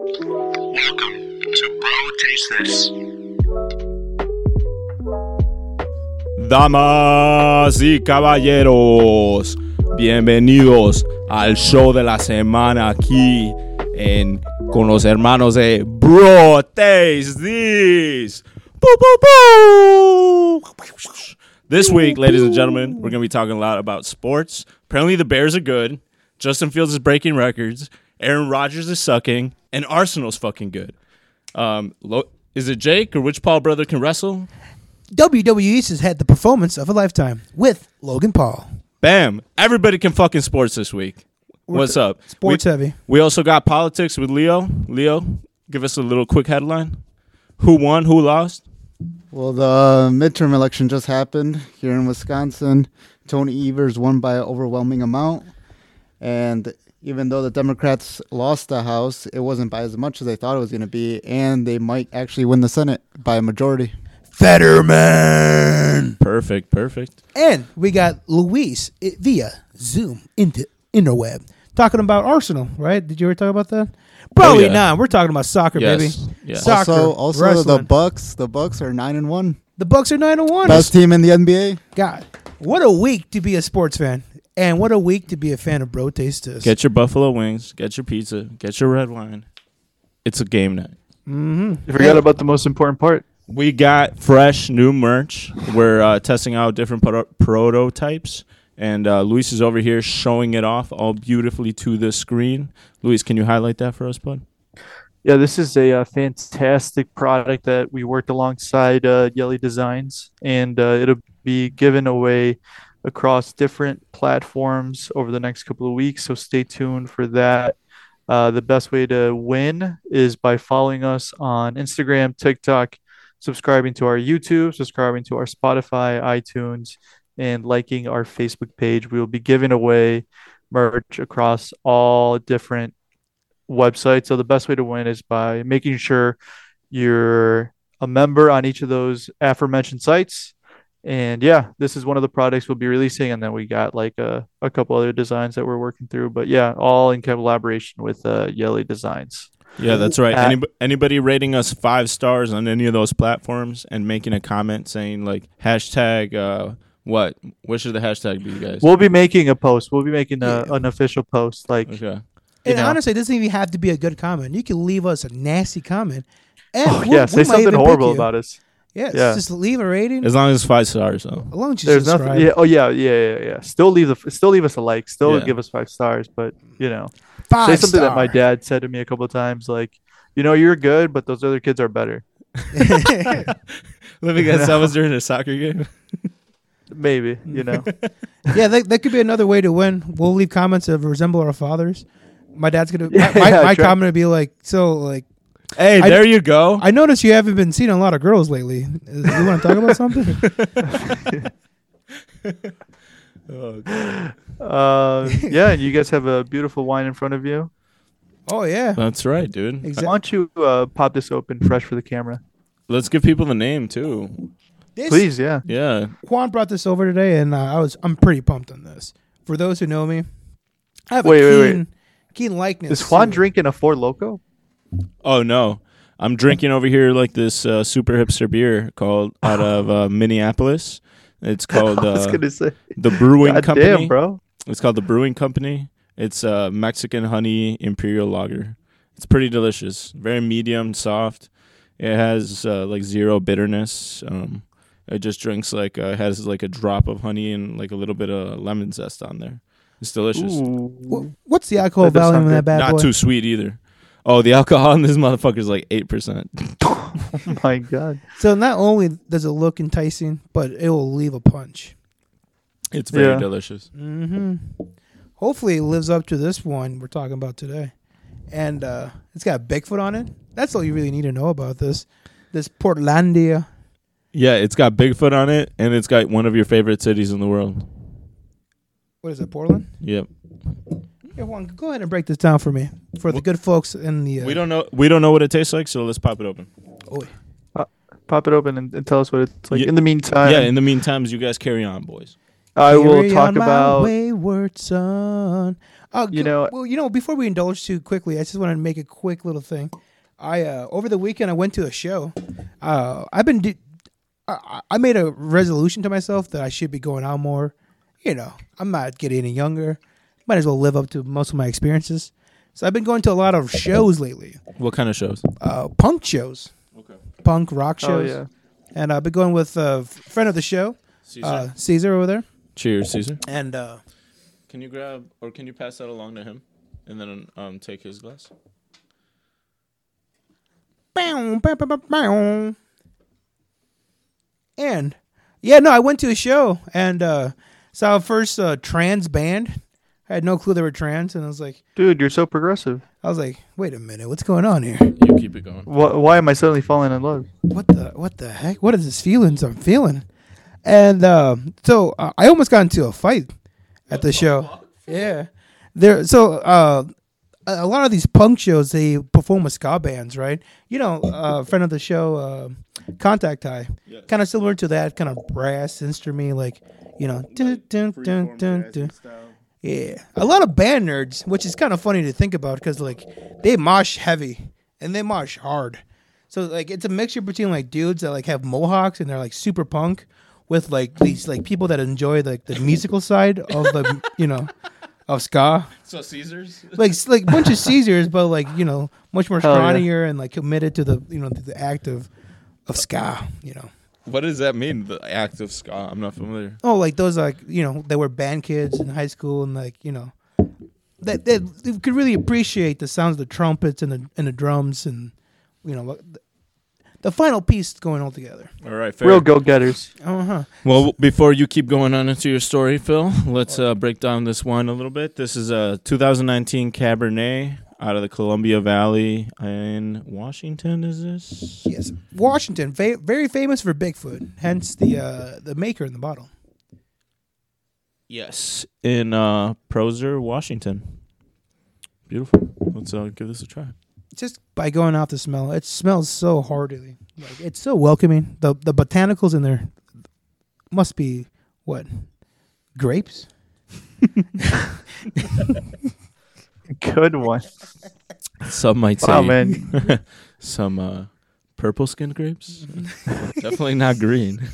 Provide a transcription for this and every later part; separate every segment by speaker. Speaker 1: Welcome to Bro Taste This.
Speaker 2: Damas y caballeros, bienvenidos al show de la semana aquí en, con los hermanos de Bro Taste This. Boo, boo, boo. This week, ladies and gentlemen, we're going to be talking a lot about sports. Apparently, the Bears are good. Justin Fields is breaking records. Aaron Rodgers is sucking. And Arsenal's fucking good. Um, lo- is it Jake or which Paul brother can wrestle?
Speaker 3: WWE E has had the performance of a lifetime with Logan Paul.
Speaker 2: Bam! Everybody can fucking sports this week. What's up?
Speaker 3: Sports
Speaker 2: we,
Speaker 3: heavy.
Speaker 2: We also got politics with Leo. Leo, give us a little quick headline. Who won? Who lost?
Speaker 4: Well, the midterm election just happened here in Wisconsin. Tony Evers won by an overwhelming amount. And even though the Democrats lost the House, it wasn't by as much as they thought it was going to be. And they might actually win the Senate by a majority.
Speaker 3: Fetterman.
Speaker 2: Perfect, perfect.
Speaker 3: And we got Luis i- via Zoom into interweb talking about Arsenal, right? Did you ever talk about that?
Speaker 5: Oh,
Speaker 3: Probably
Speaker 2: yeah.
Speaker 3: not. We're talking about soccer,
Speaker 2: Yes,
Speaker 3: baby.
Speaker 2: yes.
Speaker 3: Soccer.
Speaker 4: also, also the
Speaker 3: wrestling.
Speaker 4: Bucks. The Bucks are nine and one.
Speaker 3: the Bucks are 9 and 1.
Speaker 4: Best team in the NBA.
Speaker 3: God, what a week to be a sports fan. And what a week to be a fan of Bro Tastes.
Speaker 2: Get your buffalo wings. Get your pizza. Get your red wine. It's a game night.
Speaker 5: You forgot about the most important part.
Speaker 2: We got fresh new merch. We're uh, testing out different pro- prototypes, and uh, Luis is over here showing it off all beautifully to the screen. Luis, can you highlight that for us, bud?
Speaker 5: Yeah, this is a uh, fantastic product that we worked alongside uh, Yelly Designs, and uh, it'll be given away across different platforms over the next couple of weeks. So stay tuned for that. Uh, the best way to win is by following us on Instagram, TikTok, subscribing to our YouTube, subscribing to our Spotify, iTunes, and liking our Facebook page. We will be giving away merch across all different website. So the best way to win is by making sure you're a member on each of those aforementioned sites. And yeah, this is one of the products we'll be releasing. And then we got like a, a couple other designs that we're working through. But yeah, all in collaboration with uh, Yelly Designs.
Speaker 2: Yeah, that's right.
Speaker 5: Uh,
Speaker 2: Anyb- anybody rating us five stars on any of those platforms and making a comment saying like hashtag uh, what? What should the hashtag be, you guys?
Speaker 5: We'll be making a post. We'll be making a, an official post. Like,
Speaker 2: okay.
Speaker 3: And
Speaker 5: You know.
Speaker 3: honestly, it doesn't even have to be a good comment. You can leave us a nasty comment. And
Speaker 5: oh,
Speaker 3: we-
Speaker 5: yeah,
Speaker 3: we
Speaker 5: say
Speaker 3: might
Speaker 5: something
Speaker 3: even pick
Speaker 5: horrible
Speaker 3: you.
Speaker 5: about us.
Speaker 3: Yeah,
Speaker 5: Yeah.
Speaker 3: just leave a rating.
Speaker 2: As long as it's five stars, though.
Speaker 3: As long as you
Speaker 5: There's
Speaker 3: subscribe.
Speaker 5: nothing. Yeah. Oh yeah. Yeah. Yeah. Yeah. Still leave the. Still leave us a like. Still
Speaker 2: Yeah.
Speaker 5: give us five stars. But you know,
Speaker 3: Five
Speaker 5: say something that my
Speaker 3: star.
Speaker 5: dad said to me a couple of times like you know you're good but those other kids are better
Speaker 2: Let me guess. That was during a soccer game.
Speaker 5: maybe you know
Speaker 3: yeah, that, that could be another way to win. We'll leave comments that resemble our fathers. My dad's gonna. my- my
Speaker 5: Yeah,
Speaker 3: my
Speaker 5: try-
Speaker 3: comment would be like, so like,
Speaker 2: Hey,
Speaker 3: I-
Speaker 2: there you go.
Speaker 3: I noticed you haven't been seeing a lot of girls lately. Uh, You want to talk about something?
Speaker 5: uh, yeah and you guys have a beautiful wine in front of you
Speaker 3: Oh yeah,
Speaker 2: That's right, dude.
Speaker 3: exactly.
Speaker 5: why don't you uh, pop this open fresh for the camera
Speaker 2: Let's give people the name too.
Speaker 3: This-
Speaker 5: please yeah
Speaker 2: Yeah.
Speaker 3: Quan brought this over today, and uh, I was I'm pretty pumped on this. For those who know me, I have
Speaker 5: Wait,
Speaker 3: a
Speaker 5: wait, wait.
Speaker 3: keen, keen likeness.
Speaker 5: is juan
Speaker 3: to-
Speaker 5: drinking a four loco
Speaker 2: Oh no, I'm drinking over here like this uh, super hipster beer called out of uh, Minneapolis. It's called
Speaker 5: i was
Speaker 2: uh,
Speaker 5: gonna say
Speaker 2: the Brewing
Speaker 5: God
Speaker 2: Company.
Speaker 5: damn bro
Speaker 2: It's called the Brewing Company. It's uh, Mexican honey imperial lager. It's pretty delicious. Very medium, soft. It has uh, like zero bitterness. Um, it just drinks like uh, has like a drop of honey and like a little bit of lemon zest on there. It's delicious.
Speaker 3: Wha-
Speaker 5: Ooh.
Speaker 3: What's the alcohol
Speaker 5: That does
Speaker 3: volume
Speaker 5: sound
Speaker 3: in that
Speaker 5: good.
Speaker 3: bad
Speaker 2: Not
Speaker 3: boy?
Speaker 2: too sweet either. Oh, the alcohol in this motherfucker is like eight percent.
Speaker 5: my god
Speaker 3: So not only does it look enticing, but it will leave a punch.
Speaker 2: It's very
Speaker 5: Yeah.
Speaker 2: delicious.
Speaker 3: hmm Hopefully, it lives up to this one we're talking about today, and uh, it's got Bigfoot on it. That's all you really need to know about this. This Portlandia.
Speaker 2: Yeah, it's got Bigfoot on it, and it's got one of your favorite cities in the world.
Speaker 3: What is it, Portland?
Speaker 2: Yep.
Speaker 3: Yeah, Juan, go ahead and break this down for me, for the
Speaker 2: Wh-
Speaker 3: good folks in the. Uh,
Speaker 2: We don't know. We don't know what it tastes like, so let's pop it open.
Speaker 3: Oh,
Speaker 5: pop it open and, and tell us what it's like
Speaker 2: Yeah.
Speaker 5: in the meantime
Speaker 2: yeah. In the meantime, you guys carry on, boys.
Speaker 5: i will
Speaker 3: Carry
Speaker 5: talk
Speaker 3: on my
Speaker 5: about
Speaker 3: wayward son. Oh,
Speaker 5: You
Speaker 3: g-
Speaker 5: know-
Speaker 3: well, you know, before we indulge too quickly, I just want to make a quick little thing. I uh, over the weekend I went to a show. Uh, I've been, do- I, I I made a resolution to myself that I should be going out more. You know, I'm not getting any younger. Might as well live up to most of my experiences. So I've been going to a lot of shows lately,
Speaker 6: What kind of shows?
Speaker 3: uh, punk shows, punk rock
Speaker 5: Oh
Speaker 3: shows,
Speaker 5: yeah.
Speaker 3: and I've been going with a friend of the show, Caesar, uh, Caesar over there,
Speaker 6: Cheers, Caesar.
Speaker 3: and uh,
Speaker 2: Can you grab or can you pass that along to him, and then um take his glass?
Speaker 3: Bow, bow, bow, bow, bow. And yeah, no, I went to a show and uh, saw a first uh, trans band. I had no clue they were trans, and I was like,
Speaker 5: Dude, you're so progressive.
Speaker 3: I was like, wait a minute, what's going on here?
Speaker 2: You keep it going.
Speaker 5: Why, why am I suddenly falling in love?
Speaker 3: What the what the heck? What is this feelings I'm feeling? And um, so uh, I almost got into a fight at the show. Yeah, there. So uh, a a lot of these punk shows they perform with ska bands, right? You know, uh, friend of the show, uh, Contact High, kind of similar to that kind of brass instrument, like you know, dun, dun, dun, dun, dun. yeah. A lot of band nerds, which is kind of funny to think about, because like they mosh heavy and they mosh hard. So like it's a mixture between like dudes that like have mohawks and they're like super punk with like these like people that enjoy like the musical side of the you know of ska
Speaker 2: So Caesar's.
Speaker 3: like s- like bunch of Caesars, but like you know, much more
Speaker 5: Hell yeah.
Speaker 3: scrawnier and like committed to the you know to the act of of ska. You know,
Speaker 2: What does that mean? The act of ska. I'm not familiar.
Speaker 3: oh like those like you know they were band kids in high school and like you know that that they could really appreciate the sounds of the trumpets and the and the drums and you know the, the final piece going all together.
Speaker 2: All right, fair.
Speaker 5: Real go getters.
Speaker 3: Uh huh.
Speaker 2: Well, before you keep going on into your story, Phil, let's uh, break down this wine a little bit. This is a 2019 Cabernet out of the Columbia Valley in Washington. Is this?
Speaker 3: Yes, Washington, fa- very famous for Bigfoot, hence the uh, the maker in the bottle.
Speaker 2: Yes, in uh, Proser, Washington. Beautiful. Let's uh, give this a try.
Speaker 3: just by going off the smell, it smells so heartily. Like it's so welcoming. The the botanicals in there must be what grapes.
Speaker 5: Good one.
Speaker 2: Some might say
Speaker 5: Wow, man.
Speaker 2: some uh, purple skinned grapes. Definitely not green.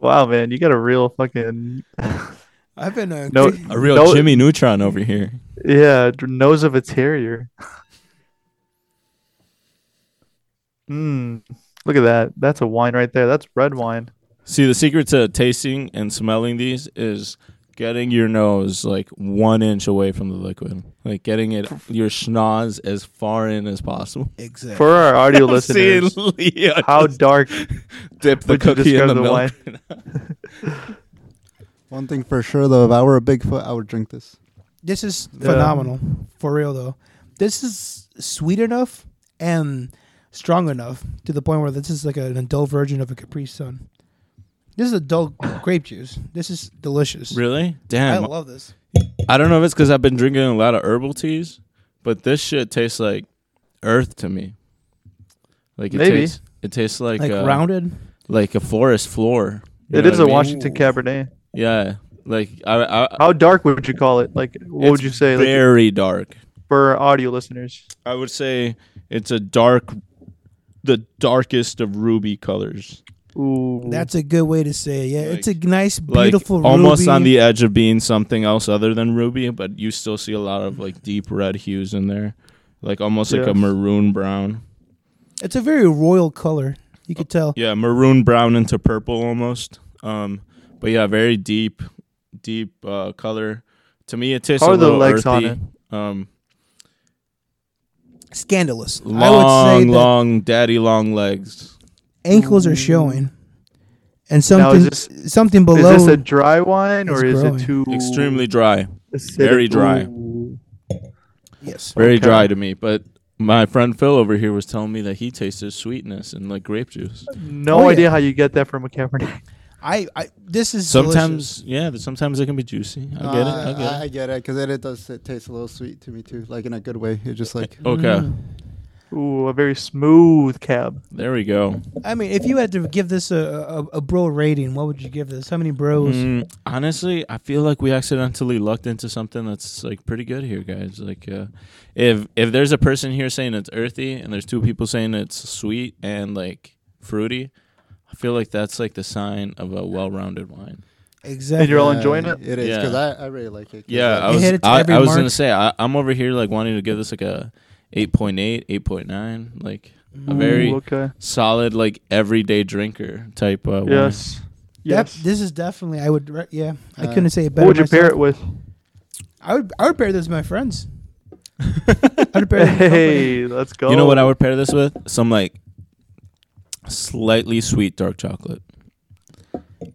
Speaker 5: Wow, man. You got a real fucking
Speaker 3: I've been uh,
Speaker 5: no.
Speaker 2: A real
Speaker 5: no-
Speaker 2: Jimmy Neutron over here.
Speaker 5: Yeah, d- nose of a terrier. Mmm. Look at that. That's a wine right there. That's red wine.
Speaker 2: See, the secret to tasting and smelling these is getting your nose like one inch away from the liquid, like getting it your schnoz as far in as possible.
Speaker 3: exactly.
Speaker 5: For our audio listeners,
Speaker 2: See, Leo,
Speaker 5: how dark
Speaker 2: dip the
Speaker 5: would you
Speaker 2: cookie in
Speaker 5: describe
Speaker 2: the,
Speaker 5: the
Speaker 2: milk.
Speaker 5: wine?
Speaker 4: One thing for sure, though, if I were a Bigfoot, I would drink this.
Speaker 3: this is phenomenal for real though. This is sweet enough and strong enough to the point where this is like an adult version of a Capri Sun. This is adult grape juice. This is delicious.
Speaker 2: Really?
Speaker 3: I
Speaker 2: Damn.
Speaker 3: love this.
Speaker 2: I don't know if it's because I've been drinking a lot of herbal teas, but this shit tastes like earth to me. Like it
Speaker 5: Maybe.
Speaker 2: tastes, it tastes like
Speaker 3: Like
Speaker 2: uh,
Speaker 3: rounded.
Speaker 2: like a forest floor. You
Speaker 5: It
Speaker 2: know
Speaker 5: is
Speaker 2: what I
Speaker 5: a
Speaker 2: mean?
Speaker 5: Washington Cabernet.
Speaker 2: Yeah, like I, I
Speaker 5: How dark would you call it? Like, what would
Speaker 2: it's
Speaker 5: you say? Like,
Speaker 2: Very dark.
Speaker 5: for our audio listeners,
Speaker 2: I would say it's a dark, the darkest of ruby colors.
Speaker 5: ooh,
Speaker 3: That's a good way to say it. Yeah, it's a
Speaker 2: Like-
Speaker 3: nice,
Speaker 2: Like
Speaker 3: beautiful,
Speaker 2: almost on
Speaker 3: ruby.
Speaker 2: the edge of being something else other than ruby, but you still see a lot of like deep red hues in there, like almost like
Speaker 5: Yeah.
Speaker 2: a maroon brown.
Speaker 3: It's a very royal color. You could tell.
Speaker 2: Yeah, maroon brown into purple almost. Um, but yeah, very deep, deep uh, color. To me, it tastes
Speaker 5: How
Speaker 2: a
Speaker 5: are the
Speaker 2: little
Speaker 5: legs on
Speaker 2: earthy. Um,
Speaker 3: scandalous. I would
Speaker 2: long,
Speaker 3: say
Speaker 2: long, daddy long legs.
Speaker 3: that ankles are showing, and
Speaker 5: Now,
Speaker 3: something
Speaker 5: is
Speaker 3: something
Speaker 5: is
Speaker 3: below.
Speaker 5: this a dry wine
Speaker 3: It's
Speaker 5: or is
Speaker 3: growing.
Speaker 5: it too
Speaker 2: Extremely dry.
Speaker 5: acidic?
Speaker 2: very dry. Oh,
Speaker 5: Ooh.
Speaker 3: yes,
Speaker 2: Very
Speaker 5: Okay.
Speaker 2: dry to me, but my friend Phil over here was telling me that he tasted sweetness and like grape juice.
Speaker 5: No
Speaker 3: Oh, yeah.
Speaker 5: idea how you get that from a Cabernet.
Speaker 3: I, I this is delicious.
Speaker 2: Sometimes, yeah, th- sometimes it can be juicy. I get
Speaker 4: Uh,
Speaker 2: it. I get
Speaker 4: Uh, I, I get it because it, it does. It tastes a little sweet to me too, like in a good way. It's just like
Speaker 2: it. Okay.
Speaker 5: Ooh, a very smooth cab.
Speaker 2: There we go.
Speaker 3: I mean, if you had to give this a, a, a bro rating, what would you give this? How many bros?
Speaker 2: Mm, honestly, I feel like we accidentally lucked into something that's like pretty good here, guys. Like, uh, if if there's a person here saying it's earthy, and there's two people saying it's sweet and like fruity, I feel like that's like the sign of a well-rounded wine.
Speaker 3: Exactly.
Speaker 5: You're all enjoying it?
Speaker 4: It is
Speaker 2: Yeah.
Speaker 4: because I, I really like it. 'Cause
Speaker 2: Yeah, I
Speaker 3: It
Speaker 2: was
Speaker 3: hit its
Speaker 2: I,
Speaker 3: every
Speaker 2: I was
Speaker 3: mark.
Speaker 2: gonna say I, I'm over here like wanting to give this like a 8.8, 8.9, like
Speaker 3: Mm-hmm.
Speaker 2: a very
Speaker 5: Ooh, okay.
Speaker 2: solid like every-day drinker type. Uh, wine.
Speaker 5: Yes.
Speaker 3: Yep,
Speaker 5: Yes.
Speaker 3: this is definitely. I would. Re- yeah, I
Speaker 4: Uh,
Speaker 3: couldn't say it better.
Speaker 5: what would you
Speaker 3: myself.
Speaker 5: pair it with?
Speaker 3: I would. I would pair this with my friends. I would pair. This with company.
Speaker 5: Hey, let's go.
Speaker 2: You know what I would pair this with? Some like slightly sweet dark chocolate.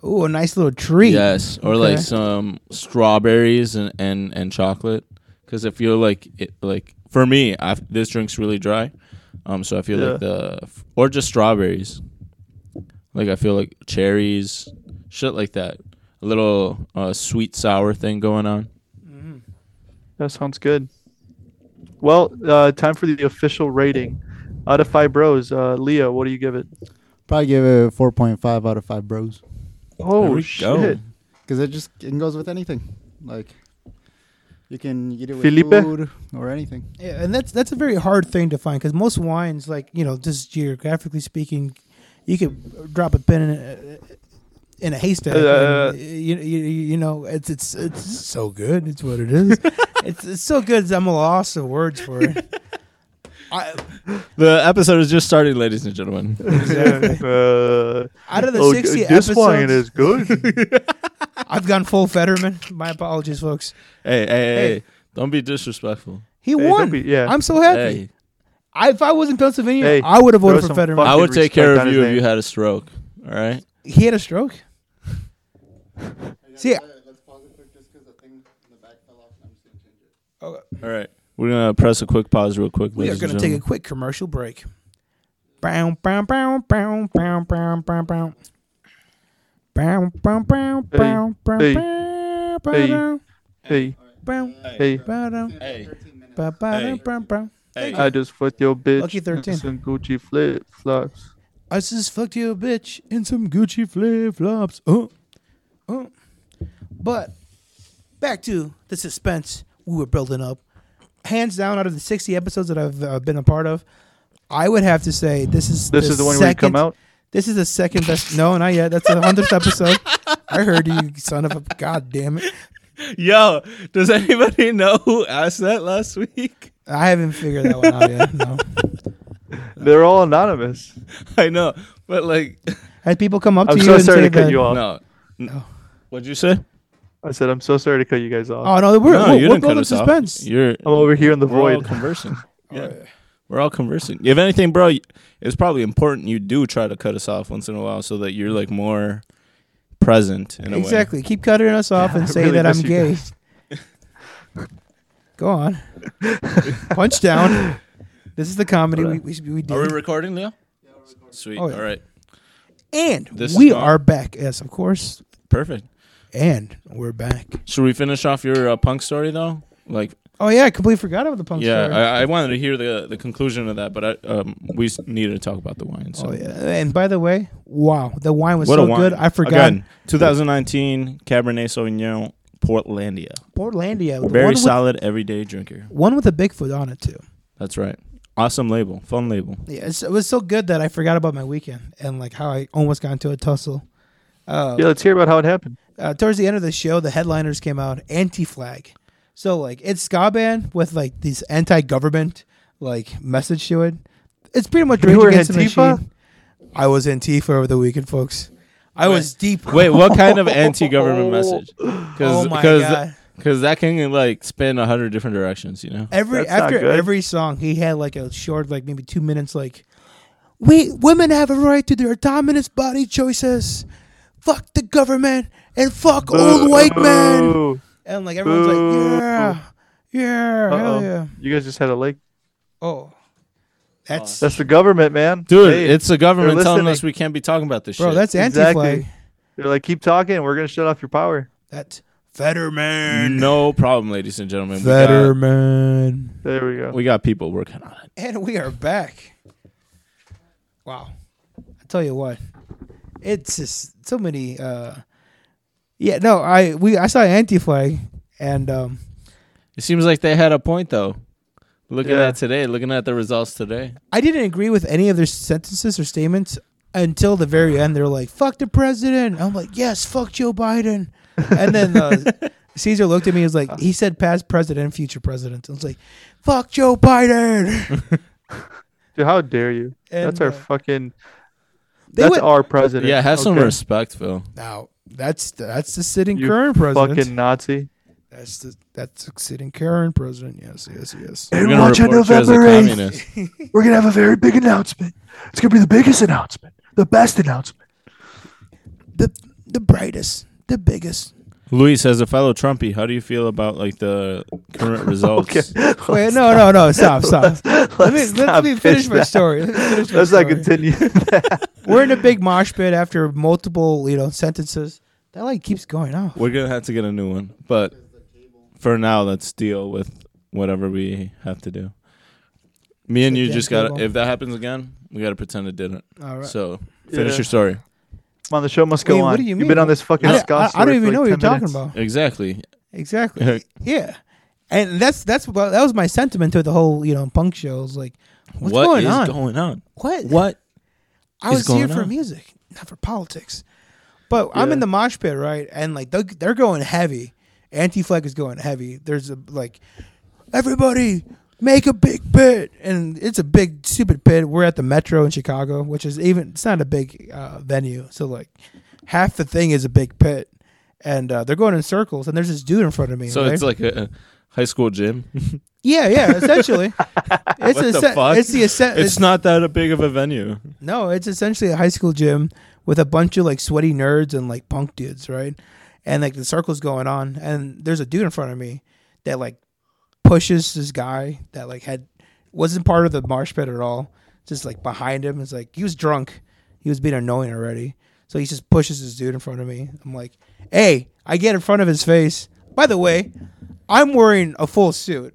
Speaker 3: Ooh, a nice little treat.
Speaker 2: Yes, or like
Speaker 3: Okay.
Speaker 2: some strawberries and and and chocolate. Because I feel like it like for me, I, this drink's really dry. Um, so I feel like
Speaker 5: Yeah.
Speaker 2: the or just strawberries. Like I feel like cherries, shit like that. A little uh, sweet sour thing going on.
Speaker 3: Mm-hmm.
Speaker 5: That sounds good. Well, uh, time for the official rating. Out of five bros, uh, Leo, what do you give it?
Speaker 4: Probably give it a 4.5 out of 5 bros.
Speaker 2: There
Speaker 5: Oh
Speaker 2: we go.
Speaker 5: shit!
Speaker 4: Because it just it goes with anything. Like, you can eat it with
Speaker 5: Felipe?
Speaker 4: food or anything.
Speaker 3: Yeah, and that's that's a very hard thing to find because most wines, like you know, just geographically speaking, you could drop a pin in a, in a haystack.
Speaker 5: Uh,
Speaker 3: and, you, you you know, it's it's it's so good. It's what it is. it's it's so good. I'm a loss of words for it. I,
Speaker 2: The episode has just started, ladies and gentlemen.
Speaker 5: uh,
Speaker 3: out of the
Speaker 5: oh,
Speaker 3: sixty
Speaker 5: this
Speaker 3: episodes,
Speaker 5: wine is good.
Speaker 3: I've gone full Fetterman. My apologies, folks.
Speaker 2: hey, hey, hey,
Speaker 3: Hey.
Speaker 2: don't be disrespectful.
Speaker 3: He
Speaker 5: don't
Speaker 3: won.
Speaker 5: be- yeah.
Speaker 3: I'm so happy.
Speaker 2: Hey,
Speaker 3: I, if I was in Pennsylvania,
Speaker 5: Hey,
Speaker 3: I would have voted
Speaker 5: throw
Speaker 3: for
Speaker 5: some
Speaker 3: Fetterman.
Speaker 2: I
Speaker 5: fucking
Speaker 2: would take care
Speaker 5: respect on
Speaker 2: of
Speaker 5: his
Speaker 2: you if
Speaker 5: name.
Speaker 2: you had a stroke. All right.
Speaker 3: he had a stroke. See,
Speaker 4: Let's pause it quick just because the thing in the back fell off. I'm just going to change it.
Speaker 3: Oh,
Speaker 2: All right. We're gonna press a quick pause real quick.
Speaker 3: We are
Speaker 2: ladies and
Speaker 3: going to take a
Speaker 2: gentlemen.
Speaker 3: quick commercial break. Bow, bow, bow, bow, bow, bow, bow, bow. Bow, bow, bow,
Speaker 5: Hey,
Speaker 3: bow, bow,
Speaker 5: hey,
Speaker 3: bow, bow,
Speaker 5: hey,
Speaker 3: bow, bow, bow,
Speaker 5: hey, hey,
Speaker 3: bow,
Speaker 2: Hey.
Speaker 3: bow, bow,
Speaker 2: Hey. Uh,
Speaker 3: bow, bow.
Speaker 5: I just fucked your bitch.
Speaker 3: Lucky
Speaker 5: in
Speaker 3: 13.
Speaker 5: Some Gucci flip flops.
Speaker 3: I just fucked you, bitch, in some Gucci flip flops. Oh, oh. But back to the suspense we were building up. Hands down, out of the 60 episodes that I've uh, been a part of, I would have to say this is
Speaker 5: This is the one where you come
Speaker 3: second-
Speaker 5: out.
Speaker 3: This is the second best. No, not yet. That's the hundredth episode. I heard you, son of a god damn it.
Speaker 2: Yo, does anybody know who asked that last week?
Speaker 3: I haven't figured that one out yet. No.
Speaker 5: They're all anonymous.
Speaker 2: I know, but like,
Speaker 3: Had people come up
Speaker 5: I'm
Speaker 3: to
Speaker 5: so
Speaker 3: you and
Speaker 5: sorry
Speaker 3: say
Speaker 5: to cut
Speaker 3: that?
Speaker 5: you off.
Speaker 2: no. no. What'd you say?
Speaker 5: I said I'm so sorry to cut you guys off.
Speaker 3: Oh no, we're,
Speaker 2: no,
Speaker 3: we're,
Speaker 2: you
Speaker 3: we're
Speaker 2: didn't cut
Speaker 3: building
Speaker 2: us off.
Speaker 3: suspense.
Speaker 2: You're
Speaker 5: I'm over here in the
Speaker 2: we're all
Speaker 5: void.
Speaker 2: conversing. Oh, yeah. We're all conversing. If anything, bro, y- it's probably important you do try to cut us off once in a while so that you're like more present in a
Speaker 3: Exactly. Keep cutting us off and
Speaker 5: I
Speaker 3: say
Speaker 5: really
Speaker 3: that
Speaker 5: miss
Speaker 3: I'm
Speaker 5: you
Speaker 3: gay.
Speaker 5: guys.
Speaker 3: Go on. Punch down. This is the comedy we,
Speaker 5: Alright.
Speaker 3: we, we
Speaker 2: way. Are
Speaker 3: did.
Speaker 2: we recording, Leo? Sweet.
Speaker 3: Oh, yeah.
Speaker 2: All right.
Speaker 3: and
Speaker 2: This is
Speaker 3: we
Speaker 2: not-
Speaker 3: are back. Yes, of course.
Speaker 2: Perfect.
Speaker 3: And we're back.
Speaker 2: Should we finish off your uh, punk story though? Like
Speaker 3: Oh yeah, I completely forgot about the punk
Speaker 2: yeah,
Speaker 3: story.
Speaker 2: I, I wanted to hear the the conclusion of that, but I, um, we s- needed to talk about the wine. So.
Speaker 3: oh yeah. And by the way, wow, the wine was
Speaker 2: What
Speaker 3: so
Speaker 2: a wine!
Speaker 3: good. I forgot.
Speaker 2: Again, 2019 Cabernet Sauvignon Portlandia.
Speaker 3: Portlandia. the
Speaker 2: Very
Speaker 3: one
Speaker 2: solid everyday drinker.
Speaker 3: With, one with a Bigfoot on it too.
Speaker 2: That's right. Awesome label. Fun label.
Speaker 3: Yeah, it's, it was so good that I forgot about my weekend and like how I almost got into a tussle. Uh,
Speaker 5: Yeah, let's hear about how it happened.
Speaker 3: uh, towards the end of the show, the headliners came out anti-flag. So like it's ska band with like these anti-government like message to it. It's pretty much Rage
Speaker 5: You were
Speaker 3: Against the
Speaker 5: Antifa?
Speaker 3: Machine. I was Antifa over the weekend, folks. I was deep.
Speaker 2: Wait, what kind of anti-government message? Because
Speaker 3: Oh my God.
Speaker 2: that can like spin a hundred different directions. You know.
Speaker 3: Every
Speaker 5: That's not
Speaker 3: after
Speaker 5: good.
Speaker 3: every song, he had like a short, like maybe two minutes, like we women have a right to their dominant body choices. Fuck the government and fuck old white men.
Speaker 5: Boo.
Speaker 3: And like everyone's
Speaker 5: Boo.
Speaker 3: like, yeah, yeah,
Speaker 5: Uh-oh.
Speaker 3: hell yeah.
Speaker 5: You guys just had a like.
Speaker 3: Oh, that's
Speaker 5: That's the government, man.
Speaker 2: Dude,
Speaker 5: Hey,
Speaker 2: it's the government
Speaker 5: they're
Speaker 2: telling
Speaker 5: listening.
Speaker 2: us we can't be talking about this
Speaker 3: bro,
Speaker 2: shit.
Speaker 3: that's anti-flag.
Speaker 5: Exactly. they're like, keep talking. We're gonna shut off your power.
Speaker 3: That's Fetterman.
Speaker 2: no problem, ladies and gentlemen. We got-
Speaker 3: Fetterman.
Speaker 5: There we go.
Speaker 2: got we got people working on it.
Speaker 3: And we are back. Wow. I tell you what. It's just so many uh Yeah, no, I we I saw Anti-Flag and um
Speaker 2: It seems like they had a point though. Looking
Speaker 5: Yeah.
Speaker 2: at today, looking at the results today.
Speaker 3: I didn't agree with any of their sentences or statements until the very end. They're like, "Fuck the president." I'm like, "Yes, fuck Joe Biden." And then uh, Caesar looked at me. and was like, "He said past president, and future president." I was like, "Fuck Joe Biden."
Speaker 5: Dude, how dare you? that's
Speaker 3: And,
Speaker 5: our
Speaker 3: uh,
Speaker 5: fucking.
Speaker 3: They
Speaker 5: That's
Speaker 3: went-
Speaker 5: our president.
Speaker 2: Yeah, have some
Speaker 5: okay?
Speaker 2: respect, Phil.
Speaker 3: Now that's that's the sitting
Speaker 5: You
Speaker 3: current president.
Speaker 5: Fucking Nazi.
Speaker 3: That's the that's the sitting current president. Yes, yes, yes.
Speaker 2: We're gonna
Speaker 7: watch on
Speaker 2: report you as a
Speaker 7: November 8th.
Speaker 2: communist.
Speaker 7: We're gonna have a very big announcement. It's gonna be the biggest announcement, the best announcement.
Speaker 3: The the brightest, the biggest.
Speaker 2: Luis, as a fellow Trumpy, how do you feel about like the current results?
Speaker 3: Wait, no, no, no. Stop, stop. Let me let
Speaker 5: not
Speaker 3: me finish
Speaker 5: pitch
Speaker 3: my
Speaker 5: that.
Speaker 3: story. Let me finish my
Speaker 5: Let's not
Speaker 3: story.
Speaker 5: continue.
Speaker 3: We're in a big mosh pit after multiple, you know, sentences. That like keeps going off.
Speaker 2: We're gonna have to get a new one, but for now, let's deal with whatever we have to do. Me and
Speaker 3: The
Speaker 2: you
Speaker 3: damn
Speaker 2: just got.
Speaker 3: cable.
Speaker 2: to If that happens again, we gotta pretend it didn't.
Speaker 3: All right.
Speaker 2: So finish
Speaker 5: Yeah.
Speaker 2: your story.
Speaker 5: Come on, the show must go
Speaker 3: Wait,
Speaker 5: on.
Speaker 3: what do you
Speaker 5: have
Speaker 3: mean?
Speaker 5: been on this fucking
Speaker 3: I, I- I
Speaker 5: Scott story
Speaker 3: don't
Speaker 5: for
Speaker 3: even
Speaker 5: like
Speaker 3: know what you're
Speaker 5: 10
Speaker 3: talking
Speaker 5: minutes.
Speaker 3: about.
Speaker 2: Exactly.
Speaker 3: Exactly. yeah. And that's that's about, that was my sentiment to the whole you know punk show. I was like, what's
Speaker 2: What
Speaker 3: going
Speaker 2: is
Speaker 3: on?
Speaker 2: going on?
Speaker 3: what?
Speaker 2: What?
Speaker 3: I
Speaker 2: is
Speaker 3: was here
Speaker 2: going
Speaker 3: for
Speaker 2: on?
Speaker 3: music, not for politics. But I'm in the mosh pit, right? And like they're, they're going heavy. Anti flag is going heavy. There's a like everybody make a big pit, and it's a big stupid pit. We're at the Metro in Chicago, which is even it's not a big uh, venue. So like half the thing is a big pit, and uh, they're going in circles. And there's this dude in front of me.
Speaker 2: So
Speaker 3: right?
Speaker 2: it's like a, a high school gym.
Speaker 3: yeah, yeah, essentially. it's
Speaker 2: What
Speaker 3: a
Speaker 2: the
Speaker 3: se-
Speaker 2: fuck?
Speaker 3: It's the ascent.
Speaker 2: It's not that big of a venue.
Speaker 3: No, it's essentially a high school gym with a bunch of like sweaty nerds and like punk dudes, right? And like the circle's going on, and there's a dude in front of me that like pushes this guy that like had wasn't part of the marsh pit at all, just like behind him. It's like he was drunk, he was being annoying already, so he just pushes this dude in front of me. I'm like, hey, I get in front of his face. By the way, I'm wearing a full suit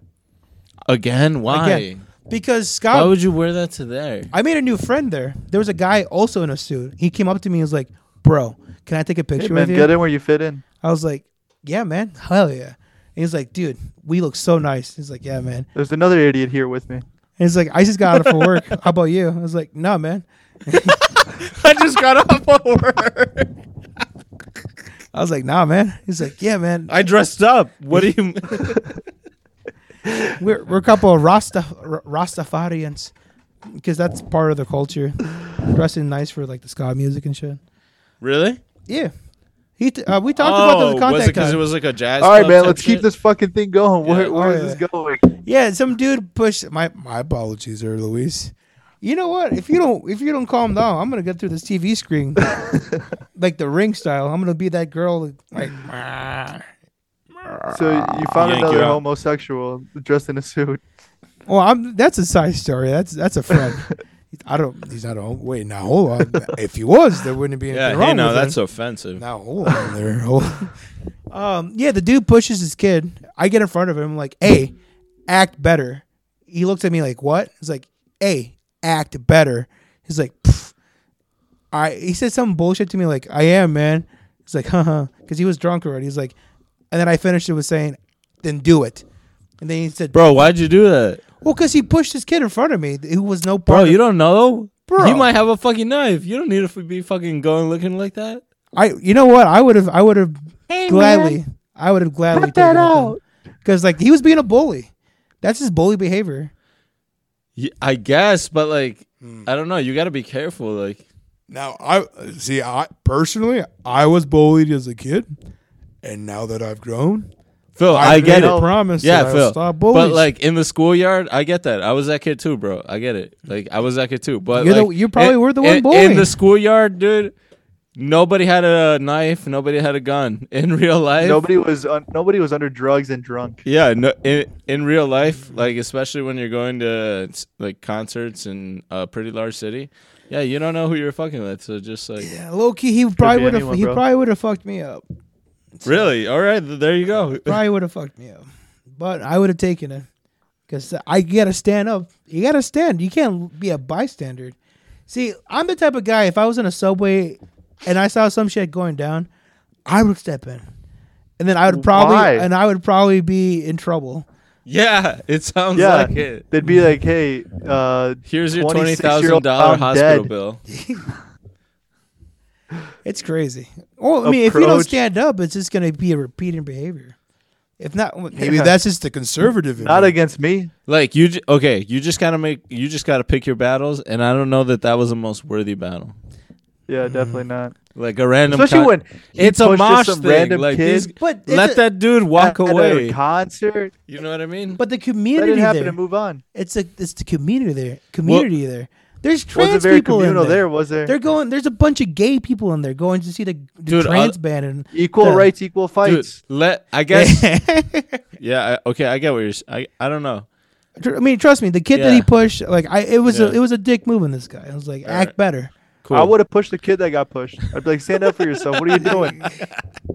Speaker 2: Again? Why?
Speaker 3: again Oh. because Scott.
Speaker 2: Why would you wear that to there?
Speaker 3: I made a new friend there. There was a guy also in a suit. He came up to me and was like, Bro, can I take a
Speaker 5: Hey,
Speaker 3: picture
Speaker 5: man,
Speaker 3: with you?
Speaker 5: get in where you fit in.
Speaker 3: I was like, Yeah, man. Hell yeah. And he was like, Dude, we look so nice. He's like, Yeah, man.
Speaker 5: There's another idiot here with me.
Speaker 3: And he's like, I just got out of for work. How about you? I was like, No, man.
Speaker 2: I just got off of work.
Speaker 3: I was like, Nah, man. He's like, Yeah, man.
Speaker 2: I dressed up. What do you?
Speaker 3: We're, we're a couple of Rasta, R- Rastafarians because that's part of the culture. Dressing nice for like the ska music and shit.
Speaker 2: really?
Speaker 3: Yeah. He t- uh, we talked about that in the
Speaker 2: Oh, was it
Speaker 3: contact
Speaker 2: because
Speaker 3: time.
Speaker 2: it was like a jazz?
Speaker 5: All right,
Speaker 2: club
Speaker 5: man,
Speaker 2: type
Speaker 5: let's keep
Speaker 2: shit?
Speaker 5: this fucking thing going. Where, where is
Speaker 3: Oh, yeah.
Speaker 5: this going?
Speaker 3: Yeah, some dude pushed my my apologies there, Luis. You know what? If you don't if you don't calm down, I'm gonna get through this TV screen like the ring style. I'm gonna be that girl like
Speaker 5: So you found
Speaker 2: Yank you
Speaker 5: another
Speaker 2: out.
Speaker 5: homosexual dressed in a suit.
Speaker 3: Well, I'm that's a side story. That's that's a friend. I don't he's not a hom- wait now hold on. If he was, there wouldn't be anything
Speaker 2: Yeah,
Speaker 3: wrong
Speaker 2: hey, now
Speaker 3: with
Speaker 2: that's
Speaker 3: him.
Speaker 2: offensive.
Speaker 3: now hold on there. Hold- um yeah, the dude pushes his kid. I get in front of him I'm like, hey, act better. He looks at me like, what? He's like, hey, act better. He's like, "Pff." I. He said some bullshit to me like, I am man. He's like, huh, huh, because he was drunk already. He's like, and then I finished it with saying, then do it. And then he said,
Speaker 2: Bro, why'd you do that?
Speaker 3: well, because he pushed his kid in front of me who was no part.
Speaker 2: Bro,
Speaker 3: of-
Speaker 2: you don't know.
Speaker 3: Bro.
Speaker 2: you might have a fucking knife. You don't need to be fucking going looking like that.
Speaker 3: I. You know what? I would have. I would have gladly. I would have gladly taken
Speaker 7: that
Speaker 3: it then.
Speaker 7: out.
Speaker 3: Because like he was being a bully. That's his bully behavior.
Speaker 2: Y- I guess, but like, I don't know. You got to be careful. Like,
Speaker 8: Now I see. I personally, I was bullied as a kid, and now that I've grown,
Speaker 2: Phil, I, get it.
Speaker 3: Promise.
Speaker 2: Yeah,
Speaker 3: that I'll
Speaker 2: Phil.
Speaker 3: Stop bullies.
Speaker 2: but like in the schoolyard, I get that. I was that kid too, bro. I get it. Like I was that kid too. But
Speaker 3: You're the-
Speaker 2: like,
Speaker 3: you probably
Speaker 2: in-
Speaker 3: were the one
Speaker 2: in,
Speaker 3: bullying.
Speaker 2: in the schoolyard, dude. Nobody had a knife. Nobody had a gun in real life.
Speaker 5: Nobody was un- nobody was under drugs and drunk.
Speaker 2: Yeah, no, in in real life, like especially when you're going to like concerts in a pretty large city, yeah, you don't know who you're fucking with. So just like,
Speaker 3: yeah, low key, he probably
Speaker 5: be
Speaker 3: would have.
Speaker 5: anyone,
Speaker 3: He
Speaker 5: bro.
Speaker 3: probably would have fucked me up.
Speaker 2: really, all right, th- there you go.
Speaker 3: Probably would have fucked me up. But I would have taken it. Because I gotta stand up. You gotta stand. You can't be a bystander. See, I'm the type of guy. If I was in a subway and I saw some shit going down, I would step in, and then I would probably
Speaker 5: Why?
Speaker 3: and I would probably be in trouble.
Speaker 2: Yeah, it sounds
Speaker 5: Yeah,
Speaker 2: like it.
Speaker 5: they'd be like, "Hey, uh,
Speaker 2: Here's your twenty thousand
Speaker 5: 26-year-old
Speaker 2: dollar
Speaker 5: I'm
Speaker 2: hospital
Speaker 5: dead.
Speaker 2: bill.
Speaker 3: It's crazy. Well, I mean, if you don't
Speaker 5: Approach-
Speaker 3: stand up, it's just gonna be a repeating behavior. If not,
Speaker 8: Maybe
Speaker 5: Yeah.
Speaker 8: that's just the conservative. in
Speaker 5: not
Speaker 8: me.
Speaker 5: against me."
Speaker 2: Like you, j- okay, you just gotta make, you just gotta pick your battles, and I don't know that that was the most worthy battle.
Speaker 5: Yeah,
Speaker 2: Mm-hmm.
Speaker 5: definitely not.
Speaker 2: Like a random,
Speaker 5: Especially
Speaker 2: con-
Speaker 5: when he
Speaker 2: it's a
Speaker 5: pushed just
Speaker 2: mosh
Speaker 5: some
Speaker 2: thing.
Speaker 5: random
Speaker 2: like
Speaker 5: kid
Speaker 2: these,
Speaker 3: But it's
Speaker 2: let
Speaker 3: a-
Speaker 2: that dude walk
Speaker 5: at
Speaker 2: away.
Speaker 5: a concert.
Speaker 2: you know what I mean?
Speaker 3: But the
Speaker 5: Let
Speaker 3: community
Speaker 5: it happen
Speaker 3: there,
Speaker 5: and move on.
Speaker 3: it's a it's the community there. Community there. There's trans
Speaker 5: Wasn't very
Speaker 3: people in
Speaker 5: communal
Speaker 3: there.
Speaker 5: there. was there?
Speaker 3: They're going. There's a bunch of gay people in there going to see the, the
Speaker 2: Dude,
Speaker 3: trans
Speaker 2: uh,
Speaker 3: band and
Speaker 5: equal
Speaker 3: Yeah.
Speaker 5: rights, equal
Speaker 2: Dude,
Speaker 5: fights.
Speaker 2: let I guess. yeah. I, okay, I get what you're. s- I I don't know.
Speaker 3: Tr- I mean, trust me, the kid that
Speaker 2: Yeah.
Speaker 3: he pushed, like I, it was a,
Speaker 2: Yeah.
Speaker 3: it was a dick move in this guy. I was like, act
Speaker 2: right.
Speaker 3: better.
Speaker 2: Cool.
Speaker 5: I would have pushed the kid that got pushed. I'd be like, "Stand up for yourself. What are you doing?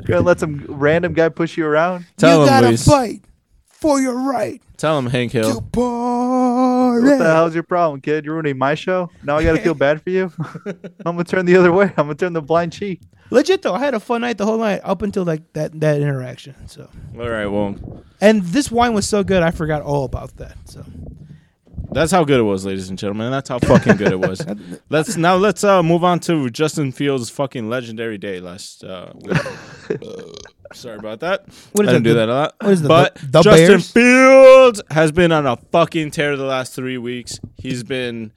Speaker 5: Gonna let some random guy push you around?"
Speaker 2: tell
Speaker 3: you
Speaker 2: him,
Speaker 3: gotta
Speaker 2: Luis.
Speaker 3: fight for your right
Speaker 2: Tell him, Hank Hill.
Speaker 3: to party.
Speaker 5: What the hell's your problem, kid? You're ruining my show. Now I gotta feel bad for you. I'm gonna turn the other way. I'm gonna turn the blind cheek.
Speaker 3: Legit though, I had a fun night the whole night up until like that that interaction. So,
Speaker 2: All right. Well,
Speaker 3: and this wine was so good, I forgot all about that. So,
Speaker 2: that's how good it was, ladies and gentlemen. That's how fucking good it was. let's now let's uh move on to Justin Fields' fucking legendary day last. Uh, week. Uh, Sorry about that.
Speaker 3: What is
Speaker 2: I didn't
Speaker 3: that,
Speaker 2: do
Speaker 3: the-
Speaker 2: that a lot.
Speaker 3: what is that,
Speaker 2: but
Speaker 3: the- the
Speaker 2: Justin
Speaker 3: Bears?
Speaker 2: Fields has been on a fucking tear the last three weeks. He's been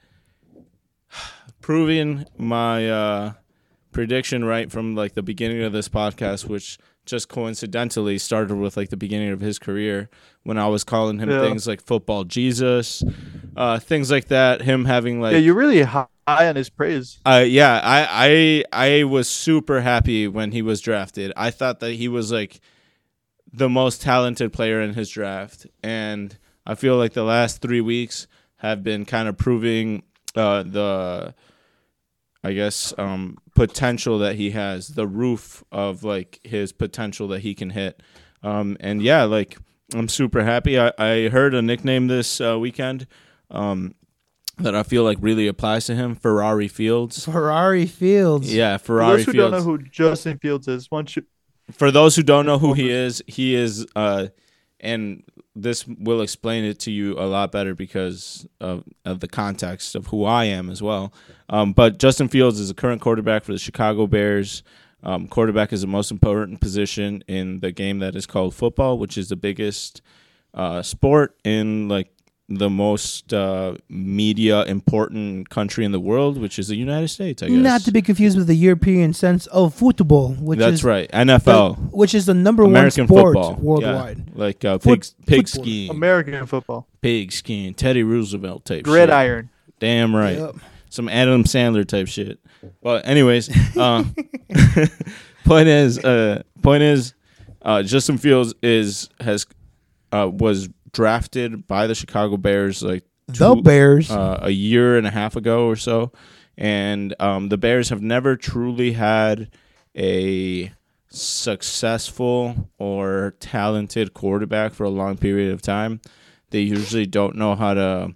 Speaker 2: proving my uh, prediction right from like the beginning of this podcast, which just coincidentally started with like the beginning of his career when I was calling him
Speaker 5: Yeah.
Speaker 2: things like football Jesus, uh, things like that. Him having like
Speaker 5: Yeah, you're really hi- high on his praise.
Speaker 2: uh, yeah, I, I I was super happy when he was drafted. I thought that he was like the most talented player in his draft, and I feel like the last three weeks have been kind of proving uh, the, I guess, um, potential that he has, the roof of like his potential that he can hit, um, and yeah, like I'm super happy. I, I heard a nickname this uh, weekend. Um, that I feel like really applies to him, Ferrari Fields.
Speaker 3: Ferrari Fields.
Speaker 2: Yeah,
Speaker 5: For
Speaker 2: Ferrari
Speaker 5: those who
Speaker 2: Fields.
Speaker 5: don't know who Justin Fields is, why don't you
Speaker 2: For those who don't know who he is, he is, uh, and this will explain it to you a lot better because of, of the context of who I am as well. Um, but Justin Fields is a current quarterback for the Chicago Bears. Um, quarterback is the most important position in the game that is called football, which is the biggest uh, sport in like the most uh, media important country in the world, which is the United States. I guess
Speaker 3: Not to be confused with the European sense of football, which
Speaker 2: That's
Speaker 3: is
Speaker 2: right,
Speaker 3: the-
Speaker 2: NFL.
Speaker 3: which is the number
Speaker 2: American
Speaker 3: one sport
Speaker 2: football
Speaker 3: worldwide.
Speaker 2: Yeah. Like uh,
Speaker 3: Foot-
Speaker 2: pig, pig
Speaker 3: football.
Speaker 2: skiing,
Speaker 5: American football
Speaker 2: pig skiing, Teddy Roosevelt type shit.
Speaker 5: gridiron?
Speaker 2: Damn right,
Speaker 3: Yep.
Speaker 2: some Adam Sandler type shit. But anyways, uh, point is, uh, point is, uh, Justin Fields is has uh, was drafted by the Chicago Bears like
Speaker 3: The
Speaker 2: two-
Speaker 3: Bears.
Speaker 2: uh, a year and a half ago or so, and um, the Bears have never truly had a successful or talented quarterback for a long period of time. They usually don't know how to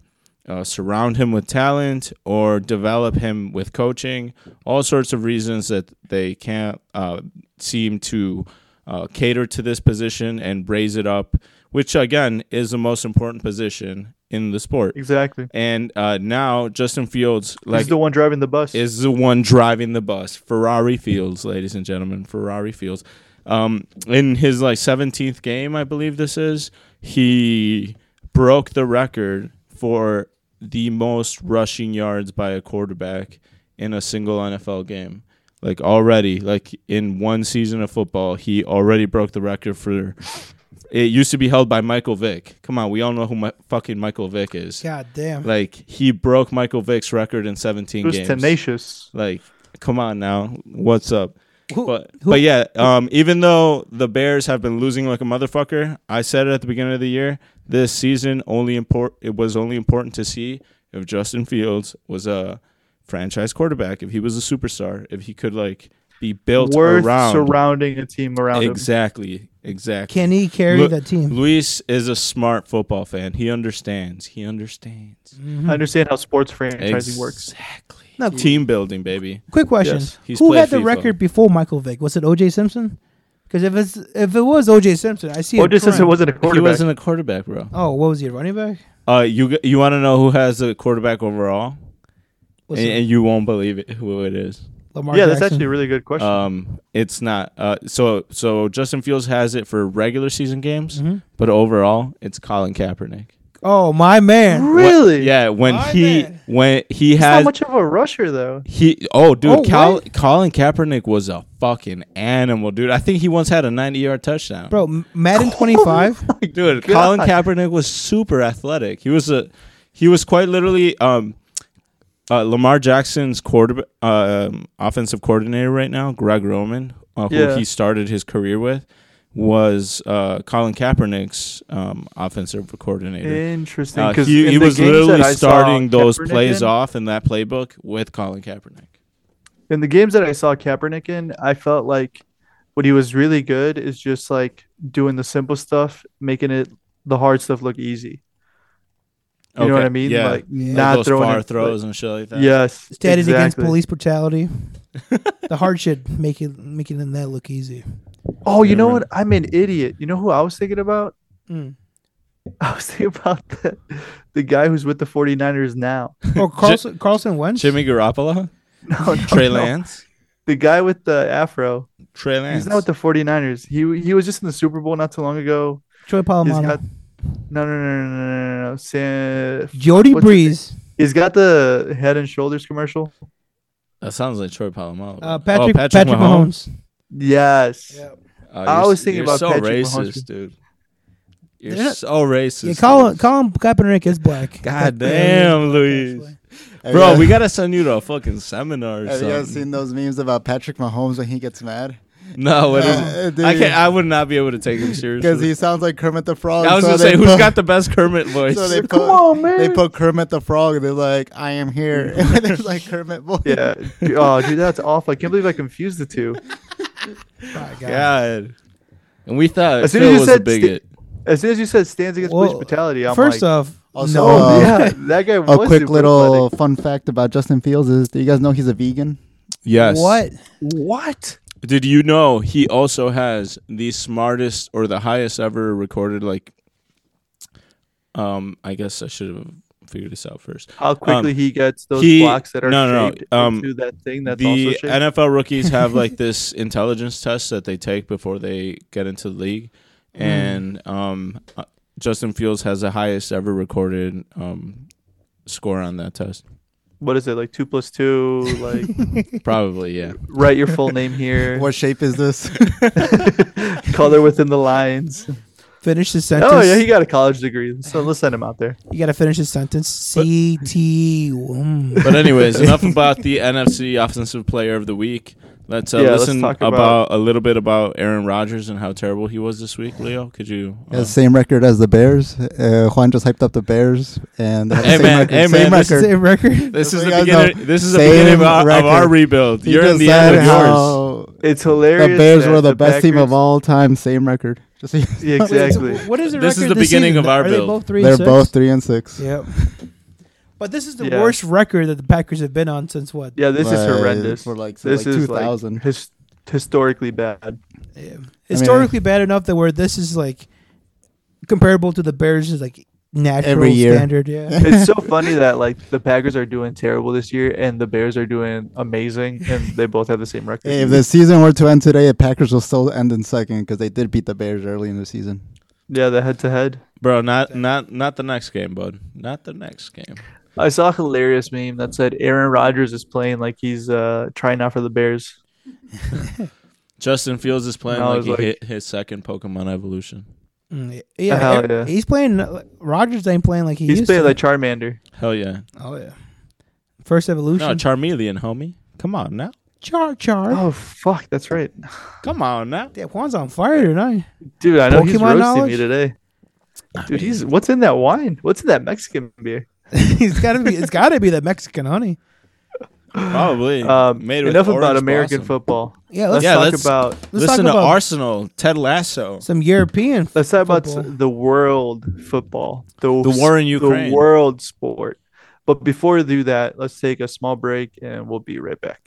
Speaker 2: uh, surround him with talent or develop him with coaching. All sorts of reasons that they can't uh, seem to uh, cater to this position and raise it up, which again is the most important position in the sport
Speaker 5: Exactly.
Speaker 2: and uh, now Justin Fields like
Speaker 5: He's the one driving the bus.
Speaker 2: is the one driving the bus. Ferrari Fields, ladies and gentlemen, Ferrari Fields. Um, in his like 17th game, I believe this is, he broke the record for the most rushing yards by a quarterback in a single NFL game. Like already, like in one season of football, he already broke the record for. It used to be held by Michael Vick. Come on, we all know who my, fucking Michael Vick is.
Speaker 3: God damn.
Speaker 2: Like he broke Michael Vick's record in 17
Speaker 5: He was
Speaker 2: games.
Speaker 5: tenacious.
Speaker 2: Like, come on now, what's up?
Speaker 3: Who-
Speaker 2: but but yeah, um, even though the Bears have been losing like a motherfucker, I said it at the beginning of the year. This season only import it was only important to see if Justin Fields was a franchise quarterback, if he was a superstar, if he could like be built
Speaker 5: worth
Speaker 2: around.
Speaker 5: surrounding a team around him.
Speaker 2: exactly, exactly.
Speaker 3: Can he carry
Speaker 2: Lu-
Speaker 3: that team?
Speaker 2: Luis is a smart football fan. He understands. He understands.
Speaker 3: Mm-hmm.
Speaker 5: I understand how sports franchising works.
Speaker 2: Exactly.
Speaker 3: No,
Speaker 2: Team building, baby.
Speaker 3: Quick question:
Speaker 2: Yes, he's
Speaker 3: Who
Speaker 2: played
Speaker 3: had the
Speaker 2: FIFA.
Speaker 3: record before Michael Vick? Was it O.J. Simpson? Because if it's if it was O.J. Simpson, I see. a
Speaker 5: Or just since it
Speaker 3: trend.
Speaker 5: wasn't a quarterback.
Speaker 2: He wasn't a quarterback, bro.
Speaker 3: Oh, what was he a running back?
Speaker 2: Uh, you g- you want to know who has the quarterback overall, and,
Speaker 3: Was it
Speaker 2: and you won't believe it who it is.
Speaker 3: Lamar
Speaker 5: yeah, that's
Speaker 3: Jackson?
Speaker 5: actually a really good question.
Speaker 2: Um, it's not. Uh, so so Justin Fields has it for regular season games, but overall, it's Colin Kaepernick.
Speaker 3: Oh my man!
Speaker 5: really?
Speaker 2: Yeah, when
Speaker 3: My
Speaker 2: he
Speaker 3: man.
Speaker 2: when he
Speaker 5: He's not
Speaker 2: has
Speaker 5: much of a rusher though.
Speaker 2: he oh dude,
Speaker 3: Oh,
Speaker 2: Col-
Speaker 3: what?
Speaker 2: Colin Kaepernick was a fucking animal, dude. I think he once had a 90-yard touchdown.
Speaker 3: Bro, M- Madden 25.
Speaker 2: dude, Colin Kaepernick was super athletic. He was a he was quite literally um uh, Lamar Jackson's quarterback um offensive coordinator right now, Greg Roman, uh, who
Speaker 5: Yeah.
Speaker 2: he started his career with, was uh, Colin Kaepernick's um, offensive coordinator.
Speaker 5: Interesting.
Speaker 2: Uh,
Speaker 5: 'cause
Speaker 2: he
Speaker 5: in
Speaker 2: he
Speaker 5: the
Speaker 2: was
Speaker 5: games that
Speaker 2: literally
Speaker 5: I saw
Speaker 2: starting those
Speaker 5: Kaepernick
Speaker 2: plays
Speaker 5: in-
Speaker 2: off in that playbook with Colin Kaepernick.
Speaker 5: In the games that I saw Kaepernick in, I felt like what he was really good is just like doing the simple stuff, making it the hard stuff look easy. You know what I mean?
Speaker 2: Yeah.
Speaker 5: Like
Speaker 3: Yeah.
Speaker 5: not
Speaker 2: those
Speaker 5: throwing
Speaker 2: far
Speaker 5: it-
Speaker 2: throws and shit like that.
Speaker 5: Yes.
Speaker 3: Standing against
Speaker 5: exactly.
Speaker 3: police brutality. the hard shit making making them that look easy.
Speaker 5: Oh, you
Speaker 2: Yeah,
Speaker 5: know
Speaker 2: man.
Speaker 5: what? I'm an idiot. You know who I was thinking about?
Speaker 3: Mm.
Speaker 5: I was thinking about the, the guy who's with the 49ers now.
Speaker 3: Or Oh, Carlson Carlson Wentz.
Speaker 2: Jimmy Garoppolo,
Speaker 5: No, no,
Speaker 2: Trey
Speaker 5: no.
Speaker 2: Lance,
Speaker 5: The guy with the afro.
Speaker 2: Trey Lance.
Speaker 5: He's not with the 49ers. He he was just in the Super Bowl not too long ago.
Speaker 3: Troy
Speaker 5: He's
Speaker 3: Polamalu.
Speaker 5: got no no no no no no no. Sam,
Speaker 3: Jody
Speaker 5: what's his
Speaker 3: Breeze.
Speaker 5: he's got the Head and Shoulders commercial.
Speaker 2: That sounds like Troy Polamalu.
Speaker 3: Uh,
Speaker 2: Oh,
Speaker 3: Patrick, Patrick Mahomes.
Speaker 5: Yes.
Speaker 2: Oh,
Speaker 5: I
Speaker 2: you're
Speaker 5: was
Speaker 2: s-
Speaker 5: thinking
Speaker 2: you're
Speaker 5: about
Speaker 2: so
Speaker 5: Patrick
Speaker 2: racist,
Speaker 5: Mahomes.
Speaker 2: dude. You're
Speaker 3: They're not-
Speaker 2: so racist.
Speaker 3: Yeah, Colin,
Speaker 2: dude.
Speaker 3: Colin Kaepernick is black.
Speaker 2: God
Speaker 3: That-
Speaker 2: damn,
Speaker 3: that is
Speaker 2: Luis.
Speaker 3: black,
Speaker 4: Have
Speaker 2: Bro,
Speaker 4: you-
Speaker 2: we gotta send you to a fucking seminar or
Speaker 4: Have you guys
Speaker 2: something.
Speaker 4: seen those memes about Patrick Mahomes when he gets mad?
Speaker 2: No, it
Speaker 4: Uh,
Speaker 2: isn't.
Speaker 4: dude.
Speaker 2: I can't. I would not be able to take him
Speaker 4: Because
Speaker 2: seriously.
Speaker 4: he sounds like Kermit the Frog.
Speaker 2: I was
Speaker 4: so
Speaker 2: gonna
Speaker 4: they
Speaker 2: say, who's
Speaker 4: put-
Speaker 2: got the best Kermit voice?
Speaker 4: So they put,
Speaker 5: Come on, man.
Speaker 4: They put Kermit the Frog. They're like, I am here. And there's like Kermit voice.
Speaker 5: Yeah. Oh, dude, that's awful. I can't believe I confused the two.
Speaker 3: black guy.
Speaker 2: God. And we thought
Speaker 5: As soon
Speaker 2: Phil
Speaker 5: as you
Speaker 2: was a
Speaker 5: said
Speaker 2: bigot.
Speaker 5: As soon as you said stands against
Speaker 3: Well,
Speaker 5: police brutality, I'm
Speaker 3: First
Speaker 5: like, oh,
Speaker 3: off,
Speaker 4: Also,
Speaker 3: no.
Speaker 4: uh,
Speaker 5: yeah, that guy.
Speaker 4: A
Speaker 5: was
Speaker 4: quick
Speaker 5: super
Speaker 4: little
Speaker 5: athletic.
Speaker 4: fun fact about Justin Fields is: Do you guys know he's a vegan?
Speaker 2: Yes.
Speaker 3: What?
Speaker 5: What?
Speaker 2: Did you know he also has the smartest or the highest ever recorded? Like, um, I guess I should have figured this out first.
Speaker 4: um,
Speaker 5: How quickly he gets those
Speaker 2: he-
Speaker 5: blocks that are
Speaker 2: no, no, no,
Speaker 5: shaped
Speaker 2: um,
Speaker 5: into that thing that's also
Speaker 2: the
Speaker 5: shaped.
Speaker 2: NFL rookies have like this intelligence test that they take before they get into the league,
Speaker 5: Hmm.
Speaker 2: and um, uh, Justin Fields has the highest ever recorded um, score on that test.
Speaker 5: what is it like two plus two? Like
Speaker 2: Probably, yeah.
Speaker 5: write your full name here.
Speaker 4: What shape is this?
Speaker 5: color within the lines.
Speaker 3: Finish the sentence.
Speaker 5: Oh yeah, he got a college degree, so let's send him out there.
Speaker 3: you got to finish the sentence. C T. mm.
Speaker 2: But anyways, enough about the NFC Offensive Player of the Week. Let's uh,
Speaker 5: Yeah, let's
Speaker 2: listen
Speaker 5: talk
Speaker 2: about,
Speaker 5: about-
Speaker 2: a little bit about Aaron Rodgers and how terrible he was this week. Leo, could you? uh,
Speaker 4: Has same record as the Bears. Uh, Juan just hyped up the Bears, and they have the
Speaker 2: Hey,
Speaker 4: same
Speaker 2: man,
Speaker 4: record.
Speaker 2: hey,
Speaker 4: same
Speaker 2: man, this
Speaker 4: record.
Speaker 3: Same record.
Speaker 2: This
Speaker 4: Just
Speaker 2: is the
Speaker 4: so you guys
Speaker 2: beginning.
Speaker 4: know,
Speaker 2: this is the
Speaker 4: same
Speaker 2: beginning of our, of our
Speaker 4: record.
Speaker 2: rebuild.
Speaker 4: He
Speaker 2: You're in
Speaker 4: just
Speaker 2: the end
Speaker 4: said
Speaker 2: of yours.
Speaker 4: how
Speaker 5: It's hilarious.
Speaker 4: The Bears
Speaker 5: that
Speaker 4: were the, best team of
Speaker 5: Packers-
Speaker 4: all time. Same record. Just so you-
Speaker 5: Yeah, exactly.
Speaker 3: What is the
Speaker 2: This is
Speaker 3: record
Speaker 2: the beginning
Speaker 3: season?
Speaker 2: of our
Speaker 3: Are They
Speaker 2: build.
Speaker 3: both three
Speaker 4: They're
Speaker 3: and six?
Speaker 4: both three and six.
Speaker 3: Yep. But this is the
Speaker 5: Yeah.
Speaker 3: worst record that the Packers have been on since what?
Speaker 5: yeah, this is
Speaker 4: Like,
Speaker 5: horrendous.
Speaker 4: For like, so
Speaker 5: this
Speaker 4: like
Speaker 5: is
Speaker 4: 2000.
Speaker 5: like his- historically bad.
Speaker 3: Historically bad enough that where this is like comparable to the Bears is like natural
Speaker 4: Every year.
Speaker 3: standard. Yeah.
Speaker 5: It's so funny that like the Packers are doing terrible this year, and the Bears are doing amazing, and they both have the same record.
Speaker 4: Hey, if the season were to end today, the Packers will still end in second because they did beat the Bears early in the season.
Speaker 5: yeah, the head to head.
Speaker 2: Bro, not not not the next game, bud. Not the next game.
Speaker 5: I saw a hilarious meme that said Aaron Rodgers is playing like he's uh, trying out for the Bears.
Speaker 2: Justin Fields is playing
Speaker 5: No,
Speaker 2: like
Speaker 5: it's
Speaker 2: he
Speaker 5: like-
Speaker 2: hit his second Pokemon evolution.
Speaker 3: Mm, yeah,
Speaker 5: Uh, Hell
Speaker 3: e-
Speaker 5: yeah.
Speaker 3: He's playing. Rogers ain't playing like he
Speaker 5: He's
Speaker 3: used
Speaker 5: playing
Speaker 3: to.
Speaker 5: like Charmander.
Speaker 2: Hell yeah.
Speaker 3: oh yeah. First evolution.
Speaker 2: No, Charmeleon, homie. Come on now.
Speaker 3: char char.
Speaker 5: Oh fuck, that's right,
Speaker 2: Come on now.
Speaker 3: Damn, Juan's on fire tonight.
Speaker 5: dude. I know he's
Speaker 3: Pokemon
Speaker 5: roasting
Speaker 3: knowledge?
Speaker 5: me today. Dude, he's what's in that wine? What's in that Mexican beer?
Speaker 3: He's gotta be. It's gotta be the Mexican honey.
Speaker 2: Probably.
Speaker 5: Um,
Speaker 2: Made with
Speaker 5: enough about
Speaker 2: orange
Speaker 5: American
Speaker 2: blossom.
Speaker 5: football.
Speaker 3: Yeah,
Speaker 5: Let's
Speaker 3: let's
Speaker 2: Yeah,
Speaker 5: talk
Speaker 2: let's-
Speaker 5: about
Speaker 3: let's
Speaker 2: Listen
Speaker 3: talk
Speaker 2: to
Speaker 3: about
Speaker 2: Arsenal, Ted Lasso.
Speaker 3: some European.
Speaker 5: let's talk about
Speaker 3: football.
Speaker 5: the world football. The,
Speaker 2: The war in Ukraine.
Speaker 5: The world sport. But before we do that, let's take a small break and we'll be right back.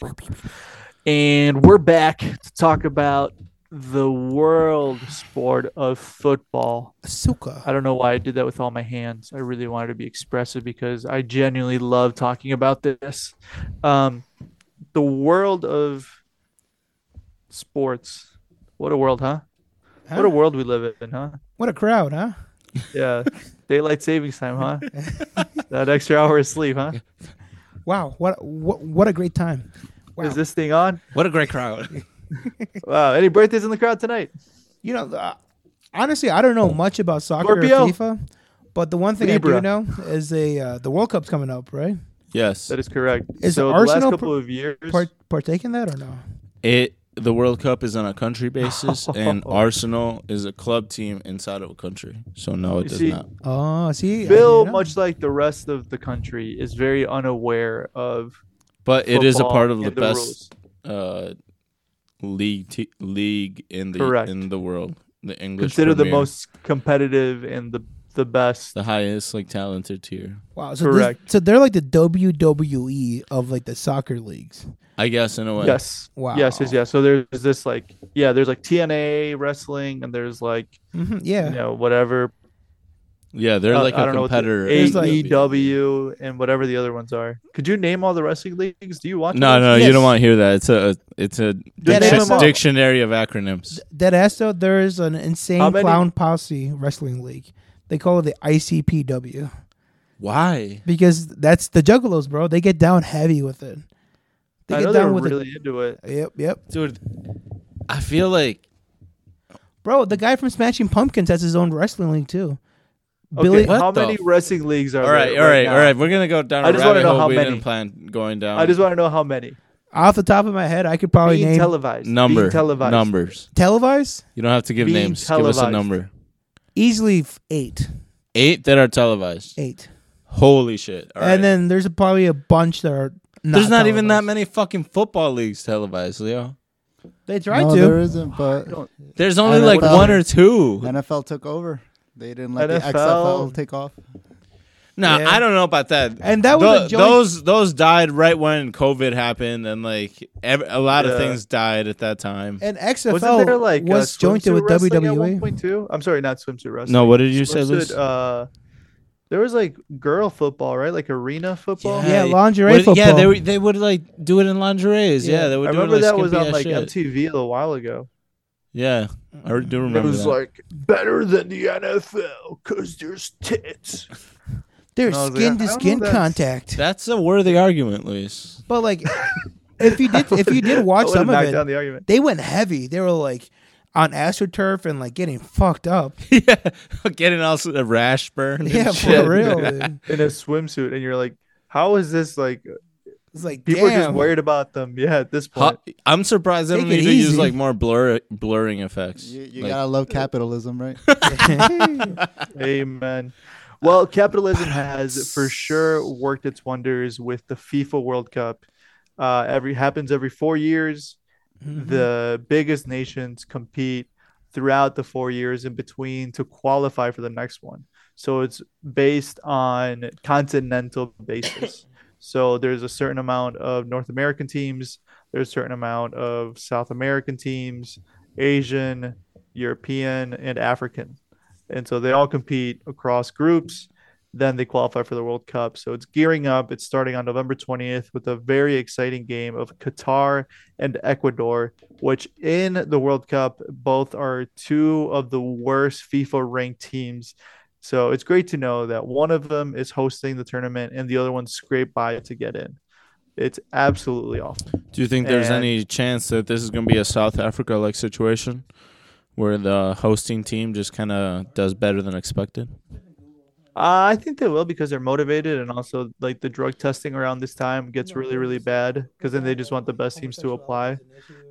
Speaker 5: And we're back to talk about the world sport of football.
Speaker 3: Suka.
Speaker 5: I don't know why I did that with all my hands. I really wanted to be expressive because I genuinely love talking about this. Um, the world of sports. What a world, huh? What a world we live in, huh?
Speaker 3: What a crowd, huh?
Speaker 5: Yeah. Daylight savings time, huh? that extra hour of sleep, huh?
Speaker 3: Wow, what what what a great time. Wow.
Speaker 5: Is this thing on?
Speaker 2: What a great crowd.
Speaker 5: Wow. Any birthdays in the crowd tonight?
Speaker 3: You know, uh, honestly, I don't know much about soccer
Speaker 5: Scorpio.
Speaker 3: or FIFA, but the one thing I
Speaker 5: Libra.
Speaker 3: do know is the uh, the World Cup's coming up, right?
Speaker 2: yes.
Speaker 5: That is correct.
Speaker 3: Is
Speaker 5: so the
Speaker 3: Arsenal
Speaker 5: last
Speaker 3: par-
Speaker 5: couple of years.
Speaker 3: Part, partake in that or no?
Speaker 2: It the World Cup is on a country basis, and Arsenal is a club team inside of a country. So no, it
Speaker 5: You
Speaker 2: does
Speaker 5: see-
Speaker 2: not.
Speaker 3: Oh, see, I
Speaker 5: Bill,
Speaker 3: didn't know.
Speaker 5: much like the rest of the country, is very unaware of
Speaker 2: But it is a
Speaker 5: football
Speaker 2: part of
Speaker 5: and
Speaker 2: the
Speaker 5: rules.
Speaker 2: best uh, league te- league in the
Speaker 5: Correct.
Speaker 2: in the world. The English
Speaker 5: consider the
Speaker 2: Premier.
Speaker 5: most competitive and the the best.
Speaker 2: the highest like talented tier.
Speaker 3: Wow, so this-
Speaker 5: Correct.
Speaker 3: so they're like the WWE of like the soccer leagues.
Speaker 2: I guess in a way.
Speaker 5: Yes.
Speaker 3: Wow.
Speaker 5: Yes. Yes. Yes. So there's this like yeah, there's like TNA wrestling and there's like
Speaker 2: Mm-hmm.
Speaker 3: hmm
Speaker 5: you
Speaker 3: yeah.
Speaker 5: know whatever
Speaker 2: Yeah, they're
Speaker 5: uh,
Speaker 2: like
Speaker 5: I
Speaker 2: a
Speaker 5: don't know what the- E,
Speaker 2: competitor.
Speaker 3: There's, like-
Speaker 5: AEW and whatever the other ones are. Could you name all the wrestling leagues? Do you want?
Speaker 2: no, no, you
Speaker 3: Yes.
Speaker 2: don't want to hear that. It's a it's a
Speaker 5: Dead
Speaker 2: diction-
Speaker 5: animal.
Speaker 2: dictionary of acronyms.
Speaker 3: Dead ass though, there is an insane
Speaker 5: How many-
Speaker 3: clown posse wrestling league. They call it the ICPW
Speaker 2: Why?
Speaker 3: because that's the Juggalos, bro. They get down heavy with it. They
Speaker 5: I
Speaker 3: get
Speaker 5: know they're
Speaker 3: down with
Speaker 5: really into it.
Speaker 3: it. Yep, yep.
Speaker 2: Dude, I feel like
Speaker 3: Bro, the guy from Smashing Pumpkins has his own wrestling league too.
Speaker 5: Okay,
Speaker 3: Billy,
Speaker 5: how
Speaker 2: What the
Speaker 5: many wrestling leagues are
Speaker 2: all right,
Speaker 5: there?
Speaker 2: all right,
Speaker 5: now?
Speaker 2: all right. We're gonna go down.
Speaker 5: I
Speaker 2: I
Speaker 5: just
Speaker 2: just
Speaker 5: wanna
Speaker 2: want to
Speaker 5: know
Speaker 2: know
Speaker 5: how
Speaker 2: we
Speaker 5: many.
Speaker 2: didn't plan going down.
Speaker 5: I just want to know how many.
Speaker 3: off the top of my head, I could probably
Speaker 5: Being
Speaker 3: name
Speaker 5: televised.
Speaker 2: number
Speaker 5: Being televised.
Speaker 2: numbers.
Speaker 3: televised
Speaker 2: You don't have to give
Speaker 5: Being
Speaker 2: names. Give us a
Speaker 5: televised.
Speaker 2: number.
Speaker 3: easily f- eight,
Speaker 2: Eight that are televised.
Speaker 3: eight,
Speaker 2: Holy shit! All right.
Speaker 3: and then there's probably a bunch that are. Not
Speaker 2: there's not even that
Speaker 3: televised.
Speaker 2: many fucking football leagues televised, Leo.
Speaker 3: They tried
Speaker 4: no,
Speaker 3: to.
Speaker 4: there isn't, but
Speaker 2: There's only like
Speaker 4: NFL.
Speaker 2: one or two.
Speaker 4: NFL took over. They didn't let the
Speaker 5: NFL.
Speaker 4: XFL take off.
Speaker 2: No,
Speaker 3: Yeah.
Speaker 2: I don't know about that.
Speaker 3: And that was
Speaker 2: Tho-
Speaker 3: a joint-
Speaker 2: those those died right when COVID happened, and like ev- a lot
Speaker 5: Yeah.
Speaker 2: of things died at that time.
Speaker 3: And XFL
Speaker 5: Wasn't there like uh,
Speaker 3: was jointed with E.
Speaker 5: swimsuit wrestling at
Speaker 3: WWE.
Speaker 5: 1.2? I'm sorry, not swimsuit wrestling.
Speaker 2: No, what did you say,
Speaker 5: Swimsuit,
Speaker 2: Luis?
Speaker 5: uh, there was like girl football, right? Like arena football.
Speaker 3: Yeah, lingerie
Speaker 2: Would- Yeah, they
Speaker 3: football.
Speaker 2: would- they would like do it in lingeries. Yeah, they
Speaker 5: I
Speaker 2: would do
Speaker 5: remember
Speaker 2: it, like,
Speaker 5: that was
Speaker 2: skimpy
Speaker 5: on
Speaker 2: ass
Speaker 5: like
Speaker 2: shit.
Speaker 5: MTV a little while ago.
Speaker 2: Yeah, I do remember
Speaker 5: it was
Speaker 2: that.
Speaker 5: like better than the NFL because there's tits.
Speaker 3: There's
Speaker 5: No, I was like,
Speaker 3: skin
Speaker 5: I
Speaker 3: to
Speaker 5: don't know
Speaker 3: skin
Speaker 5: if that's-
Speaker 3: contact.
Speaker 2: That's a worthy argument, Luis.
Speaker 3: But like, if you did, if you did watch
Speaker 5: I
Speaker 3: some of
Speaker 5: knocked
Speaker 3: it,
Speaker 5: down the argument.
Speaker 3: they went heavy. They were like on astroturf and like getting fucked up.
Speaker 2: yeah, getting also a rash burn. and
Speaker 3: yeah,
Speaker 2: shit.
Speaker 3: for real. dude.
Speaker 5: in a swimsuit, and you're like, how is this like?
Speaker 3: It's like
Speaker 5: People
Speaker 3: damn.
Speaker 5: are just worried about them. Yeah, at this
Speaker 2: Ho-
Speaker 5: point,
Speaker 2: I'm surprised they
Speaker 3: Take
Speaker 2: don't
Speaker 3: it
Speaker 2: need to use
Speaker 3: easy.
Speaker 2: like more blur blurring effects.
Speaker 4: You, you
Speaker 2: Like,
Speaker 4: gotta love capitalism, right?
Speaker 5: Amen. Well, capitalism has for sure worked its wonders with the FIFA World Cup. Uh, every happens every four years.
Speaker 3: Mm-hmm.
Speaker 5: The biggest nations compete throughout the four years in between to qualify for the next one. So it's based on continental basis. so there's a certain amount of North American teams. There's a certain amount of South American teams, Asian, European, and African and so they all compete across groups then they qualify for the world cup so it's gearing up it's starting on november 20th with a very exciting game of qatar and ecuador which in the world cup both are two of the worst fifa ranked teams so it's great to know that one of them is hosting the tournament and the other one scraped by to get in it's absolutely awful
Speaker 2: Do you think there's
Speaker 5: And-
Speaker 2: any chance that this is going to be a South Africa like situation where the hosting team just kind of does better than expected?
Speaker 5: Uh, I think they will because they're motivated, and also like the drug testing around this time gets really, really bad because then they just want the best teams to apply.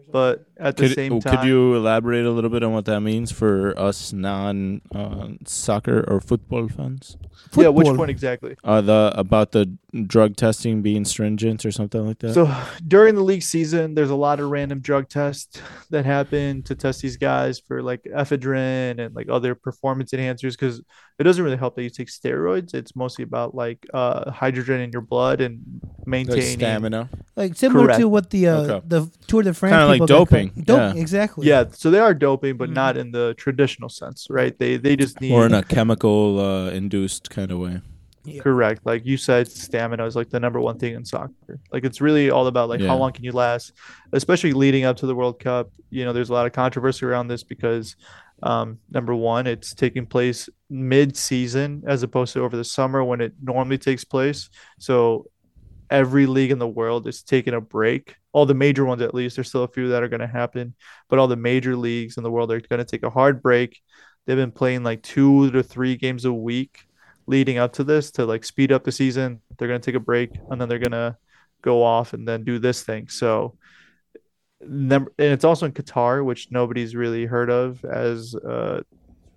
Speaker 5: But at the
Speaker 2: Could,
Speaker 5: same
Speaker 2: oh,
Speaker 5: time,
Speaker 2: could you elaborate a little bit on what that means for us non uh, soccer or football fans?
Speaker 5: yeah, which
Speaker 3: Football.
Speaker 5: one exactly?
Speaker 2: Uh, the about the drug testing being stringent or something like that.
Speaker 5: So during the league season, there's a lot of random drug tests that happen to test these guys for like ephedrine and like other performance enhancers because it doesn't really help that you take steroids. It's mostly about like uh, hydrogen in your blood and
Speaker 2: like
Speaker 5: maintaining
Speaker 2: stamina.
Speaker 3: Like similar
Speaker 5: Correct.
Speaker 3: to what the uh,
Speaker 2: Okay.
Speaker 3: the Tour de France
Speaker 2: Kinda like
Speaker 3: people got
Speaker 2: doping,
Speaker 3: caught- Dope,
Speaker 2: yeah.
Speaker 3: exactly.
Speaker 5: Yeah, so they are doping, but not in the traditional sense, right? They they just need
Speaker 2: Or in a chemical uh, induced kind of way.
Speaker 5: correct. Like you said, stamina is like the number one thing in soccer. Like it's really all about like
Speaker 2: Yeah.
Speaker 5: how long can you last, especially leading up to the World Cup. You know, there's a lot of controversy around this because um, number one, it's taking place mid-season as opposed to over the summer when it normally takes place. So every league in the world is taking a break. All the major ones, at least, there's still a few that are going to happen, but all the major leagues in the world are going to take a hard break. They've been playing like two to three games a week leading up to this to like speed up the season. They're going to take a break and then they're going to go off and then do this thing. So, number and it's also in Qatar, which nobody's really heard of as, uh,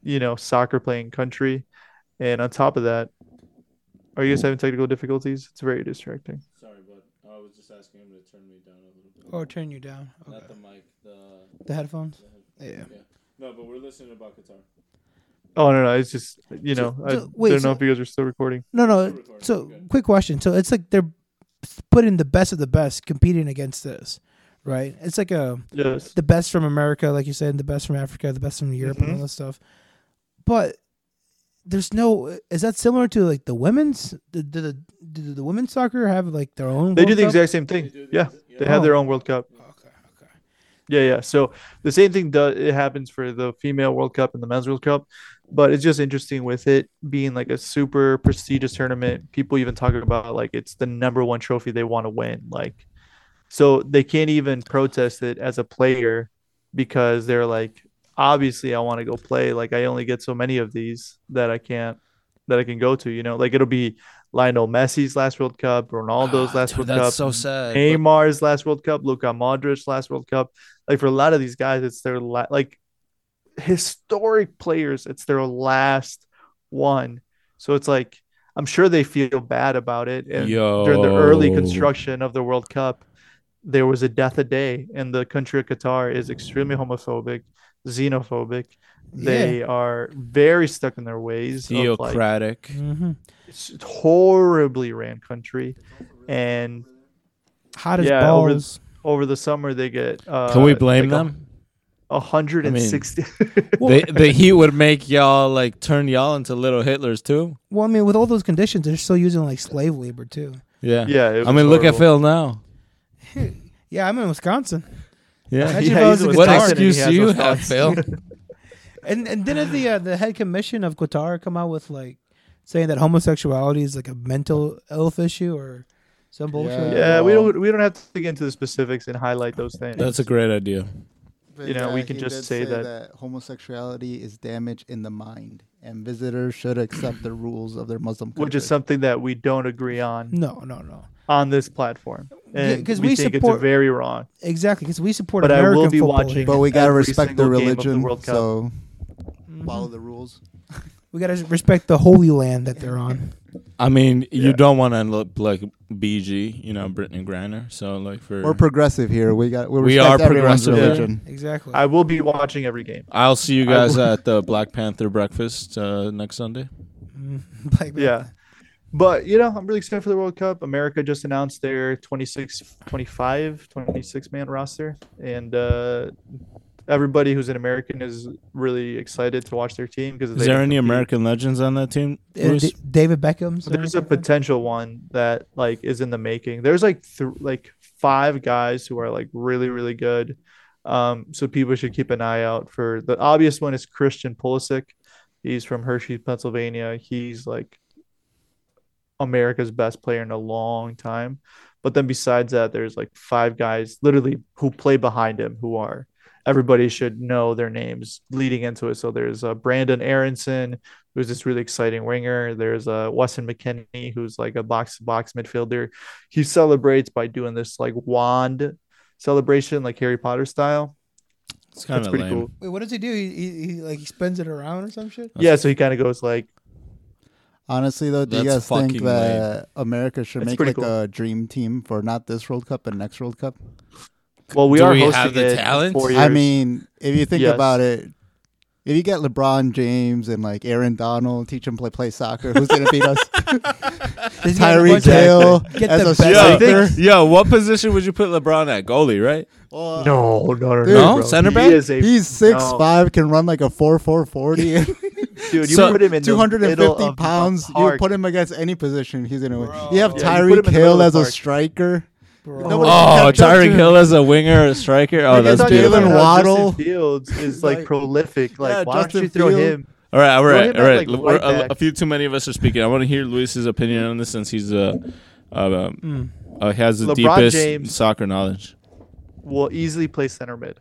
Speaker 5: you know, soccer playing country. And on top of that, are you guys having technical difficulties? It's very distracting.
Speaker 2: Sorry, but I was just asking him to turn me down a little bit.
Speaker 3: Or Oh, turn you down. Okay.
Speaker 2: the mic. The,
Speaker 3: The headphones. Yeah.
Speaker 2: no, but we're listening about guitar.
Speaker 5: Oh no, no, it's just you
Speaker 3: So-
Speaker 5: know, I
Speaker 3: so- wait,
Speaker 5: don't
Speaker 3: so-
Speaker 5: know if you guys are still recording.
Speaker 3: No, no. So quick question. So it's like they're putting the best of the best competing against this, right? It's like a
Speaker 5: Yes.
Speaker 3: the best from America, like you said, the best from Africa, the best from Europe, and all that stuff. But there's no. Is that similar to like the women's? Do do the do the women's soccer have like their own?
Speaker 5: They do
Speaker 3: World
Speaker 5: the
Speaker 3: Cup?
Speaker 5: exact same thing. yeah, they have their own World Cup. Okay, okay. Yeah, yeah. So the same thing does it happens for the female World Cup and the men's World Cup, but it's just interesting with it being like a super prestigious tournament. People even talk about like it's the number one trophy they want to win. Like, so they can't even protest it as a player because they're like, obviously, I want to go play. Like, I only get so many of these that I can't that I can go to. You know, like it'll be Lionel Messi's last World Cup, Ronaldo's
Speaker 2: Ah,
Speaker 5: last World Cup,
Speaker 2: sad.
Speaker 5: Neymar's last World Cup, Luka Modric's last World Cup. Like for a lot of these guys, it's their la- like historic players. It's their last one. So it's like I'm sure they feel bad about it. And during the early
Speaker 2: Yo.
Speaker 5: construction of the World Cup, there was a death a day, and the country of Qatar is extremely homophobic, xenophobic. They are very stuck in their ways. Of like,
Speaker 2: Theocratic.
Speaker 3: Mhm.
Speaker 5: it's horribly ran country, and
Speaker 3: Hot as
Speaker 5: yeah, over the,
Speaker 3: balls.
Speaker 5: over the summer they get. Uh,
Speaker 2: Can we blame
Speaker 5: like a-
Speaker 2: them?
Speaker 5: A hundred and sixty.
Speaker 2: The, the heat would make y'all like turn y'all into little Hitlers too.
Speaker 3: well, I mean, with all those conditions, they're still using like slave labor too.
Speaker 2: Yeah.
Speaker 5: Yeah, it
Speaker 2: I
Speaker 5: was
Speaker 2: mean, look at
Speaker 5: horrible.
Speaker 2: Phil now.
Speaker 3: Yeah, I'm in Wisconsin.
Speaker 2: Yeah.
Speaker 3: Imagine if I
Speaker 5: he's
Speaker 3: was
Speaker 5: in
Speaker 3: in
Speaker 2: what
Speaker 3: Qatar.
Speaker 5: Wisconsin and he
Speaker 2: excuse
Speaker 5: has
Speaker 2: do you
Speaker 5: those
Speaker 2: have,
Speaker 5: thoughts.
Speaker 2: Phil?
Speaker 3: And and didn't the uh, the head commission of Qatar come out with like saying that homosexuality is like a mental health issue or some bullshit?
Speaker 5: Yeah, we don't we don't have to get into the specifics and highlight those things.
Speaker 2: That's a great idea.
Speaker 4: But,
Speaker 5: You know, we can
Speaker 4: he
Speaker 5: just
Speaker 4: did
Speaker 5: say that-
Speaker 4: homosexuality is damage in the mind, and visitors should accept the rules of their Muslim country.
Speaker 5: which is something that we don't agree on
Speaker 3: No, no, no.
Speaker 5: on this platform,
Speaker 3: Yeah,
Speaker 5: and
Speaker 3: 'cause
Speaker 5: we,
Speaker 3: we
Speaker 5: think
Speaker 3: support-
Speaker 5: it's very wrong.
Speaker 3: Exactly, because we support
Speaker 5: But I
Speaker 3: American
Speaker 5: will be
Speaker 3: football.
Speaker 5: watching.
Speaker 3: here.
Speaker 4: but we gotta
Speaker 5: every
Speaker 4: respect the
Speaker 5: single game of the
Speaker 4: religion,
Speaker 5: World Cup.
Speaker 4: so follow the rules.
Speaker 3: We gotta respect the holy land that they're on.
Speaker 2: I mean, you don't want to look like BG, you know, Brittany Griner. So like for
Speaker 4: We're progressive here. We got we,
Speaker 2: We
Speaker 4: respect
Speaker 2: are
Speaker 4: everyone's
Speaker 2: progressive.
Speaker 4: religion.
Speaker 3: Exactly.
Speaker 5: I will be watching every game.
Speaker 2: I'll see you
Speaker 5: I
Speaker 2: guys
Speaker 5: will-
Speaker 2: at the Black Panther breakfast uh, next Sunday.
Speaker 3: Like, uh,
Speaker 5: Yeah. But, you know, I'm really excited for the World Cup. America just announced their 26, 25, 26 man roster. And uh, everybody who's an American is really excited to watch their team because
Speaker 2: Is there any American legends on that team?
Speaker 3: Uh,
Speaker 2: Bruce?
Speaker 3: D- David Beckham's.
Speaker 5: There's a potential one that like is in the making. There's like th- like five guys who are like really really good. Um, so people should keep an eye out for the obvious one is Christian Pulisic. He's from Hershey, Pennsylvania. He's like America's best player in a long time. But then besides that, there's like five guys literally who play behind him who are everybody should know their names leading into it. So there's uh, Brandon Aronson, who's this really exciting winger. There's uh, Weston McKinney, who's like a box to box midfielder. He celebrates by doing this like wand celebration, like Harry Potter style.
Speaker 2: It's kind
Speaker 5: That's
Speaker 2: of
Speaker 5: pretty
Speaker 2: lame.
Speaker 5: cool.
Speaker 3: Wait, what does he do? He, he, he like he spins it around or some shit.
Speaker 5: yeah, so he kind of goes like,
Speaker 4: Honestly, though, do you
Speaker 2: That's
Speaker 4: guys think
Speaker 2: fucking
Speaker 4: that America should
Speaker 5: That's
Speaker 4: make
Speaker 5: pretty
Speaker 4: like
Speaker 5: cool.
Speaker 4: a dream team for not this World Cup and next World Cup?
Speaker 5: "Well, we
Speaker 2: Do
Speaker 5: are
Speaker 2: we have
Speaker 5: hosting
Speaker 2: the
Speaker 5: it in
Speaker 2: talent?
Speaker 5: Four
Speaker 4: I
Speaker 5: years.
Speaker 4: mean, if you think
Speaker 5: Yes.
Speaker 4: about it, if you get LeBron James and like Aaron Donald, teach them play play soccer, who's gonna beat us?
Speaker 3: Does he have a
Speaker 4: Tyreek
Speaker 3: bunch of-
Speaker 4: Hill
Speaker 3: Get
Speaker 4: as
Speaker 3: the
Speaker 4: a
Speaker 3: best-
Speaker 2: Yo,
Speaker 4: striker.
Speaker 2: yo, what position would you put LeBron at? Goalie, right?
Speaker 4: Well,
Speaker 5: no, no, no, no,
Speaker 4: No?
Speaker 5: bro.
Speaker 2: Center
Speaker 5: He
Speaker 2: back?
Speaker 5: is a-
Speaker 4: He's six
Speaker 5: No.
Speaker 4: five, can run like a four four forty.
Speaker 5: dude. You
Speaker 2: So-
Speaker 5: put him in the
Speaker 4: Two hundred and
Speaker 5: middle
Speaker 4: fifty
Speaker 5: of the
Speaker 4: pounds. You
Speaker 5: park.
Speaker 4: put him against any position, he's gonna win. You have
Speaker 5: Yeah, you put him in
Speaker 4: Tyreek
Speaker 5: the middle of
Speaker 4: Hill
Speaker 5: the
Speaker 4: as a
Speaker 5: park.
Speaker 4: striker.
Speaker 3: Bro.
Speaker 4: Nobody
Speaker 2: Oh,
Speaker 4: kept up to
Speaker 2: Tyreek
Speaker 4: him.
Speaker 2: Hill as a winger, a striker. Oh,
Speaker 4: Like, I
Speaker 2: that's
Speaker 4: thought
Speaker 5: Talking
Speaker 4: Jalen
Speaker 5: about
Speaker 2: beautiful.
Speaker 5: how
Speaker 4: Waddle.
Speaker 5: Justin Fields is like
Speaker 4: Like-
Speaker 5: prolific. Like,
Speaker 4: Yeah,
Speaker 5: why
Speaker 4: Justin
Speaker 5: don't you throw
Speaker 4: Fields.
Speaker 5: him?
Speaker 2: All right, all
Speaker 5: Throw
Speaker 2: right,
Speaker 5: him
Speaker 2: all
Speaker 5: at,
Speaker 2: right.
Speaker 5: like,
Speaker 2: We're-
Speaker 5: right
Speaker 2: a,
Speaker 5: back.
Speaker 2: a few too many of us are speaking. I want to hear Luis's opinion on this since he's uh, uh, um, uh has the
Speaker 5: LeBron
Speaker 2: deepest
Speaker 5: James.
Speaker 2: soccer knowledge.
Speaker 5: Will easily play center mid.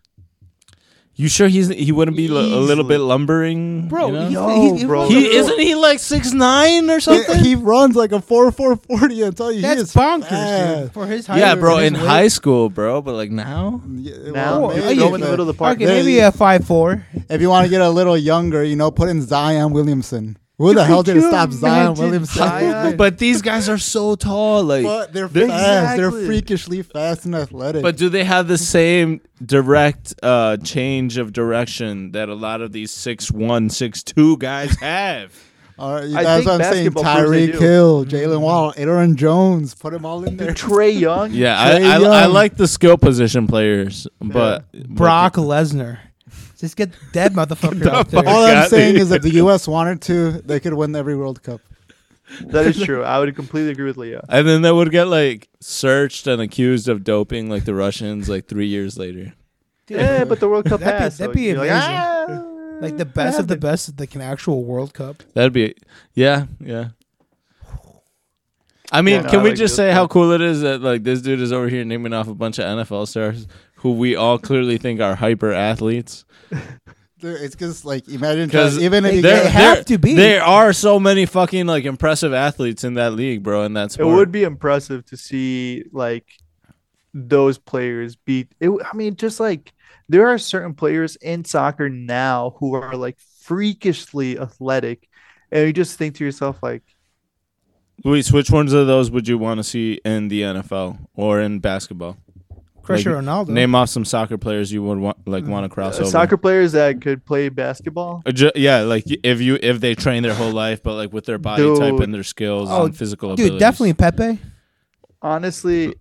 Speaker 2: You sure he's he wouldn't be a little
Speaker 5: Easily.
Speaker 2: bit lumbering?
Speaker 3: Bro,
Speaker 2: you know?
Speaker 3: he's-
Speaker 5: No,
Speaker 3: he's- he's
Speaker 5: bro.
Speaker 3: one of
Speaker 2: he
Speaker 3: the-
Speaker 2: isn't he like six nine or
Speaker 4: He-
Speaker 2: something?
Speaker 4: He runs like a four four forty. I tell you, he
Speaker 3: That's
Speaker 4: is
Speaker 3: bonkers, dude.
Speaker 4: fast.
Speaker 3: For his height.
Speaker 2: yeah, bro, in
Speaker 3: high.
Speaker 2: high school, bro, but like now.
Speaker 4: Yeah,
Speaker 5: Now
Speaker 4: well,
Speaker 5: dude,
Speaker 4: maybe,
Speaker 5: throw him in the
Speaker 4: but
Speaker 5: middle of the park.
Speaker 3: Okay, maybe a five four.
Speaker 4: if you want to get a little younger, you know, put in Zion Williamson. Who the hell did
Speaker 3: you
Speaker 4: stop Zion
Speaker 3: imagine
Speaker 4: Williamson?
Speaker 3: Zion?
Speaker 2: But these guys are so tall, like.
Speaker 4: But they're
Speaker 2: They're-
Speaker 4: fast.
Speaker 5: Exactly.
Speaker 4: They're freakishly fast and athletic.
Speaker 2: But do they have the same direct uh, change of direction that a lot of these six one, six two guys have?
Speaker 4: All right,
Speaker 5: I
Speaker 4: that's
Speaker 5: think
Speaker 4: what I'm saying.
Speaker 5: basketball players, they
Speaker 4: Tyreek
Speaker 5: do. Mm-hmm.
Speaker 4: Hill, Jalen Wall, Aaron Jones, put them all in there.
Speaker 5: Trey Young.
Speaker 2: Yeah, I,
Speaker 4: Trae
Speaker 2: I, I
Speaker 4: Young.
Speaker 2: like the skill position players, but
Speaker 3: Brock Lesnar. Just get that motherfucker out
Speaker 4: All
Speaker 3: there.
Speaker 4: I'm saying is, if the U.S. wanted to, they could win every World Cup.
Speaker 5: that is true. I would completely agree with Leo.
Speaker 2: and then they would get like searched and accused of doping, like the Russians, like three years later.
Speaker 5: yeah, but the World Cup
Speaker 3: that'd be-
Speaker 5: passed.
Speaker 3: that'd be
Speaker 5: you'd like,
Speaker 3: amazing.
Speaker 5: "Ah,
Speaker 3: Like the best of the
Speaker 5: happened."
Speaker 3: best of the can actual World Cup.
Speaker 2: That'd be, yeah, yeah. I mean,
Speaker 5: Yeah,
Speaker 2: can
Speaker 5: I
Speaker 2: we
Speaker 5: like
Speaker 2: just
Speaker 5: this
Speaker 2: say
Speaker 5: one.
Speaker 2: how cool it is that like this dude is over here naming off a bunch of NFL stars who we all clearly think are hyper athletes?
Speaker 4: Dude, it's just like imagine
Speaker 2: 'Cause
Speaker 4: even if you
Speaker 3: they're-
Speaker 4: get
Speaker 3: have to be.
Speaker 2: There are so many fucking like impressive athletes in that league, bro, and that's
Speaker 5: It would be impressive to see like those players beat. It, I mean, just like there are certain players in soccer now who are like freakishly athletic, and you just think to yourself like,
Speaker 2: Luis, which ones of those would you want to see in the NFL or in basketball?
Speaker 3: Cristiano Ronaldo.
Speaker 2: Name off some soccer players you would want, like, want to cross
Speaker 5: uh,
Speaker 2: over.
Speaker 5: soccer players that could play basketball.
Speaker 2: Uh, ju- yeah, like y- if you if they train their whole life, but like with their body type
Speaker 5: Dude.
Speaker 2: and their skills
Speaker 3: Oh,
Speaker 2: and physical
Speaker 3: Dude,
Speaker 2: abilities.
Speaker 3: definitely Pepe
Speaker 5: Honestly,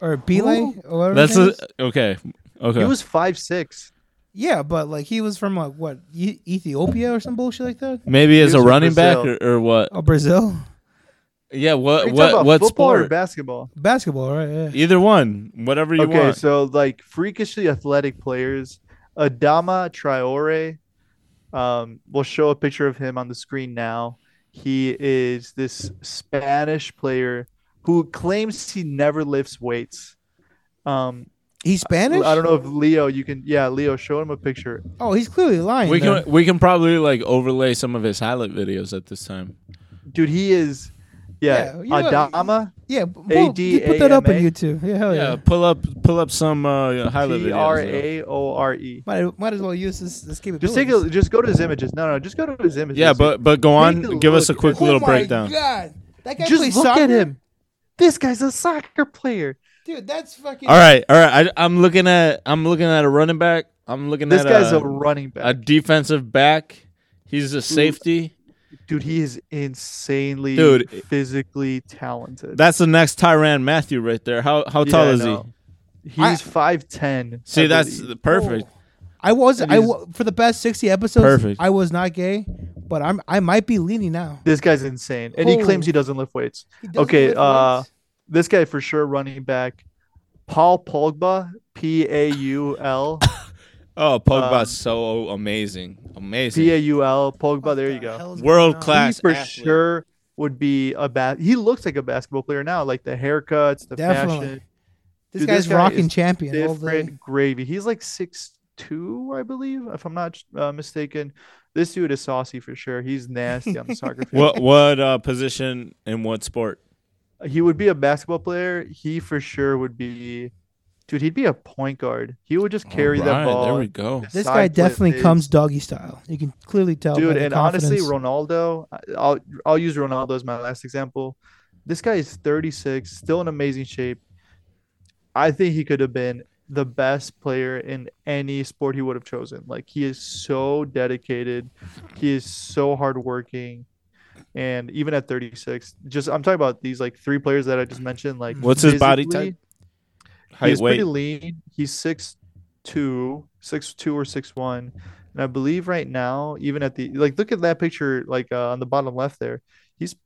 Speaker 3: or Bele or whatever.
Speaker 2: That's
Speaker 3: his name
Speaker 2: a,
Speaker 3: is.
Speaker 2: okay. Okay.
Speaker 5: he was five six.
Speaker 3: yeah, but like he was from like what E- Ethiopia or some bullshit like that
Speaker 2: Maybe as
Speaker 5: was
Speaker 2: a
Speaker 5: from
Speaker 2: running back or,
Speaker 5: Brazil.
Speaker 2: or what?
Speaker 5: Oh,
Speaker 3: or Brazil
Speaker 2: Yeah.
Speaker 3: Uh,
Speaker 5: Are
Speaker 2: What
Speaker 5: you talking
Speaker 2: what
Speaker 5: about
Speaker 2: what
Speaker 5: football or
Speaker 2: sport?
Speaker 5: basketball?
Speaker 3: basketball, right? Yeah.
Speaker 2: Either one, whatever you
Speaker 5: okay,
Speaker 2: want.
Speaker 5: so like freakishly athletic players, Adama Traore. Um, we'll show a picture of him on the screen now. He is this Spanish player who claims he never lifts weights. Um,
Speaker 3: He's Spanish.
Speaker 5: I don't know if Leo, you can, yeah, Leo, show him a picture.
Speaker 3: Oh, he's clearly lying.
Speaker 2: we
Speaker 3: then.
Speaker 2: can we can probably like overlay some of his highlight videos at this time.
Speaker 5: Dude, he is, yeah,
Speaker 3: Yeah, you know-
Speaker 5: Adama
Speaker 3: yeah, b- well, you put that up on
Speaker 5: ADAMA.
Speaker 3: YouTube. Yeah, hell yeah.
Speaker 2: Yeah, pull up pull up some uh, highlight
Speaker 5: T
Speaker 2: videos.
Speaker 5: Oh, R
Speaker 2: though.
Speaker 5: A O R E.
Speaker 3: Might, might as well use this, this capability.
Speaker 5: Just take a, just go to his images. No, no, just go to his images.
Speaker 2: Yeah, but but go
Speaker 5: Make
Speaker 2: on,
Speaker 5: it
Speaker 2: give us a
Speaker 5: look-
Speaker 2: quick
Speaker 5: Oh
Speaker 2: little
Speaker 3: my
Speaker 2: breakdown.
Speaker 3: God, that guy
Speaker 5: Just
Speaker 3: plays
Speaker 5: look at
Speaker 3: soccer?
Speaker 5: him. this guy's a soccer player.
Speaker 3: dude. That's fucking.
Speaker 2: All right, all right. I, I'm looking at I'm looking at a running back. I'm looking
Speaker 5: This
Speaker 2: at
Speaker 5: guy's
Speaker 2: a,
Speaker 5: a running back.
Speaker 2: a defensive back. He's a safety.
Speaker 5: Dude, he is insanely
Speaker 2: Dude.
Speaker 5: physically talented.
Speaker 2: That's the next Tyran Matthew right there. How how
Speaker 5: Yeah,
Speaker 2: tall
Speaker 5: I
Speaker 2: is he?
Speaker 5: know. He's five ten.
Speaker 2: See, that's the perfect.
Speaker 5: Oh.
Speaker 3: I was
Speaker 5: And
Speaker 3: I
Speaker 5: he's-
Speaker 3: wa- for the past sixty episodes.
Speaker 2: Perfect.
Speaker 3: I was not gay, but I'm I might be leaning now.
Speaker 5: this guy's insane, and he claims
Speaker 3: Oh.
Speaker 5: he doesn't lift weights.
Speaker 3: He doesn't
Speaker 5: Okay,
Speaker 3: lift
Speaker 5: uh,
Speaker 3: weights.
Speaker 5: this guy for sure running back. Paul Pogba, P A U L,
Speaker 2: Oh, Pogba's
Speaker 5: Um,
Speaker 2: so amazing,
Speaker 5: P
Speaker 2: amazing,
Speaker 5: A U L, Pogba.
Speaker 3: What
Speaker 5: There
Speaker 3: the
Speaker 5: you go.
Speaker 3: hell's
Speaker 2: world
Speaker 3: going on?
Speaker 5: He
Speaker 2: class
Speaker 5: for
Speaker 2: athlete.
Speaker 5: sure would be a bad. He looks like a basketball player now, like the haircuts, the
Speaker 3: Definitely.
Speaker 5: fashion.
Speaker 3: This
Speaker 5: Dude,
Speaker 3: guy's
Speaker 5: this guy
Speaker 3: rocking
Speaker 5: is
Speaker 3: champion all day.
Speaker 5: different gravy. He's like six two, I believe, if I'm not uh, mistaken. This dude is saucy for sure. He's nasty on the soccer field.
Speaker 2: What what uh, position in what sport?
Speaker 5: He would be a basketball player. He for sure would be Dude, he'd be a point guard. He would just carry
Speaker 2: Alright,
Speaker 5: that ball.
Speaker 2: There we go.
Speaker 3: This
Speaker 5: side
Speaker 3: guy
Speaker 5: flip
Speaker 3: definitely
Speaker 5: is-
Speaker 3: comes doggy style. You can clearly tell. by
Speaker 5: Dude,
Speaker 3: the
Speaker 5: and honestly,
Speaker 3: confidence.
Speaker 5: Ronaldo, I- I'll I'll use Ronaldo as my last example. This guy is 36, still in amazing shape. I think he could have been the best player in any sport he would have chosen. Like he is so dedicated, he is so hardworking, and even at 36, just I'm talking about these like three players that I just mentioned. Like
Speaker 2: What's his body
Speaker 5: physically,
Speaker 2: type? Height,
Speaker 5: he's pretty
Speaker 2: weight.
Speaker 5: lean. He's six two, six two or six one, and I believe right now, even at the like, look at that picture, like uh, on the bottom left there. He's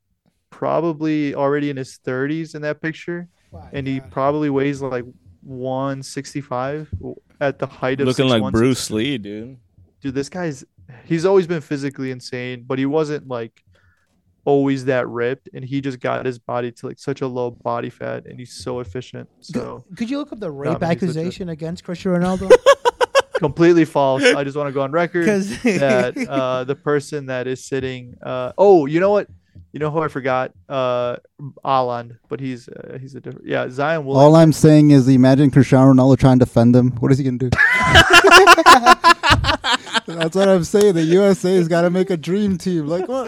Speaker 5: probably already in his thirties in that picture, and he probably weighs like one sixty five at the height of
Speaker 2: Looking like
Speaker 5: 6'1",
Speaker 2: Bruce Lee, dude.
Speaker 5: dude this guy's he's always been physically insane but he wasn't like always that ripped and he just got his body to like such a low body fat and he's so efficient so
Speaker 3: Could you look up the
Speaker 5: he's
Speaker 3: rape
Speaker 5: legit.
Speaker 3: accusation against Cristiano Ronaldo?
Speaker 5: completely false i just want to go on record
Speaker 3: Because
Speaker 5: that uh the person that is sitting uh oh you know what you know who i forgot uh alan but he's uh, he's a different yeah zion will
Speaker 4: All I'm saying is, imagine Cristiano Ronaldo trying to defend him. What is he gonna do? That's what I'm saying. The USA's got to make a dream team. Like what?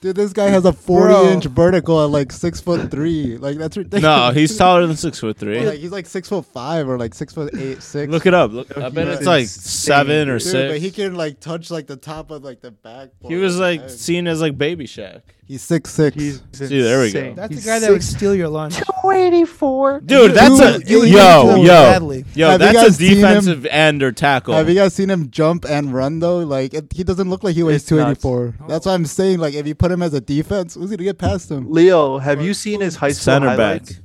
Speaker 4: Dude, this guy has a 40
Speaker 3: Bro.
Speaker 4: inch vertical at like six foot three. Like that's ridiculous.
Speaker 2: No, he's taller than six foot three.
Speaker 4: Like, he's like six foot five or like six foot eight, six.
Speaker 2: Look it up. Look, I bet
Speaker 4: He's
Speaker 2: it's like
Speaker 5: insane,
Speaker 2: seven or
Speaker 4: Dude, but
Speaker 2: six.
Speaker 4: he
Speaker 2: He,
Speaker 4: can like touch like the top of like the backboard.
Speaker 2: was like
Speaker 4: He's-
Speaker 2: seen as like Baby Shaq.
Speaker 4: he's six six.
Speaker 5: he's
Speaker 2: See, there we go.
Speaker 5: insane.
Speaker 3: that's
Speaker 5: He's
Speaker 3: the guy that would
Speaker 5: six-
Speaker 3: steal your lunch.
Speaker 2: Dude, that's a
Speaker 4: you- you
Speaker 2: yo
Speaker 4: control
Speaker 2: yo
Speaker 3: badly.
Speaker 2: yo.
Speaker 4: Have you
Speaker 2: That's
Speaker 4: guys
Speaker 2: a
Speaker 4: seen him?
Speaker 2: defensive end or tackle.
Speaker 4: Have you guys seen him jump and run though? Like it, he doesn't look like he weighs
Speaker 5: It's nuts.
Speaker 4: 284. That's why I'm saying like if you put him as a defense, who's gonna get past him?
Speaker 5: leo have you seen his high school
Speaker 2: Center back,
Speaker 5: highlights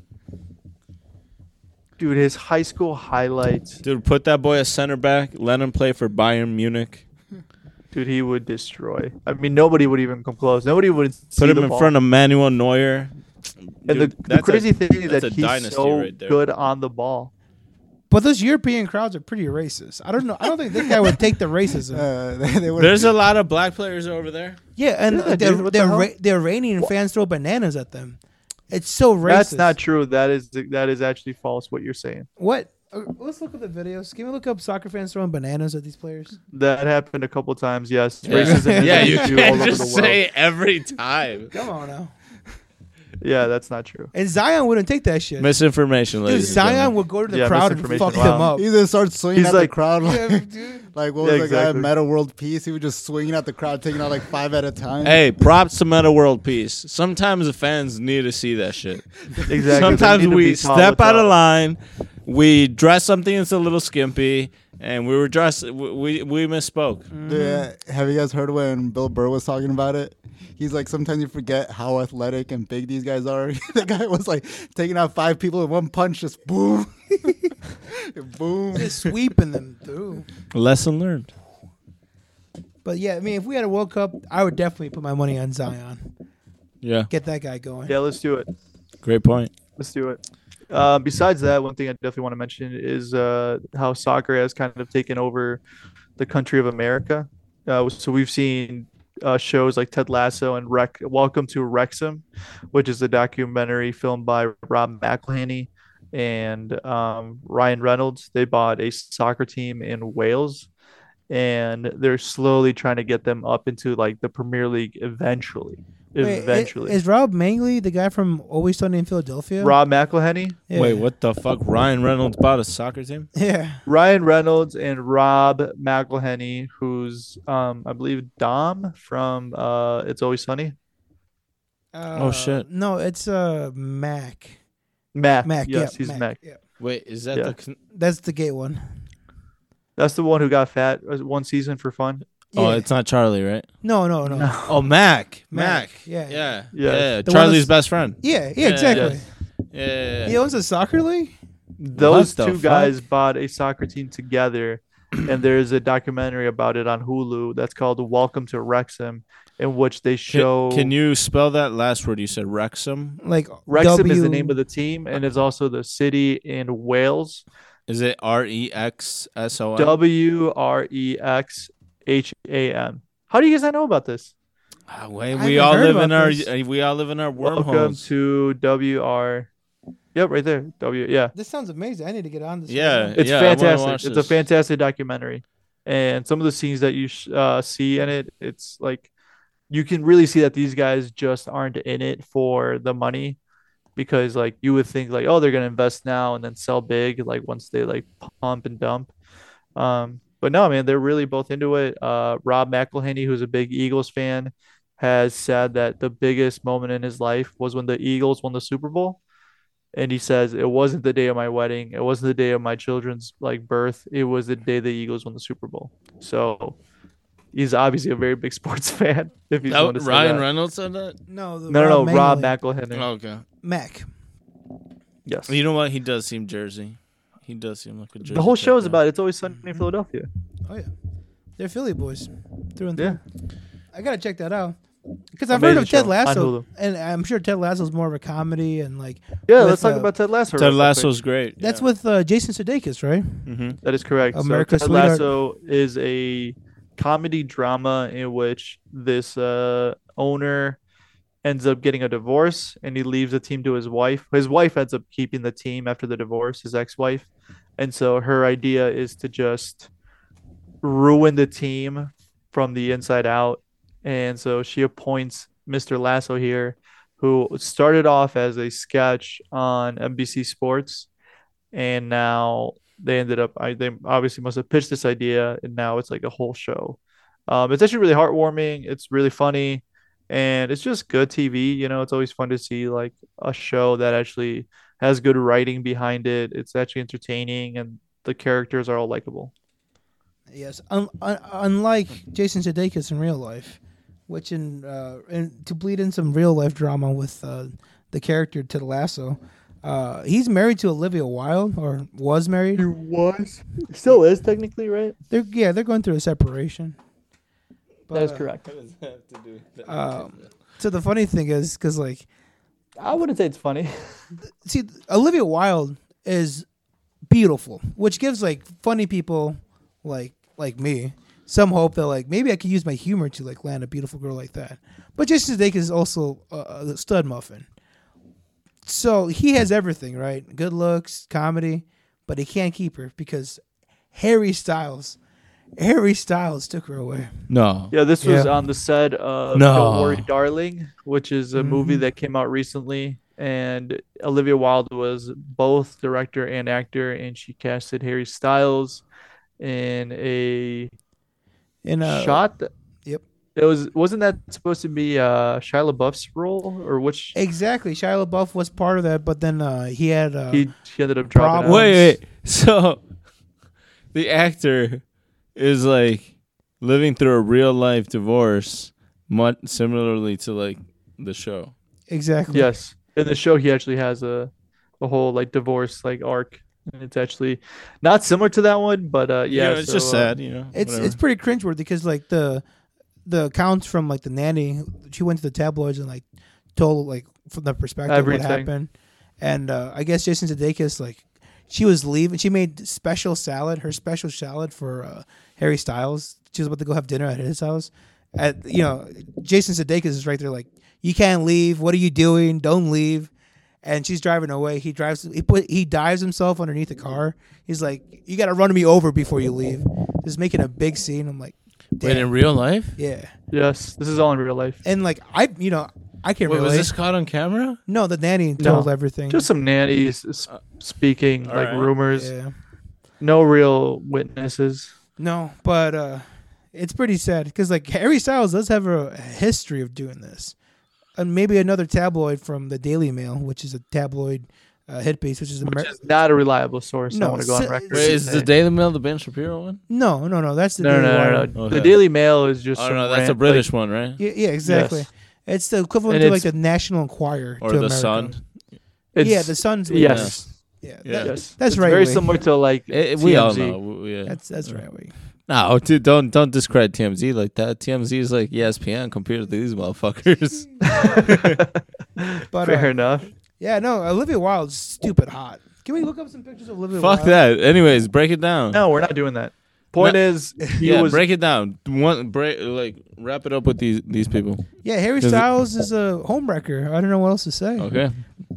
Speaker 5: dude his high school highlights
Speaker 2: dude. Put that boy as center back. Let him play for Bayern Munich.
Speaker 5: Dude, he would destroy. I mean, nobody would even come close. Nobody would
Speaker 2: Put him in front of Manuel Neuer.
Speaker 5: And
Speaker 2: Dude,
Speaker 5: the, the
Speaker 2: that's a-
Speaker 5: crazy thing is
Speaker 2: that's
Speaker 5: that
Speaker 2: a
Speaker 5: he's
Speaker 2: dynasty
Speaker 5: so
Speaker 2: right there.
Speaker 5: good on the ball.
Speaker 3: But those European crowds are pretty racist. I don't know. I don't think this guy would take the racism.
Speaker 4: Uh, they, they were,
Speaker 2: There's a lot of black players over there.
Speaker 3: Yeah, and
Speaker 5: Yeah,
Speaker 3: uh,
Speaker 5: dude,
Speaker 3: the,
Speaker 5: what
Speaker 3: the,
Speaker 5: the hell?
Speaker 3: Ra- the Iranian fans throw bananas at them. It's so racist.
Speaker 5: That's not true. That is that is actually false. What you're saying.
Speaker 3: What? Uh, Let's look at the videos. Can we look up soccer fans throwing bananas at these players?
Speaker 5: That happened a couple times. Yes, racism. is
Speaker 2: yeah,
Speaker 5: an
Speaker 2: you
Speaker 5: issue
Speaker 2: can't
Speaker 5: all over
Speaker 2: just
Speaker 5: the world.
Speaker 2: say every time.
Speaker 3: Come on now.
Speaker 5: Yeah, that's not true.
Speaker 3: And Zion wouldn't take that shit.
Speaker 2: Misinformation,
Speaker 3: Dude,
Speaker 2: ladies. and
Speaker 3: Zion
Speaker 2: gentlemen.
Speaker 3: would go to the
Speaker 5: Yeah,
Speaker 3: crowd and
Speaker 5: misinformation.
Speaker 3: fuck them
Speaker 5: Wow.
Speaker 3: up.
Speaker 4: he just starts swinging
Speaker 5: He's
Speaker 4: at
Speaker 5: like-
Speaker 4: the crowd like,
Speaker 3: Yeah, dude.
Speaker 4: like what was
Speaker 5: Yeah,
Speaker 4: the
Speaker 5: exactly.
Speaker 4: guy Meta World Peace? He was just swinging at the crowd, taking out like five at a time.
Speaker 2: Hey, props to Meta World Peace. Sometimes the fans need to see that shit.
Speaker 5: Exactly. They
Speaker 2: Sometimes
Speaker 5: need to
Speaker 2: we
Speaker 5: be taught
Speaker 2: step out of
Speaker 5: without-
Speaker 2: line, we dress something that's a little skimpy, and we were dressed. We we, we misspoke.
Speaker 3: Mm-hmm.
Speaker 4: Dude, uh, have you guys heard when Bill Burr was talking about it? He's like, sometimes you forget how athletic and big these guys are. the guy was like taking out five people in one punch, just boom, boom.
Speaker 3: Just sweeping them through.
Speaker 2: Lesson learned.
Speaker 3: But yeah, I mean, if we had a World Cup, I would definitely put my money on Zion.
Speaker 2: Yeah,
Speaker 3: Get that guy going.
Speaker 5: Yeah, let's do it.
Speaker 2: great point.
Speaker 5: Let's do it. Uh, besides that, one thing I definitely want to mention is uh, how soccer has kind of taken over the country of America. Uh, so we've seen uh, shows like Ted Lasso and Rec- Welcome to Wrexham, which is a documentary filmed by Rob McElhenney and um, Ryan Reynolds. They bought a soccer team in Wales, and they're slowly trying to get them up into like the Premier League eventually.
Speaker 3: Wait, i-
Speaker 5: eventually,
Speaker 3: is Rob Mangley the guy from Always Sunny in Philadelphia?
Speaker 5: Rob McElhenney.
Speaker 3: Yeah.
Speaker 2: Wait, what the fuck? Ryan Reynolds bought a soccer team.
Speaker 3: Yeah.
Speaker 5: Ryan Reynolds and Rob McElhenney, who's um, I believe Dom from uh, It's Always Sunny.
Speaker 3: Uh,
Speaker 2: Oh, shit.
Speaker 3: No, it's uh Mac.
Speaker 5: Mac.
Speaker 3: Mac.
Speaker 5: yes,
Speaker 3: yeah,
Speaker 5: he's
Speaker 3: Mac.
Speaker 5: Mac.
Speaker 3: yeah.
Speaker 2: Wait, is that
Speaker 5: Yeah.
Speaker 2: the? Con-
Speaker 3: That's the gay one.
Speaker 5: That's the one who got fat uh, one season for fun.
Speaker 2: Oh,
Speaker 3: Yeah.
Speaker 2: it's not Charlie, right?
Speaker 3: no, no, no.
Speaker 2: Oh, Mac. Mac.
Speaker 3: Mac, yeah.
Speaker 2: Yeah.
Speaker 5: Yeah.
Speaker 2: Yeah.
Speaker 3: The one
Speaker 2: Charlie's
Speaker 3: that's-
Speaker 2: best friend.
Speaker 3: Yeah, yeah, exactly.
Speaker 5: yes.
Speaker 2: Yeah. yeah, yeah.
Speaker 3: He owns a soccer league.
Speaker 5: Those
Speaker 2: the
Speaker 5: two
Speaker 2: fuck?
Speaker 5: guys bought a soccer team together, and there is a documentary about it on Hulu that's called "Welcome to Wrexham," in which they
Speaker 2: Can,
Speaker 5: show.
Speaker 2: can you spell that last word you said? Wrexham.
Speaker 3: Like
Speaker 5: Wrexham
Speaker 3: w-
Speaker 5: is the name of the team, and it's also the city in Wales.
Speaker 2: Is it R E X S O N?
Speaker 5: W R E X H A M. How do you guys not know about this?
Speaker 2: Ah, wait,
Speaker 3: I
Speaker 2: we
Speaker 3: haven't
Speaker 2: all
Speaker 3: heard
Speaker 2: live in
Speaker 3: about
Speaker 2: our
Speaker 3: this.
Speaker 2: we all live in our
Speaker 5: Welcome
Speaker 2: wormholes.
Speaker 5: to W R Yep, right there. W. Yeah.
Speaker 3: This sounds amazing. I need to get on this.
Speaker 2: Yeah,
Speaker 5: It's
Speaker 2: yeah, I wanna watch
Speaker 5: fantastic. It's a
Speaker 2: this.
Speaker 5: fantastic documentary, and some of the scenes that you sh- uh, see in it, it's like you can really see that these guys just aren't in it for the money, because like you would think like oh they're gonna invest now and then sell big like once they like pump and dump, um, but no man they're really both into it. Uh, Rob McElhenney, who's a big Eagles fan, has said that the biggest moment in his life was when the Eagles won the Super Bowl and he says it wasn't the day of my wedding it wasn't the day of my children's like birth it was the day the eagles won the super bowl so he's obviously a very big sports fan if he's
Speaker 2: That-
Speaker 5: going to say
Speaker 2: Ryan
Speaker 5: that.
Speaker 2: Reynolds said that. Oh,
Speaker 3: No, the
Speaker 5: no no no rob
Speaker 3: Manley.
Speaker 5: McElhenney.
Speaker 2: okay.
Speaker 3: Mac.
Speaker 5: yes
Speaker 2: You know what? He does seem Jersey. He does seem like a Jersey.
Speaker 5: the whole
Speaker 2: type
Speaker 5: show's
Speaker 2: guy.
Speaker 5: about it's always sunny
Speaker 3: Mm-hmm.
Speaker 5: in philadelphia
Speaker 3: Oh yeah, they're Philly boys through and through.
Speaker 5: yeah
Speaker 3: I gotta check that out because I've heard
Speaker 5: Amazing
Speaker 3: of Ted
Speaker 5: show.
Speaker 3: Lasso,
Speaker 5: On Hulu.
Speaker 3: and I'm sure Ted Lasso's more of a comedy and like
Speaker 5: yeah
Speaker 3: With,
Speaker 5: let's talk
Speaker 3: uh,
Speaker 5: about ted lasso real
Speaker 2: Ted
Speaker 5: quick.
Speaker 2: Lasso's great. Mm-hmm.
Speaker 3: that's with uh, Jason Sudeikis, right?
Speaker 5: That is correct.
Speaker 3: America's
Speaker 5: so Ted
Speaker 3: Sweetheart.
Speaker 5: Lasso is a comedy drama in which this uh, owner ends up getting a divorce and he leaves the team to his wife. His wife ends up keeping the team after the divorce, his ex-wife. And so her idea is to just ruin the team from the inside out. And so she appoints Mr. Lasso here, who started off as a sketch on NBC Sports and now they ended up I, they obviously must have pitched this idea and now it's like a whole show um, it's actually really heartwarming it's really funny and it's just good tv you know it's always fun to see like a show that actually has good writing behind it it's actually entertaining and the characters are all likable
Speaker 3: Yes, un- un- unlike Jason Sudeikis in real life, which in uh, in, to bleed in some real life drama with uh, the character Ted Lasso, uh, he's married to Olivia Wilde or was married.
Speaker 5: was still is technically right
Speaker 3: They're yeah, they're going through a separation. But,
Speaker 5: that is
Speaker 3: uh,
Speaker 5: correct
Speaker 3: Um, so the funny thing is, because like
Speaker 5: i wouldn't say it's funny
Speaker 3: see Olivia Wilde is beautiful, which gives like funny people like like me some hope that like maybe I could use my humor to like land a beautiful girl like that. But Jason Sudeikis is also a, a stud muffin, so he has everything right: good looks, comedy, but he can't keep her because Harry Styles, Harry Styles took her away.
Speaker 6: No.
Speaker 5: Yeah, this was
Speaker 3: Yeah.
Speaker 5: on the set of
Speaker 6: No.
Speaker 5: Don't Worry Darling, which is a movie that came out recently. And Olivia Wilde was both director and actor, and she casted Harry Styles in a
Speaker 3: In uh,
Speaker 5: shot. That,
Speaker 3: yep.
Speaker 5: It was wasn't that supposed to be uh, Shia LaBeouf's role, or which
Speaker 3: exactly, Shia LaBeouf was part of that, but then uh, he had uh,
Speaker 5: he, he ended up dropping?
Speaker 3: Problem.
Speaker 5: out?
Speaker 2: Wait, wait. So the actor is like living through a real life divorce, much similarly to like the show.
Speaker 3: exactly
Speaker 5: Yes. In the show, he actually has a, a whole like divorce like arc, and it's actually not similar to that one, but uh,
Speaker 2: You
Speaker 5: yeah,
Speaker 2: know, it's
Speaker 5: so,
Speaker 2: just
Speaker 5: uh,
Speaker 2: sad. You know,
Speaker 3: It's
Speaker 2: whatever.
Speaker 3: it's pretty cringeworthy because like the the accounts from like the nanny, she went to the tabloids and like told like from the perspective
Speaker 5: Everything.
Speaker 3: what happened, and uh, I guess Jason Sudeikis like she was leaving. She made special salad, her special salad for uh, Harry Styles. She was about to go have dinner at his house. At you know, Jason Sudeikis is right there like you can't leave. What are you doing? Don't leave. And she's driving away. He drives. He put. He dives himself underneath the car. He's like, "You gotta run me over before you leave." Just making a big scene. I'm like,
Speaker 2: Wait,
Speaker 3: "Damn."
Speaker 2: in real life?
Speaker 3: Yeah.
Speaker 5: Yes, this is all in real life.
Speaker 3: And like I, you know, I can't
Speaker 2: Wait,
Speaker 3: relate.
Speaker 2: was this caught on camera?
Speaker 3: no, the nanny told everything.
Speaker 5: Just some nannies s- speaking like
Speaker 2: Uh, right.
Speaker 5: rumors.
Speaker 3: yeah.
Speaker 5: No real witnesses.
Speaker 3: No, but uh it's pretty sad because like Harry Styles does have a, a history of doing this, and maybe another tabloid from the Daily Mail, which is a tabloid uh, hit piece, which is Amer-
Speaker 5: Not a reliable source.
Speaker 3: No,
Speaker 5: I want to go on
Speaker 3: si-
Speaker 5: record.
Speaker 3: Wait,
Speaker 2: Wait,
Speaker 5: and
Speaker 2: is the
Speaker 5: say.
Speaker 2: Daily Mail the Ben Shapiro one?
Speaker 3: no, no, no, that's the
Speaker 5: no, no,
Speaker 3: Daily
Speaker 5: no, no,
Speaker 3: Wire.
Speaker 5: no.
Speaker 2: Okay.
Speaker 5: The Daily Mail is just.
Speaker 2: Oh
Speaker 5: some
Speaker 2: no, that's
Speaker 5: rant,
Speaker 2: a
Speaker 5: like-
Speaker 2: British one, right?
Speaker 3: Yeah, yeah, exactly.
Speaker 5: Yes.
Speaker 3: It's the equivalent
Speaker 5: And
Speaker 3: to like
Speaker 5: it's-
Speaker 3: the National Enquirer
Speaker 2: Or
Speaker 3: to
Speaker 2: the
Speaker 3: America.
Speaker 2: Sun?
Speaker 5: it's,
Speaker 3: yeah, the Sun's.
Speaker 5: Yes.
Speaker 3: yeah,
Speaker 2: Yeah.
Speaker 3: that-
Speaker 5: Yes.
Speaker 3: That's
Speaker 5: It's
Speaker 3: right
Speaker 5: Very
Speaker 3: wing.
Speaker 5: similar to like
Speaker 2: Eh, eh, we all
Speaker 5: TMZ.
Speaker 2: know. we- we-
Speaker 3: that's that's right wing.
Speaker 2: No, oh, dude, don't don't discredit TMZ like that. TMZ is like E ESPN compared to these motherfuckers.
Speaker 3: But
Speaker 5: Fair
Speaker 3: uh,
Speaker 5: enough.
Speaker 3: yeah, no, Olivia Wilde's stupid hot. Can we look up some pictures of Olivia?
Speaker 2: Fuck
Speaker 3: Wilde?
Speaker 2: that. Anyways, break it down.
Speaker 5: No, we're not doing that. Point is, he
Speaker 2: yeah,
Speaker 5: was
Speaker 2: break it down. One break, like wrap it up with these these people.
Speaker 3: Yeah, Harry
Speaker 2: Does it-
Speaker 3: Styles is a homewrecker. I don't know what else to say.
Speaker 2: Okay.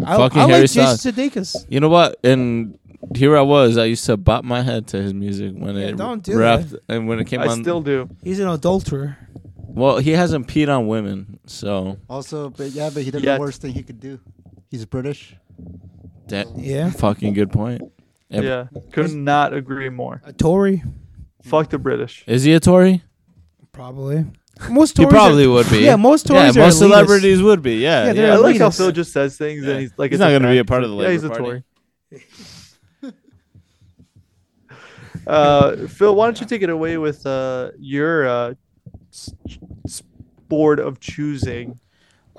Speaker 3: I,
Speaker 2: fucking
Speaker 3: I
Speaker 2: Harry
Speaker 3: like
Speaker 2: Styles.
Speaker 3: Jason Sudeikis.
Speaker 2: You know what? And here I was. I used to bop my head to his music when it
Speaker 3: don't do
Speaker 2: rapped, and when it came
Speaker 5: I
Speaker 2: on.
Speaker 5: still do.
Speaker 3: He's an adulterer.
Speaker 2: well, he hasn't peed on women, so
Speaker 4: Also, but yeah, but he did
Speaker 5: Yet.
Speaker 4: the worst thing he could do. He's British.
Speaker 2: that
Speaker 3: Yeah,
Speaker 2: fucking good point. Yeah, but-
Speaker 5: Yeah, could not agree more.
Speaker 3: a Tory
Speaker 5: Fuck the British.
Speaker 2: Is he a Tory?
Speaker 3: probably. Most
Speaker 2: He
Speaker 3: Tories
Speaker 2: probably
Speaker 3: are,
Speaker 2: would be.
Speaker 3: Yeah, most Tories
Speaker 2: yeah,
Speaker 3: are
Speaker 2: most
Speaker 3: elitist.
Speaker 2: celebrities would be. Yeah,
Speaker 3: Yeah,
Speaker 2: yeah.
Speaker 3: they're
Speaker 5: I like how
Speaker 3: elitist.
Speaker 5: Phil just says things,
Speaker 2: Yeah.
Speaker 5: and he's like,
Speaker 2: He's
Speaker 5: it's
Speaker 2: not gonna be
Speaker 5: fact.
Speaker 2: a part of the
Speaker 5: Yeah, he's a
Speaker 2: Labour Party.
Speaker 5: Tory. uh, Phil, why don't you take it away with uh, your uh, s- s- board of choosing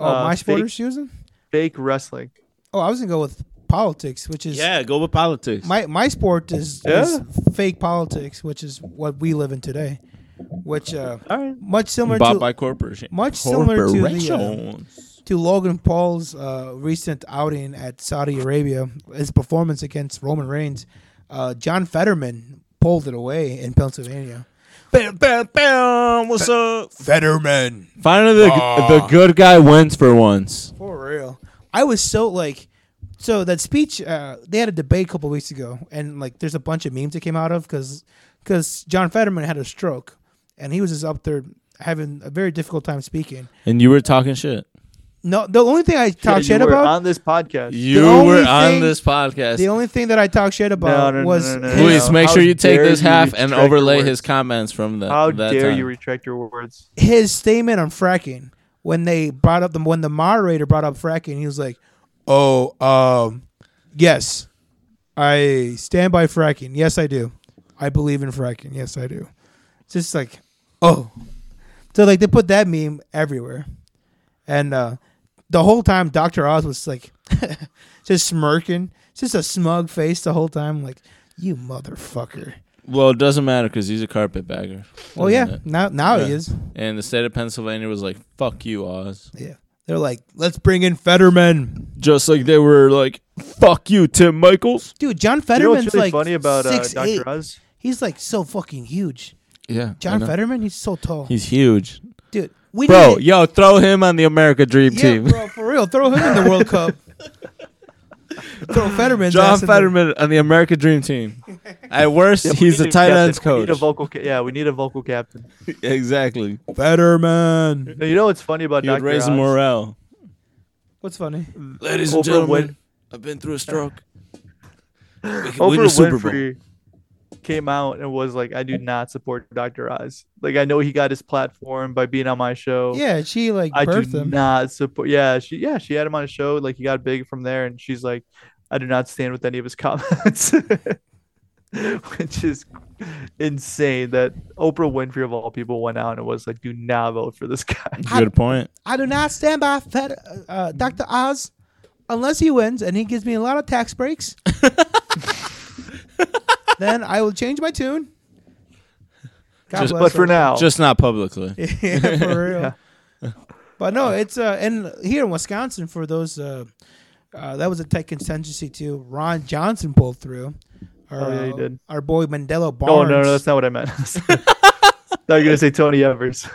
Speaker 3: Oh,
Speaker 5: Uh,
Speaker 3: my
Speaker 5: fake-
Speaker 3: supporters choosing.
Speaker 5: fake wrestling?
Speaker 3: Oh, I was gonna go with politics, which is
Speaker 2: Yeah, go with politics.
Speaker 3: my my sport is, is
Speaker 5: Yeah.
Speaker 3: fake politics, which is what we live in today, which uh,
Speaker 5: All right.
Speaker 3: much similar
Speaker 2: bought
Speaker 3: to
Speaker 2: by corporation.
Speaker 3: much similar to the, uh,
Speaker 2: Corporations.
Speaker 3: to Logan Paul's uh, recent outing at Saudi Arabia, his performance against Roman Reigns, uh, John Fetterman pulled it away in Pennsylvania.
Speaker 2: Bam, bam, bam. What's up?
Speaker 8: Fetterman.
Speaker 2: Finally, the,
Speaker 8: Ah.
Speaker 2: the good guy wins for once.
Speaker 3: For real, I was so like, so that speech. Uh, they had a debate a couple weeks ago, and like, there's a bunch of memes that came out of because because John Fetterman had a stroke, and he was just up there having a very difficult time speaking.
Speaker 2: And you were talking shit.
Speaker 3: No, the only thing I talk
Speaker 5: Yeah,
Speaker 3: shit
Speaker 5: you were
Speaker 3: about.
Speaker 5: on this podcast.
Speaker 2: You
Speaker 3: only
Speaker 2: were on
Speaker 3: thing-
Speaker 2: this podcast.
Speaker 3: the only thing that I talk shit about
Speaker 5: no, no,
Speaker 3: was
Speaker 5: no, no, no.
Speaker 2: Luis, make
Speaker 5: How
Speaker 2: sure you take
Speaker 5: dare
Speaker 2: this
Speaker 5: you
Speaker 2: half and
Speaker 5: retract your
Speaker 2: overlay
Speaker 5: words.
Speaker 2: his comments from the.
Speaker 5: How
Speaker 2: that
Speaker 5: dare
Speaker 2: time.
Speaker 5: you retract your words?
Speaker 3: his statement on fracking when they brought up the when the moderator brought up fracking, he was like,
Speaker 8: Oh, um,
Speaker 3: "Yes, I stand by fracking. Yes, I do. I believe in fracking. Yes, I do." Just like, oh, so like they put that meme everywhere, and uh, the whole time Doctor Oz was like, just smirking, just a smug face the whole time, like you motherfucker.
Speaker 2: Well, it doesn't matter because he's a carpetbagger.
Speaker 3: Well,
Speaker 2: Doesn't
Speaker 3: yeah,
Speaker 2: it?
Speaker 3: now now he
Speaker 2: Yeah.
Speaker 3: is.
Speaker 2: And the state of Pennsylvania was like, "Fuck you, Oz."
Speaker 3: Yeah, they're like, let's bring in Fetterman.
Speaker 2: Just like they were like, "Fuck you, Tim Michaels."
Speaker 3: Dude, John
Speaker 5: You know what's
Speaker 3: Fetterman's
Speaker 5: really
Speaker 3: like
Speaker 5: funny about uh,
Speaker 3: six, eight.
Speaker 5: Dr. Oz?
Speaker 3: He's like so fucking huge.
Speaker 2: Yeah,
Speaker 3: John Fetterman, he's so tall,
Speaker 2: He's huge,
Speaker 3: dude. We
Speaker 2: bro.
Speaker 3: need-
Speaker 2: Yo, throw him on the America Dream
Speaker 3: yeah,
Speaker 2: Team.
Speaker 3: bro, for real. Throw him in the World Cup. throw Fetterman.
Speaker 2: John Fetterman on the America Dream Team. At worst,
Speaker 5: Yeah, we
Speaker 2: he's
Speaker 5: need
Speaker 2: the tight
Speaker 5: captain.
Speaker 2: ends
Speaker 5: We
Speaker 2: coach.
Speaker 5: need a vocal ca- yeah, we need a vocal captain.
Speaker 2: exactly.
Speaker 8: Fetterman.
Speaker 5: No, you know what's funny about
Speaker 2: He would
Speaker 5: Dr.
Speaker 2: raise
Speaker 5: Oz?
Speaker 2: the morale.
Speaker 3: What's funny?
Speaker 2: Ladies
Speaker 5: and Oprah gentlemen, Win-
Speaker 2: I've been through a stroke.
Speaker 5: Oprah Winfrey came out and was like, "I do not support Dr. Oz. Like, I know he got his platform by being on my show.
Speaker 3: Yeah, she like
Speaker 5: I do
Speaker 3: birthed him.
Speaker 5: not support. Yeah, she yeah she had him on a show. Like, he got big from there, and she's like, I do not stand with any of his comments, which is insane. That Oprah Winfrey of all people went out and was like, "Do not vote for this guy."
Speaker 2: Good point.
Speaker 3: I do not stand by Fet- uh, Dr. Oz unless he wins and he gives me a lot of tax breaks. then I will change my tune. God
Speaker 2: Just-
Speaker 3: bless
Speaker 5: But for
Speaker 3: her.
Speaker 5: now,
Speaker 2: Just not publicly.
Speaker 3: yeah, for real. But no, it's uh, and here in Wisconsin for those uh, uh, that was a tight contingency too. Ron Johnson pulled through. Our,
Speaker 5: Oh, yeah, he
Speaker 3: uh,
Speaker 5: did.
Speaker 3: Our boy Mandela
Speaker 5: no,
Speaker 3: Barnes.
Speaker 5: no, no, that's not what I meant. Now you're gonna say Tony Evers.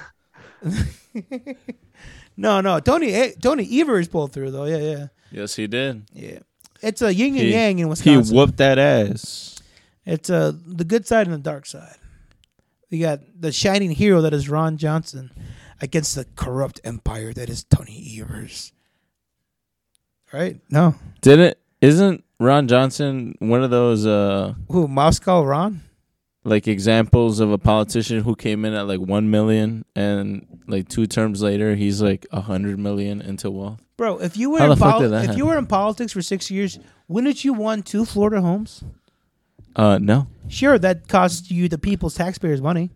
Speaker 3: no, no. Tony eh, Tony Evers pulled through though. Yeah, yeah,
Speaker 2: Yes, he did.
Speaker 3: yeah. It's a yin and
Speaker 2: He-
Speaker 3: yang
Speaker 2: He
Speaker 3: in Wisconsin.
Speaker 2: whooped that ass.
Speaker 3: it's uh, the good side and the dark side. We got the shining hero that is Ron Johnson against the corrupt empire that is Tony Evers. Right? No.
Speaker 2: Didn't? Isn't Ron Johnson one of those uh
Speaker 3: Who? Moscow Ron?
Speaker 2: like examples of a politician who came in at like one million and like two terms later he's like a hundred million into wealth?
Speaker 3: Bro, if you were
Speaker 2: How
Speaker 3: in
Speaker 2: the fuck
Speaker 3: pol-
Speaker 2: did that
Speaker 3: if you
Speaker 2: happen?
Speaker 3: were in politics for six years, wouldn't you want two Florida homes?
Speaker 2: Uh, no.
Speaker 3: Sure, that costs you the people's taxpayers money,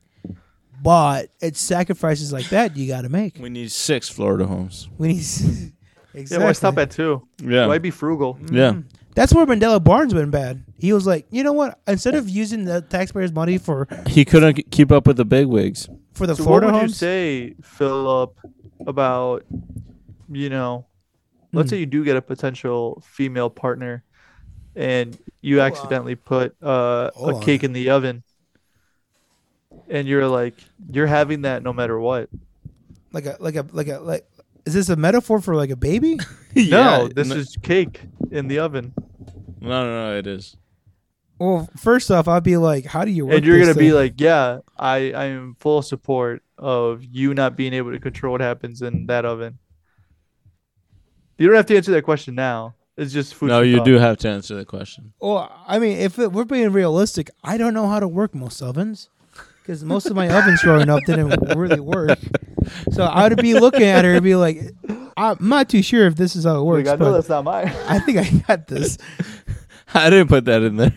Speaker 3: but it's sacrifices like that you got to make.
Speaker 2: We need six Florida homes.
Speaker 3: We need exactly.
Speaker 5: Yeah, why stop at two?
Speaker 2: Yeah.
Speaker 5: Why be Mm. frugal?
Speaker 2: yeah.
Speaker 3: That's where Mandela Barnes went bad. He was like, you know what? Instead of using the taxpayers' money for
Speaker 2: He couldn't k- keep up with the big wigs.
Speaker 3: for the
Speaker 5: So what
Speaker 3: Florida
Speaker 5: would you
Speaker 3: homes,
Speaker 5: say, Philip, about you know, let's say you do get a potential female partner, and you accidentally put uh,
Speaker 8: Hold
Speaker 5: a
Speaker 8: on.
Speaker 5: cake in the oven, and you're like, you're having that no matter what.
Speaker 3: like a like a like a like Is this a metaphor for like a baby?
Speaker 5: No,
Speaker 2: Yeah,
Speaker 5: this
Speaker 2: no-
Speaker 5: is cake in the oven.
Speaker 2: No, no, no, it is.
Speaker 3: Well, first off, I'd be like, how do you work?
Speaker 5: and you're
Speaker 3: this
Speaker 5: gonna be
Speaker 3: thing?
Speaker 5: like, yeah, I I am full support of you not being able to control what happens in that oven. You don't have to answer that question now. It's just food.
Speaker 2: No,
Speaker 5: for
Speaker 2: you
Speaker 5: thought.
Speaker 2: do have to answer the question.
Speaker 3: well, I mean, if it, we're being realistic, I don't know how to work most ovens because most of my ovens growing up didn't really work. So I would be looking at her and be like, I'm not too sure if this is how it
Speaker 5: Like,
Speaker 3: works,
Speaker 5: I know
Speaker 3: but
Speaker 5: that's not mine.
Speaker 3: I think I got this.
Speaker 2: I didn't put that in there.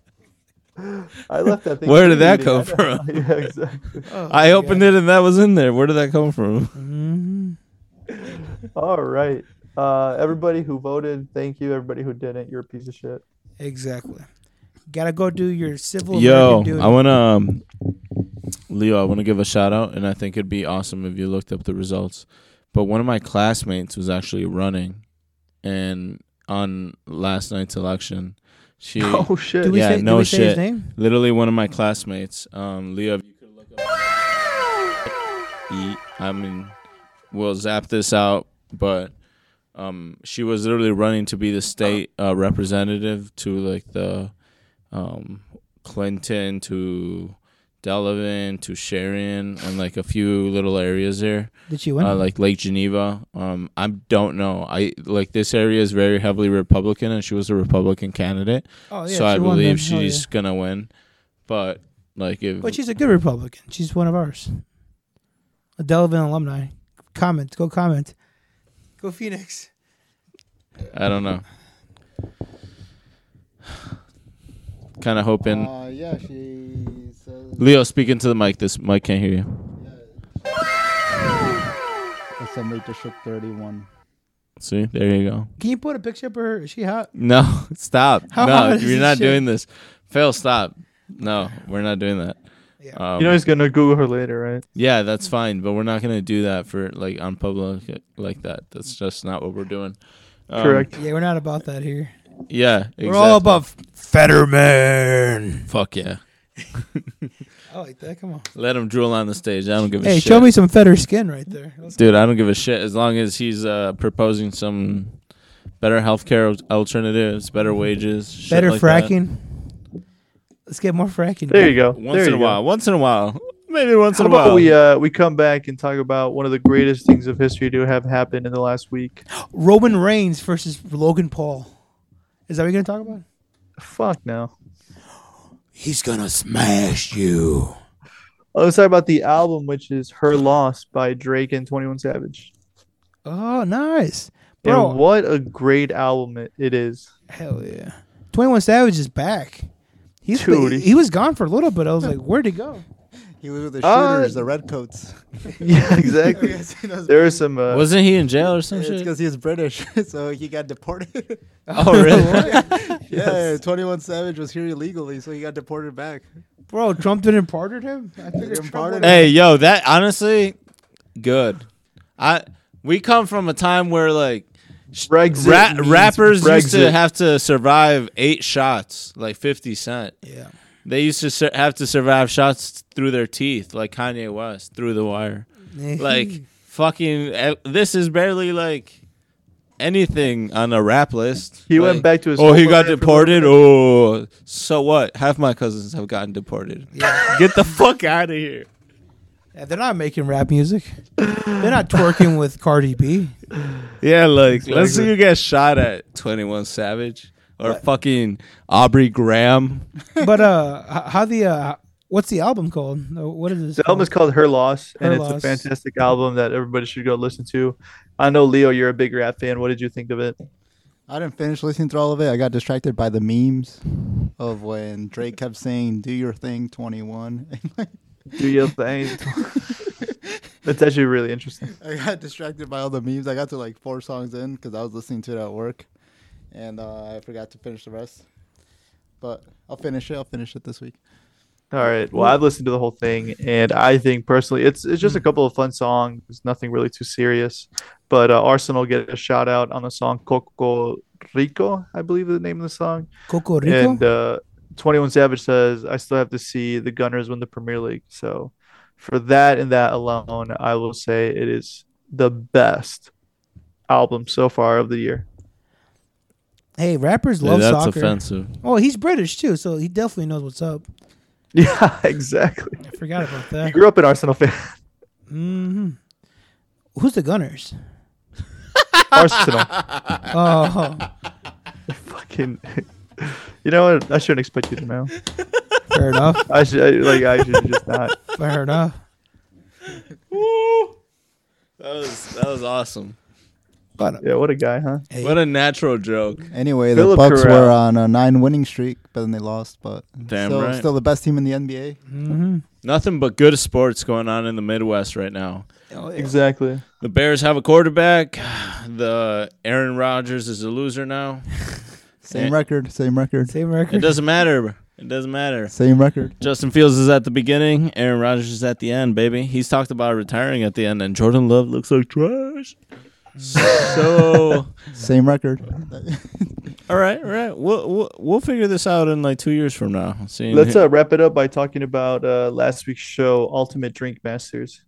Speaker 5: I left that thing.
Speaker 2: Where
Speaker 5: in
Speaker 2: did
Speaker 5: the
Speaker 2: that
Speaker 5: meeting.
Speaker 2: come
Speaker 5: I know. yeah, exactly.
Speaker 2: I opened it and that was in there. Where did that come from?
Speaker 5: All right. Uh, everybody who voted, thank you. Everybody who didn't, you're a piece of shit.
Speaker 3: Exactly. Gotta go do your civil.
Speaker 2: Yo,
Speaker 3: American duty.
Speaker 2: I want to, um, Leo, I want to give a shout out, and I think it'd be awesome if you looked up the results. But one of my classmates was actually running, and on last night's election, she
Speaker 5: Oh shit.
Speaker 3: Do we
Speaker 2: yeah,
Speaker 3: say, do
Speaker 2: no
Speaker 3: we say
Speaker 2: shit.
Speaker 3: his name?
Speaker 2: literally one of my classmates, um, Leo. if You could look up. E- I mean, we'll zap this out, but um, she was literally running to be the state uh, representative to like the um, Clinton to Delavan to Sharon and like a few little areas there
Speaker 3: Did she win?
Speaker 2: uh, like Lake Geneva. Um, I don't know. I like this area is very heavily Republican, and she was a Republican candidate,
Speaker 3: oh
Speaker 2: so I
Speaker 3: she won then.
Speaker 2: believe
Speaker 3: Hell
Speaker 2: she's
Speaker 3: yeah.
Speaker 2: gonna win. But like, if
Speaker 3: But she's a good Republican. She's one of ours. A Delavan alumni. Comment. Go comment. Go Phoenix.
Speaker 2: I don't know, kind of hoping.
Speaker 4: Uh, yeah, she says.
Speaker 2: Leo, speaking to the mic. This mic can't hear you.
Speaker 4: Assembly District 31.
Speaker 2: See, there you go.
Speaker 3: Can you put a picture of her? Is she hot?
Speaker 2: No, stop.
Speaker 3: How
Speaker 2: no,
Speaker 3: hard is
Speaker 2: you're
Speaker 3: this
Speaker 2: not
Speaker 3: shit?
Speaker 2: doing this. Phil, stop. No, we're not doing that.
Speaker 3: Yeah.
Speaker 2: Um,
Speaker 5: You know he's gonna Google her later, right?
Speaker 2: Yeah, that's fine, but we're not gonna do that for like on public like that. That's just not what we're doing. Um,
Speaker 5: Correct.
Speaker 3: Yeah, we're not about that here.
Speaker 2: Yeah, exactly.
Speaker 3: We're all about. f-
Speaker 8: Fetterman.
Speaker 2: fuck yeah.
Speaker 3: I like that. Come on.
Speaker 2: Let him drool on the stage. I don't give a
Speaker 3: Hey,
Speaker 2: shit.
Speaker 3: show me some fetter skin right there. Let's-
Speaker 2: dude. I don't give a shit as long as he's uh, proposing some better healthcare al- alternatives, better wages, shit
Speaker 3: Better
Speaker 2: like that.
Speaker 3: fracking. Let's get more fracking.
Speaker 5: There you go.
Speaker 2: Once
Speaker 5: There
Speaker 2: in
Speaker 5: you
Speaker 2: a
Speaker 5: go.
Speaker 2: while. Once in a while. Maybe once
Speaker 5: How
Speaker 2: in a while.
Speaker 5: about we uh, we come back and talk about one of the greatest things of history to have happened in the last week?
Speaker 3: Roman Reigns versus Logan Paul. Is that what you're gonna talk about?
Speaker 5: Fuck no.
Speaker 6: He's gonna smash you.
Speaker 5: Uh, Let's talk about the album, which is "Her Loss" by Drake and Twenty One Savage.
Speaker 3: Oh, nice,
Speaker 5: And
Speaker 3: bro.
Speaker 5: what a great album it, it is.
Speaker 3: Hell yeah. Twenty One Savage is back. He's
Speaker 5: Dude,
Speaker 3: he, he was gone for a little bit. I was like, where'd he go?
Speaker 4: He was with the
Speaker 5: Uh,
Speaker 4: shooters, the redcoats.
Speaker 5: Yeah, exactly. there are some. Uh,
Speaker 2: Wasn't he in jail or some
Speaker 4: It's
Speaker 2: shit?
Speaker 4: because he's British, so he got deported.
Speaker 2: Oh really?
Speaker 4: yeah, 21 Savage was here illegally, so he got deported back.
Speaker 3: Bro, Trump didn't pardon him. I figured
Speaker 4: Didn't
Speaker 3: Trump
Speaker 4: pardon
Speaker 3: would-
Speaker 2: Hey, yo, that honestly, good. I we come from a time where like
Speaker 5: Brexit
Speaker 2: ra-
Speaker 5: means
Speaker 2: rappers used to
Speaker 5: Brexit.
Speaker 2: have to survive eight shots, like Fifty Cent.
Speaker 3: Yeah.
Speaker 2: They used to sur- have to survive shots through their teeth, like Kanye West through the wire. Like fucking, eh, this is barely like anything on a rap list.
Speaker 5: He
Speaker 2: Like,
Speaker 5: went back to his.
Speaker 2: Oh, he
Speaker 5: homeland
Speaker 2: got
Speaker 5: for a little
Speaker 2: deported.
Speaker 5: bit.
Speaker 2: Oh, so what? Half my cousins have gotten deported. Get the fuck out of here.
Speaker 3: Yeah, they're not making rap music. They're not twerking with Cardi B.
Speaker 2: Yeah, like let's see you get shot at Twenty One Savage or fucking Aubrey Graham.
Speaker 3: But uh, h- how the uh, what's the album called? Uh, What is this?
Speaker 5: The album is called Her Loss, and
Speaker 3: Her
Speaker 5: it's
Speaker 3: Loss.
Speaker 5: a fantastic album that everybody should go listen to. I know Leo, you're a big rap fan. What did you think of it?
Speaker 4: I didn't finish listening to all of it. I got distracted by the memes of when Drake kept saying, Do your thing, 21.
Speaker 5: Do your thing. That's actually really interesting.
Speaker 4: I got distracted by all the memes. I got to like four songs in because I was listening to it at work, and uh, I forgot to finish the rest. But I'll finish it. I'll finish it this week.
Speaker 5: All right. Well, I've listened to the whole thing, and I think personally, it's it's just a couple of fun songs. It's nothing really too serious. But uh, Arsenal get a shout out on the song Coco Rico, I believe the name of the song.
Speaker 3: Coco Rico.
Speaker 5: uh, And uh, 21 Savage says, I still have to see the Gunners win the Premier League. So for that and that alone, I will say it is the best album so far of the year.
Speaker 3: Hey, rappers
Speaker 2: Yeah,
Speaker 3: love
Speaker 2: that's
Speaker 3: soccer.
Speaker 2: offensive.
Speaker 3: Oh, he's British too, so he definitely knows what's up.
Speaker 5: Yeah, exactly.
Speaker 3: I forgot about
Speaker 5: You
Speaker 3: that.
Speaker 5: grew up an Arsenal fan.
Speaker 3: hmm Who's the Gunners?
Speaker 5: Arsenal.
Speaker 3: Oh,
Speaker 5: Fucking. You know what? I shouldn't expect you to know.
Speaker 3: fair enough.
Speaker 5: I should I- like I should just not.
Speaker 3: Fair enough.
Speaker 2: That was that was awesome.
Speaker 3: But
Speaker 5: Yeah, what a guy, huh?
Speaker 2: What a natural joke.
Speaker 4: Anyway, the
Speaker 5: Philip
Speaker 4: Bucks
Speaker 5: Corral.
Speaker 4: were on a nine winning streak, but then they lost. But
Speaker 2: Damn
Speaker 4: still,
Speaker 2: right.
Speaker 4: still the best team in the NBA.
Speaker 3: mhm.
Speaker 2: Nothing but good sports going on in the Midwest right now.
Speaker 3: Oh, yeah.
Speaker 5: Exactly.
Speaker 2: The Bears have a quarterback. The Aaron Rodgers is a loser now.
Speaker 4: Same
Speaker 2: Eh.
Speaker 4: record, same record,
Speaker 3: same
Speaker 2: It
Speaker 3: record.
Speaker 2: doesn't matter. It doesn't matter.
Speaker 4: same record.
Speaker 2: Justin Fields is at the beginning. Aaron Rodgers is at the end, baby. He's talked about retiring at the end, and Jordan Love looks like trash. So,
Speaker 4: Same record.
Speaker 2: all right, all right. We'll, we'll we'll figure this out in like two years from now. See,
Speaker 5: Let's uh, wrap it up by talking about uh, last week's show, Ultimate Drink Masters.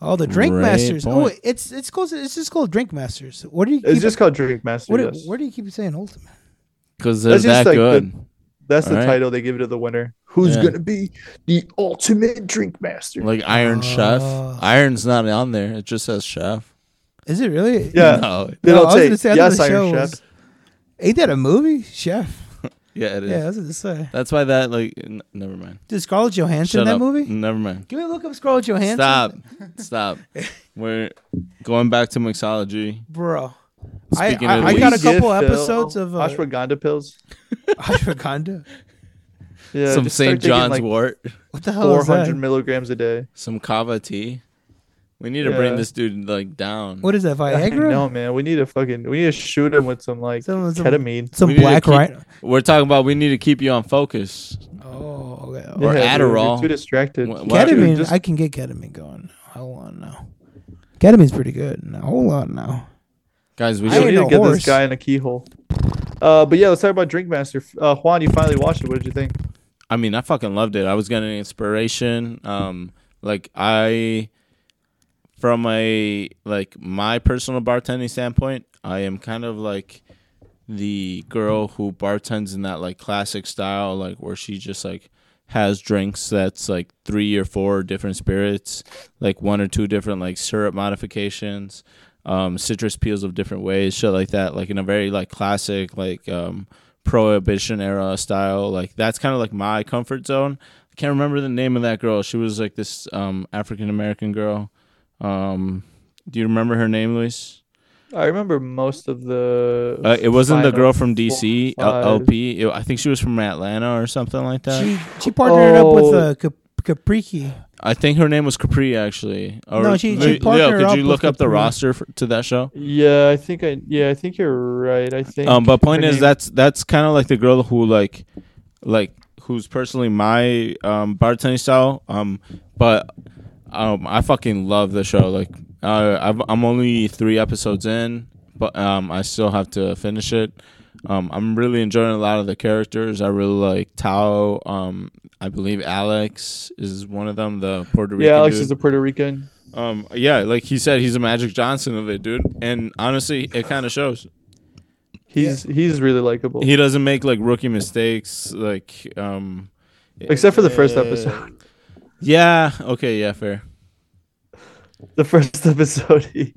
Speaker 3: Oh, the Drink
Speaker 2: Great
Speaker 3: Masters. Oh,
Speaker 2: point.
Speaker 3: wait, it's it's called it's just called Drink Masters. What do you
Speaker 5: It's
Speaker 3: keep?
Speaker 5: just called Drink Masters.
Speaker 3: what, do-
Speaker 5: yes.
Speaker 3: where do you keep saying ultimate?
Speaker 2: because they're
Speaker 5: That's just
Speaker 2: that
Speaker 5: like
Speaker 2: good.
Speaker 5: That's the
Speaker 2: Alright.
Speaker 5: title they give it to the winner.
Speaker 7: Who's
Speaker 2: Yeah.
Speaker 7: gonna be the ultimate drink master?
Speaker 2: Like Iron Chef.
Speaker 3: Oh.
Speaker 2: Iron's not on there. It just says Chef.
Speaker 3: Is it really?
Speaker 5: Yeah.
Speaker 2: No.
Speaker 5: They
Speaker 3: No,
Speaker 5: don't
Speaker 3: I was
Speaker 5: say,
Speaker 3: gonna say, I thought
Speaker 5: yes,
Speaker 3: the show
Speaker 5: Iron Chef.
Speaker 3: was- Ain't that a movie, Chef?
Speaker 2: Yeah, it is.
Speaker 3: Yeah, that's what they say.
Speaker 2: That's why that like. N- never mind.
Speaker 3: Did Scarlett Johansson
Speaker 2: Shut
Speaker 3: in that
Speaker 2: up.
Speaker 3: movie?
Speaker 2: Never mind.
Speaker 3: Can we look up Scarlett Johansson?
Speaker 2: Stop. Stop. We're going back to mixology.
Speaker 3: bro.
Speaker 2: Speaking
Speaker 3: I,
Speaker 2: of
Speaker 3: I, I got a
Speaker 2: weed.
Speaker 3: couple
Speaker 5: Give, uh,
Speaker 3: episodes of uh,
Speaker 5: ashwagandha pills.
Speaker 3: ashwagandha.
Speaker 5: Yeah,
Speaker 2: Some
Speaker 5: just start
Speaker 2: St.
Speaker 5: taking,
Speaker 2: John's
Speaker 5: like
Speaker 2: wort.
Speaker 3: What the hell is
Speaker 5: 400
Speaker 3: that?
Speaker 5: milligrams a day.
Speaker 2: Some kava tea. We need to bring
Speaker 5: Yeah.
Speaker 2: this dude like down.
Speaker 3: What is that Viagra?
Speaker 5: No, man, we need to fucking we need to shoot him with some like
Speaker 3: Some- some-
Speaker 5: ketamine.
Speaker 3: Some
Speaker 2: We need to
Speaker 3: black
Speaker 2: keep-
Speaker 3: right?
Speaker 2: We're talking about we need to keep you on focus.
Speaker 3: Oh, okay.
Speaker 2: Or
Speaker 5: dude,
Speaker 2: Adderall.
Speaker 5: You're too distracted.
Speaker 2: Wha- wha-
Speaker 5: Dude,
Speaker 3: ketamine.
Speaker 5: just-
Speaker 3: I can get ketamine going. Hold on now. Ketamine's pretty good. Now, hold on now.
Speaker 2: Guys, we
Speaker 3: I
Speaker 5: we
Speaker 3: ain't
Speaker 5: need
Speaker 2: should
Speaker 5: to
Speaker 3: no
Speaker 5: get
Speaker 3: horse.
Speaker 5: this guy in a keyhole. Uh, but yeah, let's talk about Drink Master. Uh, Juan, you finally watched it. What did you think?
Speaker 2: I mean, I fucking loved it. I was getting inspiration. Um like I from a like my personal bartending standpoint, I am kind of like the girl who bartends in that like classic style, like where she just like has drinks that's like three or four different spirits, like one or two different like syrup modifications, um, citrus peels of different ways, shit like that, like in a very like classic like um, prohibition era style. Like that's kind of like my comfort zone. I can't remember the name of that girl. She was like this um, African American girl. Um, do you remember her name, Luis?
Speaker 5: I remember most of the.
Speaker 2: Uh, it wasn't the
Speaker 5: final
Speaker 2: girl from DC,
Speaker 5: four, five.
Speaker 2: L- LP. It- I think she was from Atlanta or something like
Speaker 5: Uh,
Speaker 2: that.
Speaker 3: She she partnered up with uh, Cap- Caprici.
Speaker 2: I think her name was Capri, actually. Or,
Speaker 3: No, she- she partnered
Speaker 2: Leo, could
Speaker 3: up
Speaker 2: you
Speaker 3: with
Speaker 2: look up the
Speaker 3: Capri.
Speaker 2: roster for, to that show?
Speaker 5: Yeah, I think I. Yeah, I think you're right. I think.
Speaker 2: Um, but point
Speaker 5: her
Speaker 2: is
Speaker 5: name-
Speaker 2: that's that's kind of like the girl who like, like who's personally my um bartending style. Um, but um, I fucking love the show. Like, uh, I've, I'm only three episodes in, but um, I still have to finish it. Um, I'm really enjoying a lot of the characters. I really like Tao. Um, I believe Alex is one of them, the Puerto Rican.
Speaker 5: yeah, Alex
Speaker 2: dude.
Speaker 5: is the Puerto Rican.
Speaker 2: Um, yeah, like he said, he's a Magic Johnson of it, dude. And honestly, it kind of shows.
Speaker 5: He's he's really likable.
Speaker 2: He doesn't make like rookie mistakes, like um,
Speaker 5: Except for the first
Speaker 2: uh,
Speaker 5: episode.
Speaker 2: Yeah. Okay. Yeah. Fair.
Speaker 5: The first episode, he,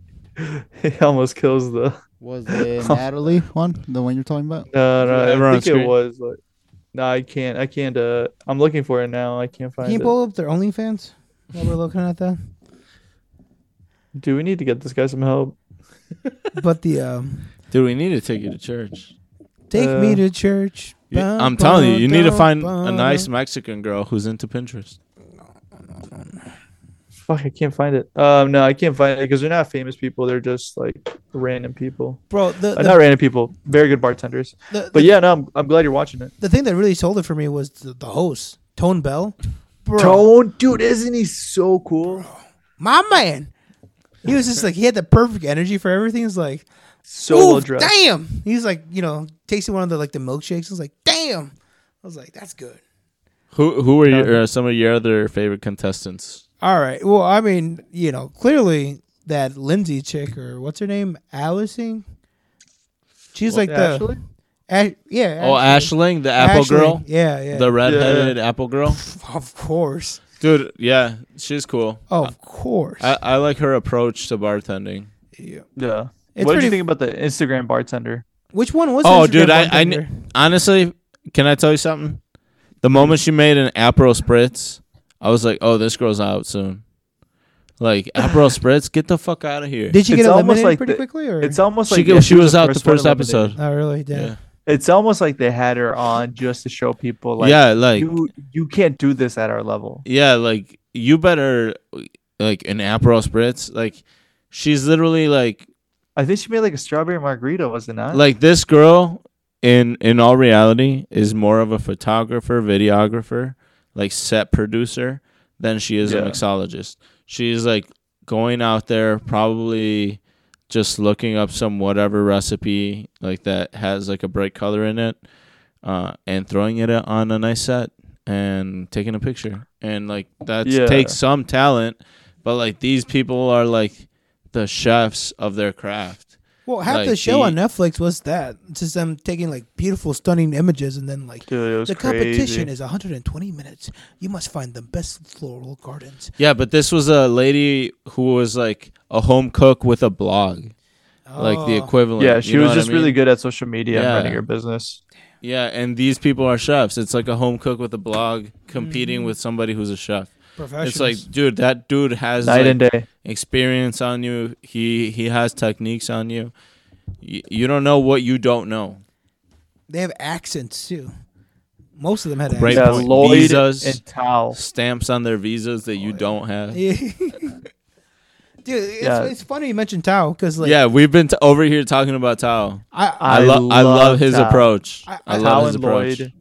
Speaker 5: he almost kills the.
Speaker 4: Was it
Speaker 5: Oh.
Speaker 4: Natalie one? The one you're talking about?
Speaker 5: No, no,
Speaker 2: Ever
Speaker 5: I
Speaker 2: on
Speaker 5: think
Speaker 2: screen?
Speaker 5: it was. Like, no, I can't. I can't. Uh, I'm looking for it now. I can't find
Speaker 3: Can you
Speaker 5: it.
Speaker 3: pull up their OnlyFans while we're looking at that?
Speaker 5: Do we need to get this guy some help?
Speaker 3: But the um,
Speaker 2: Dude, we need to take you to church.
Speaker 3: take
Speaker 5: Uh,
Speaker 3: me to church.
Speaker 2: You-
Speaker 3: Bum,
Speaker 2: I'm telling you, you need to
Speaker 3: bum,
Speaker 2: find a
Speaker 3: bum.
Speaker 2: nice Mexican girl who's into Pinterest.
Speaker 5: Fuck, I can't find it. Um, no, I can't find it because they're not famous people. They're just like random people.
Speaker 3: bro. The,
Speaker 5: Uh,
Speaker 3: the,
Speaker 5: not random people. Very good bartenders.
Speaker 3: the, the,
Speaker 5: But yeah, no, I'm, I'm glad you're watching it.
Speaker 3: the thing that really sold it for me was the, the host, Tone Bell. Bro,
Speaker 5: Tone, dude, isn't he so cool?
Speaker 3: my man. He was just like he had the perfect energy for everything. He's like,
Speaker 5: So well
Speaker 3: "Oof,
Speaker 5: dressed.
Speaker 3: damn. He's like, you know, tasting one of the like the milkshakes. I was like, damn. I was like, that's good.
Speaker 2: Who Who are your uh, some of your other favorite contestants?
Speaker 3: All right. Well, I mean, you know, clearly that Lindsay chick or what's her name, Allison. She's like the, Ash, yeah.
Speaker 2: Oh, Ashling, the Apple
Speaker 3: Ashley.
Speaker 2: girl,
Speaker 3: Yeah, yeah.
Speaker 2: the redheaded Apple girl,
Speaker 3: of course,
Speaker 2: dude. Yeah, she's cool.
Speaker 3: of course.
Speaker 2: I, I like her approach to bartending.
Speaker 5: Yeah.
Speaker 3: It's
Speaker 5: what do
Speaker 3: pretty-
Speaker 5: you think about the Instagram bartender?
Speaker 3: Which one was?
Speaker 2: Oh,
Speaker 3: Instagram
Speaker 2: dude, I, I
Speaker 3: bartender?
Speaker 2: kn- honestly, can I tell you something? The moment she made an Aperol Spritz, I was like, oh, this girl's out soon. Like Aperol Spritz, get the fuck out of here.
Speaker 3: did she
Speaker 5: It's
Speaker 3: get
Speaker 5: almost
Speaker 3: eliminated
Speaker 5: like
Speaker 3: pretty
Speaker 5: the-
Speaker 3: quickly, or
Speaker 5: It's almost
Speaker 2: she
Speaker 5: like
Speaker 2: go-
Speaker 5: yeah,
Speaker 2: she was out the
Speaker 5: one
Speaker 2: first
Speaker 5: eliminated.
Speaker 2: episode.
Speaker 3: not really? Damn.
Speaker 2: Yeah.
Speaker 5: It's almost like they had her on just to show people like
Speaker 2: yeah, like
Speaker 5: you you can't do this at our level.
Speaker 2: yeah, like you better like an Aperol Spritz. Like she's literally like
Speaker 5: I think she made like a strawberry margarita, was it not?
Speaker 2: like this girl in in all reality is more of a photographer videographer like set producer than she is a
Speaker 5: Yeah.
Speaker 2: mixologist she's like going out there probably just looking up some whatever recipe like that has like a bright color in it uh, and throwing it on a nice set and taking a picture and like that
Speaker 5: Yeah.
Speaker 2: takes some talent but like these people are like the chefs of their craft
Speaker 3: Well, half the
Speaker 2: Like,
Speaker 3: show
Speaker 2: the-
Speaker 3: on Netflix was that it's just them taking like beautiful, stunning images, and then like
Speaker 5: Dude, it was
Speaker 3: the competition
Speaker 5: crazy.
Speaker 3: is 120 minutes. You must find the best floral gardens.
Speaker 2: Yeah, but this was a lady who was like a home cook with a blog, like the
Speaker 3: Oh.
Speaker 2: equivalent.
Speaker 5: yeah, she
Speaker 2: you know
Speaker 5: was
Speaker 2: what I
Speaker 5: just really
Speaker 2: mean?
Speaker 5: good at social media and
Speaker 2: Yeah.
Speaker 5: running her business.
Speaker 2: Yeah, and these people are chefs. It's like a home cook with a blog competing with somebody who's a chef.
Speaker 3: professionals.
Speaker 2: It's like, dude, that dude has
Speaker 5: Night
Speaker 2: like,
Speaker 5: and day.
Speaker 2: experience on you. He he has techniques on you. Y- you don't know what you don't know.
Speaker 3: they have accents too. Most of them had
Speaker 2: Great
Speaker 3: accents.
Speaker 5: Yeah,
Speaker 2: point.
Speaker 5: Lloyd
Speaker 2: Visas.
Speaker 5: and Tal.
Speaker 2: Stamps on their visas that you don't have. Yeah,
Speaker 3: Yeah. Dude, it's,
Speaker 5: Yeah.
Speaker 3: it's funny you mentioned Tao because like
Speaker 2: we've been t- over here talking about Tao.
Speaker 3: I,
Speaker 2: I, lo- I love his
Speaker 5: Tal.
Speaker 2: approach.
Speaker 3: I-
Speaker 2: I,
Speaker 3: I-
Speaker 2: love
Speaker 5: Tal
Speaker 2: his
Speaker 5: and
Speaker 2: approach.
Speaker 5: Lloyd.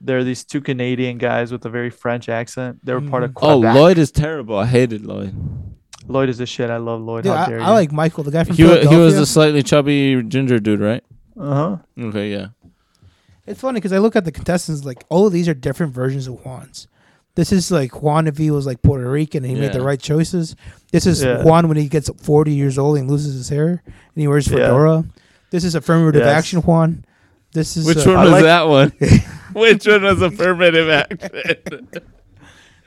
Speaker 5: They're these two Canadian guys with a very French accent. They were part of
Speaker 2: Oh,
Speaker 5: Quebec.
Speaker 2: Lloyd is terrible. I hated Lloyd.
Speaker 5: Lloyd is a shit. I love Lloyd.
Speaker 3: dude,
Speaker 5: How
Speaker 3: I,
Speaker 5: dare
Speaker 3: I
Speaker 5: you.
Speaker 3: like Michael, the guy from
Speaker 2: He, wa- he was
Speaker 3: Philadelphia.
Speaker 2: the slightly chubby ginger dude, right?
Speaker 5: Uh huh.
Speaker 2: Okay, yeah.
Speaker 3: It's funny because I look at the contestants like all of these are different versions of Juan's. This is like Juan if he was like Puerto Rican and he made the
Speaker 2: Yeah.
Speaker 3: right choices. This is
Speaker 5: Yeah.
Speaker 3: Juan when he gets forty years old and loses his hair and he wears
Speaker 5: Yeah.
Speaker 3: fedora. This is affirmative
Speaker 5: Yes.
Speaker 3: action Juan. This is
Speaker 2: Which
Speaker 3: uh,
Speaker 2: one was
Speaker 5: like-
Speaker 2: that one? Which one was affirmative action?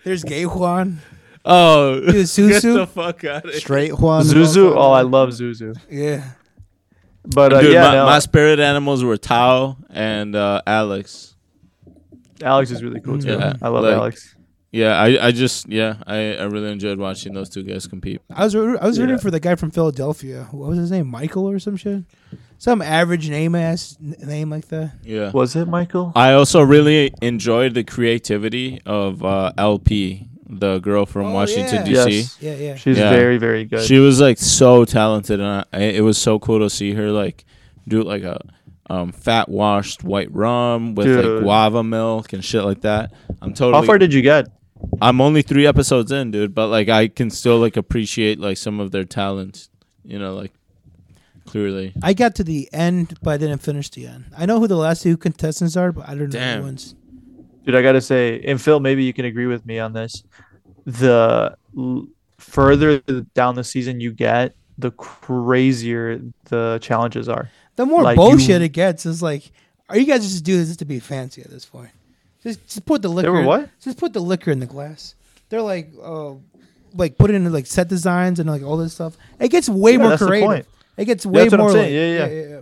Speaker 3: There's gay Juan.
Speaker 2: Oh,
Speaker 3: Dude,
Speaker 2: get
Speaker 3: Susu?
Speaker 2: the fuck out of here.
Speaker 4: Straight Juan.
Speaker 5: Zuzu. Oh, I love Zuzu.
Speaker 3: Yeah.
Speaker 5: But uh,
Speaker 2: Dude,
Speaker 5: yeah,
Speaker 2: my,
Speaker 5: no,
Speaker 2: my spirit animals were Tao and uh, Alex.
Speaker 5: Alex is really cool too.
Speaker 2: Yeah,
Speaker 5: I love
Speaker 2: like-
Speaker 5: Alex.
Speaker 2: Yeah, I, I just, yeah, I, I really enjoyed watching those two guys compete.
Speaker 3: I was I was rooting
Speaker 5: Yeah.
Speaker 3: for the guy from Philadelphia. What was his name? Michael or some shit. Some average name ass n- name like that.
Speaker 2: Yeah.
Speaker 5: Was it Michael?
Speaker 2: I also really enjoyed the creativity of uh, LP, the girl from
Speaker 3: Oh,
Speaker 2: Washington,
Speaker 3: yeah.
Speaker 2: D.C.
Speaker 5: Yes.
Speaker 3: Yeah, yeah.
Speaker 5: She's
Speaker 2: Yeah.
Speaker 5: very, very good.
Speaker 2: She was like so talented, and I, it was so cool to see her like do like a um, fat washed white rum with
Speaker 5: Dude.
Speaker 2: like guava milk and shit like that. I'm totally.
Speaker 5: How far did you get?
Speaker 2: I'm only three episodes in, dude, but like I can still like appreciate like some of their talent. You know, like clearly.
Speaker 3: I got to the end, but I didn't finish the end. I know who the last two contestants are, but I don't know
Speaker 2: Damn.
Speaker 3: who ones.
Speaker 5: dude i gotta say and phil maybe you can agree with me on this the l- further down the season you get the crazier the challenges are
Speaker 3: The more
Speaker 5: Like,
Speaker 3: bullshit
Speaker 5: you-
Speaker 3: it gets, it's like, are you guys just doing this to be fancy at this point? Just, just put the liquor.
Speaker 5: were what?
Speaker 3: Just put the liquor in the glass. They're like, uh, like put it in like set designs and like all this stuff. It gets way more
Speaker 5: that's the
Speaker 3: creative.
Speaker 5: point.
Speaker 3: It gets way
Speaker 5: that's what I'm
Speaker 3: more. Like,
Speaker 5: saying. Yeah, yeah,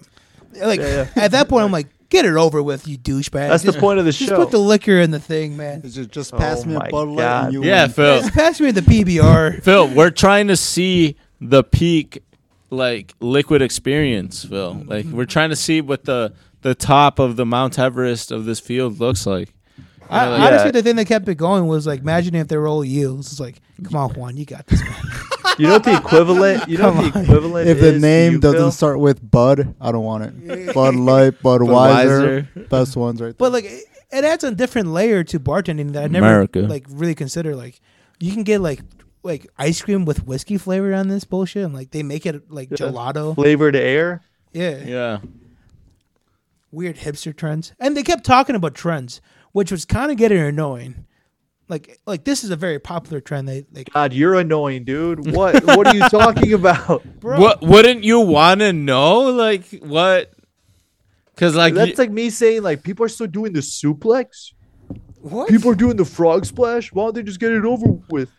Speaker 3: yeah. Like at that point, I'm like, get it over with, you douchebag.
Speaker 5: that's the
Speaker 3: Just-
Speaker 5: point of the
Speaker 3: Just
Speaker 5: show
Speaker 3: put the liquor in the thing, man.
Speaker 4: Just, just pass
Speaker 5: Oh
Speaker 4: me a
Speaker 5: my
Speaker 4: Bud Light
Speaker 5: God.
Speaker 4: and you
Speaker 2: Yeah,
Speaker 4: win.
Speaker 2: Phil.
Speaker 3: Just pass me the PBR.
Speaker 2: Phil, we're trying to see the peak, like liquid experience, Phil. Like we're trying to see what the the top of the Mount Everest of this field looks like.
Speaker 3: I,
Speaker 2: Yeah, like-
Speaker 3: honestly, the thing that kept it going was like, imagine if they were all you. It's like, come on, Juan, you got this. Man.
Speaker 5: you know what the equivalent you know what the equivalent
Speaker 4: If
Speaker 5: is
Speaker 4: the
Speaker 5: to
Speaker 4: name
Speaker 5: you,
Speaker 4: doesn't
Speaker 5: Phil?
Speaker 4: start with Bud, I don't want it. Bud Light, Budweiser, best ones right there.
Speaker 3: But like, it, it adds a different layer to bartending that I never
Speaker 2: America.
Speaker 3: like really consider. Like, you can get like like ice cream with whiskey flavor on this bullshit, and like they make it like gelato.
Speaker 5: flavored air
Speaker 3: Yeah.
Speaker 2: Yeah.
Speaker 3: weird hipster trends, and they kept talking about trends, which was kind of getting annoying. Like like this is a very popular trend. They like
Speaker 5: God, you're annoying, dude. What what are you talking about?
Speaker 3: bro.
Speaker 2: What wouldn't you want to know? Like what? Because like you-
Speaker 5: That's like me saying like people are still doing the suplex.
Speaker 3: What?
Speaker 5: People are doing the frog splash. Why don't they just get it over with?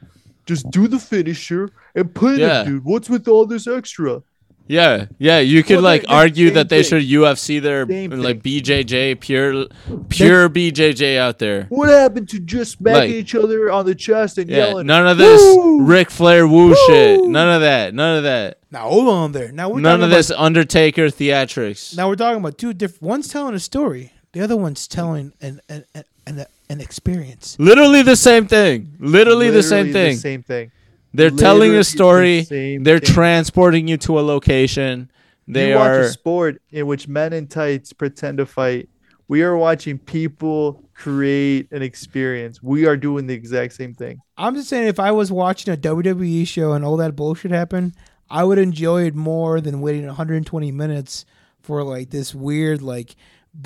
Speaker 5: Just do the finisher and pin
Speaker 2: Yeah.
Speaker 5: it, dude. What's with all this extra?
Speaker 2: yeah, yeah. You could
Speaker 5: Well,
Speaker 2: like
Speaker 5: they're- they're
Speaker 2: argue
Speaker 5: same
Speaker 2: that they
Speaker 5: thing.
Speaker 2: should UFC their
Speaker 5: Same
Speaker 2: like BJJ pure pure BJJ out there.
Speaker 5: What happened to just smacking
Speaker 2: Like-
Speaker 5: each other on the chest and
Speaker 2: Yeah,
Speaker 5: yelling?
Speaker 2: none of this
Speaker 3: Woo!
Speaker 2: Ric Flair woo shit. None of that. None of that.
Speaker 3: Now hold on there. Now we're
Speaker 2: None
Speaker 3: talking
Speaker 2: of this Undertaker theatrics.
Speaker 3: About, now we're talking about two different. One's telling a story. The other one's telling an an an, an, an experience.
Speaker 2: Literally the same thing. Literally, the
Speaker 5: Literally
Speaker 2: same thing.
Speaker 5: same thing.
Speaker 2: They're telling
Speaker 5: Literally
Speaker 2: a
Speaker 5: the
Speaker 2: story.
Speaker 5: same
Speaker 2: They're
Speaker 5: thing.
Speaker 2: transporting you to a location. They
Speaker 5: you
Speaker 2: are
Speaker 5: watch a sport in which men in tights pretend to fight. We are watching people create an experience. We are doing the exact same thing.
Speaker 3: I'm just saying, if I was watching a WWE show and all that bullshit happened, I would enjoy it more than waiting 120 minutes for like this weird like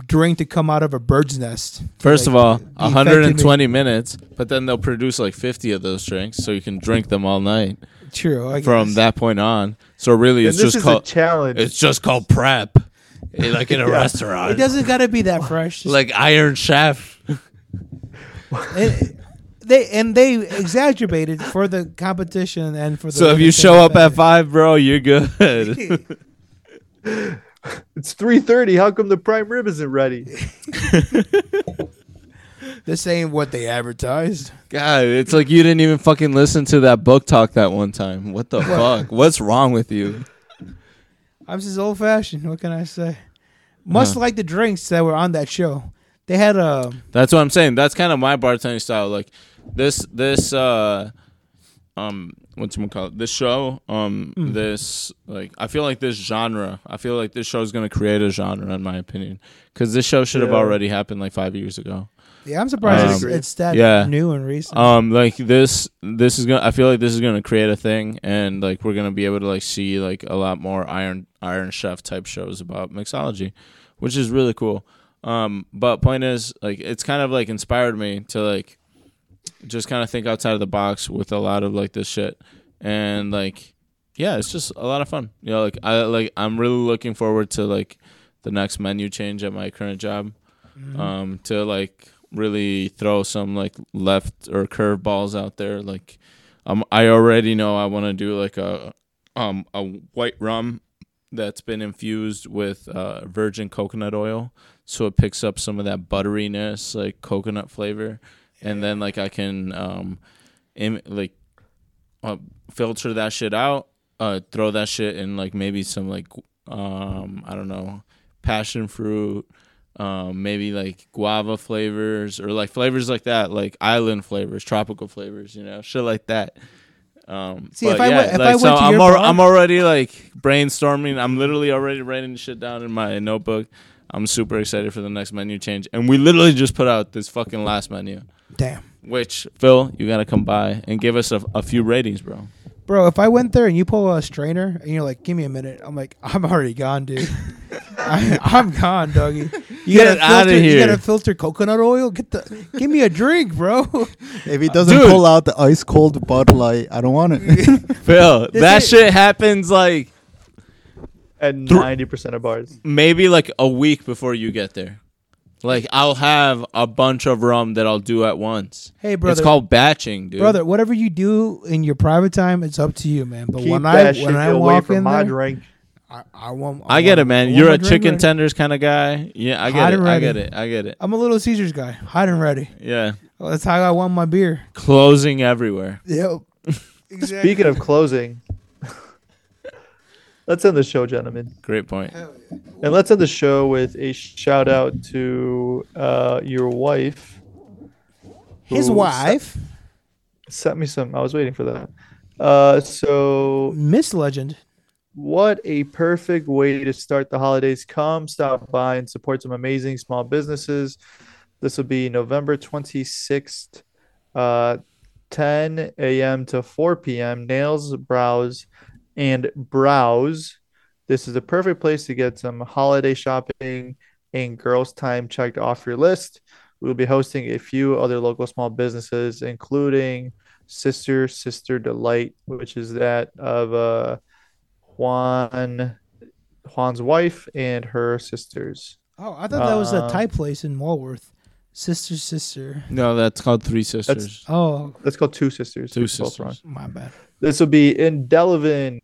Speaker 3: drink to come out of a bird's nest. to,
Speaker 2: First
Speaker 3: like,
Speaker 2: of all,
Speaker 3: be fed to me.
Speaker 2: 120 minutes, but then they'll produce like 50 of those drinks, so you can drink them all night
Speaker 3: True. I
Speaker 2: from
Speaker 3: guess.
Speaker 2: that point on. So really, it's
Speaker 5: and this
Speaker 2: just
Speaker 5: is a
Speaker 2: called
Speaker 5: challenge.
Speaker 2: it's just called prep, Eh, like in a
Speaker 3: It
Speaker 2: restaurant,
Speaker 3: doesn't got to be that fresh. Just-
Speaker 2: like Iron Chef.
Speaker 3: it- they and they exacerbated for the competition and for the.
Speaker 2: So if you show up at five, bro, you're good.
Speaker 5: It's 3:30. How come the prime rib isn't ready?
Speaker 3: this ain't what they advertised.
Speaker 2: God, it's like you didn't even fucking listen to that book talk that one time. What the fuck? What's wrong with you?
Speaker 3: I'm just old fashioned. What can I say? Much like the drinks that were on that show, they had um, a.
Speaker 2: That's what I'm saying. That's kind of my bartending style. Like this, this, uh, um, what's it called? This show, um, this, like, I feel like this genre. I feel like this show is gonna create a genre, in my opinion, because this show should have
Speaker 5: Yeah.
Speaker 2: already happened like five years ago.
Speaker 3: Yeah, I'm surprised
Speaker 2: Um,
Speaker 3: it's, it's that
Speaker 2: yeah.
Speaker 3: new and recent.
Speaker 2: Um, like this, this is gonna. I feel like this is gonna create a thing, and like we're gonna be able to like see like a lot more Iron Iron Chef type shows about mixology, which is really cool. Um, but point is, like, it's kind of like inspired me to like just kind of think outside of the box with a lot of like this shit, and like, yeah, it's just a lot of fun. You know, like I like I'm really looking forward to like the next menu change at my current job um, to like really throw some like left or curve balls out there. Like, um, I already know I want to do like a um a white rum that's been infused with uh, virgin coconut oil, so it picks up some of that butteriness, like coconut flavor, and then like I can um, Im- like uh, filter that shit out, uh, throw that shit in like maybe some like um I don't know passion fruit, um maybe like guava flavors or like flavors like that, like island flavors, tropical flavors, you know, shit like that. Um,
Speaker 3: See, if
Speaker 2: but
Speaker 3: I
Speaker 2: yeah,
Speaker 3: went- if
Speaker 2: like,
Speaker 3: I
Speaker 2: so
Speaker 3: went to
Speaker 2: I'm,
Speaker 3: your
Speaker 2: al-
Speaker 3: bar-
Speaker 2: I'm already like brainstorming. I'm literally already writing shit down in my notebook. I'm super excited for the next menu change, and we literally just put out this fucking last menu.
Speaker 3: Damn.
Speaker 2: Which Phil, you gotta come by and give us a, a few ratings, bro.
Speaker 3: Bro, if I went there and you pull a strainer and you're like, give me a minute, I'm like, I'm already gone, dude. I, I'm gone, doggy. You
Speaker 2: Get
Speaker 3: gotta
Speaker 2: outta
Speaker 3: filter, You
Speaker 2: here.
Speaker 3: gotta filter coconut oil. Get the, give me a drink, bro.
Speaker 4: If he doesn't
Speaker 2: Dude.
Speaker 4: pull out the ice cold Bud Light, I don't want it.
Speaker 2: Phil, that
Speaker 3: it.
Speaker 2: shit happens like
Speaker 5: At 90% of bars.
Speaker 2: maybe like a week before you get there. Like I'll have a bunch of rum that I'll do at once.
Speaker 3: Hey, brother.
Speaker 2: It's called batching, dude.
Speaker 3: Brother, whatever you do in your private time, it's up to you, man. But
Speaker 5: Keep
Speaker 3: when
Speaker 5: that
Speaker 3: I
Speaker 5: shit
Speaker 3: when I
Speaker 5: away
Speaker 3: walk
Speaker 5: from
Speaker 3: in
Speaker 5: my
Speaker 3: there,
Speaker 5: drink.
Speaker 3: I, I want.
Speaker 2: I get
Speaker 3: want-
Speaker 2: it, man.
Speaker 3: I want
Speaker 2: You're
Speaker 3: my
Speaker 2: a
Speaker 3: drink
Speaker 2: chicken
Speaker 3: ready.
Speaker 2: tenders kind of guy. Yeah, I get
Speaker 3: Hot
Speaker 2: it.
Speaker 3: and
Speaker 2: I
Speaker 3: ready. Oh.
Speaker 2: get it. I get it.
Speaker 3: I'm a little Caesars guy, hot and ready. Oh,
Speaker 2: Yeah,
Speaker 3: That's how I want my beer.
Speaker 2: closing everywhere.
Speaker 3: Yep. exactly.
Speaker 5: Speaking of closing, let's end the show, gentlemen.
Speaker 2: Great point.
Speaker 3: Oh.
Speaker 5: And let's end the show with a shout out to uh, your wife.
Speaker 3: His
Speaker 5: who
Speaker 3: wife,
Speaker 5: Sent, sent me some. I was waiting for that. Uh, so,
Speaker 3: Miss Legend.
Speaker 5: what a perfect way to start the holidays. Come stop by and support some amazing small businesses. This will be November 26th, uh, 10 a.m. to 4 p.m. Nails, brows, and brows. This is the perfect place to get some holiday shopping and girls' time checked off your list. We will be hosting a few other local small businesses, including Sister Sister Delight, which is that of uh, Juan Juan's wife and her sisters.
Speaker 3: Oh, I thought that was a
Speaker 5: Uh,
Speaker 3: Thai place in Walworth. Sister, sister.
Speaker 2: No, that's called Three Sisters.
Speaker 3: Oh,
Speaker 5: Let's call two sisters.
Speaker 2: Two
Speaker 5: It's both wrong.
Speaker 2: Sisters.
Speaker 3: my bad.
Speaker 5: This will be in Delavan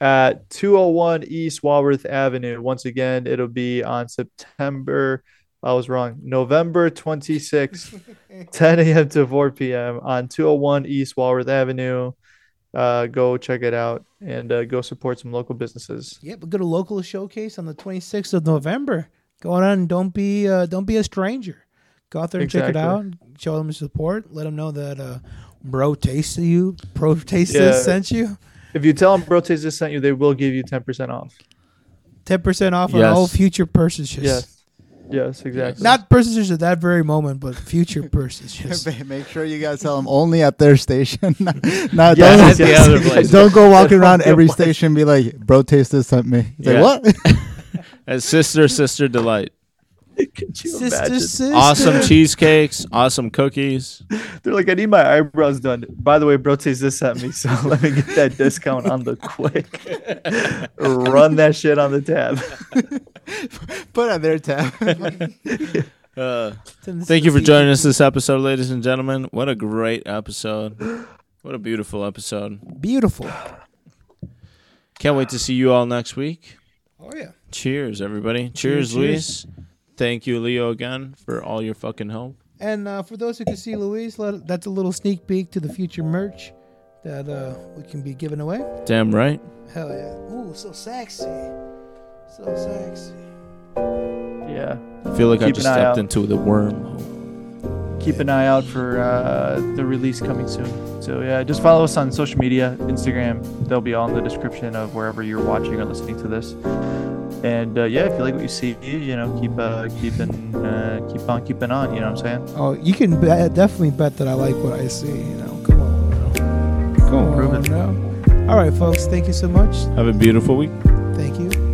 Speaker 5: at 201 East Walworth Avenue. Once again, it'll be on September, I was wrong, November 26th, 10 a.m. to 4 p.m. on 201 East Walworth Avenue. Uh, go check it out and uh, go support some local businesses.
Speaker 3: Yep, we go to local showcase on the 26th of November. Go on and don't be uh, don't be a stranger. Go out there and check it
Speaker 5: Exactly.
Speaker 3: out. Show them support. Let them know that uh, bro tastes you. Pro tastes
Speaker 5: Yeah.
Speaker 3: sent you.
Speaker 5: If you tell them Brotes just sent you, they will give you 10% off.
Speaker 3: Ten percent off on
Speaker 2: Yes.
Speaker 3: all future purchases.
Speaker 5: Yes. Yes, exactly.
Speaker 3: Not purchases at that very moment, but future purchases.
Speaker 4: Make sure you guys tell them only at their station. not not-
Speaker 5: Yeah,
Speaker 4: don't,
Speaker 5: that's the other place.
Speaker 4: don't go walking around
Speaker 5: Don't
Speaker 4: every
Speaker 5: go-
Speaker 4: station and be like, bro, taste this sent me. It's
Speaker 2: Yeah.
Speaker 4: Like, what?
Speaker 2: That's Sister Sister Delight.
Speaker 5: Could you
Speaker 3: sister,
Speaker 5: imagine?
Speaker 3: sister.
Speaker 2: Awesome cheesecakes, awesome cookies.
Speaker 5: They're like, I need my eyebrows done. By the way, bro tastes this at me, so let me get that discount on the quick. Run that shit on the tab.
Speaker 4: Put on their tab.
Speaker 2: Uh, Thank you for joining us this episode, ladies and gentlemen. What a great episode. What a beautiful episode.
Speaker 3: Beautiful.
Speaker 2: Can't wait to see you all next week.
Speaker 3: Oh yeah.
Speaker 2: Cheers, everybody. Cheers,
Speaker 3: cheers.
Speaker 2: Luis. Thank you, Leo, again for all your fucking help.
Speaker 3: And uh, for those who can see Luis, let, that's a little sneak peek to the future merch that uh, we can be giving away.
Speaker 2: Damn right.
Speaker 3: Hell yeah. Ooh, so sexy. So sexy.
Speaker 5: Yeah.
Speaker 2: I feel like I
Speaker 5: Keep
Speaker 2: just
Speaker 5: an eye
Speaker 2: stepped
Speaker 5: out.
Speaker 2: into the wormhole.
Speaker 5: Keep an eye out for uh, the release coming soon. So, yeah, just follow us on social media Instagram. They'll be all in the description of wherever you're watching or listening to this. And uh, yeah, if you like what you see, you know, keep uh, keeping uh, keep on keeping on. You know what I'm saying?
Speaker 3: Oh, you can bet, definitely bet that I like what I see. You know, come on. Now. Come on.
Speaker 5: Prove it.
Speaker 3: Now. All right, folks. Thank you so much.
Speaker 2: Have a beautiful week.
Speaker 3: Thank you.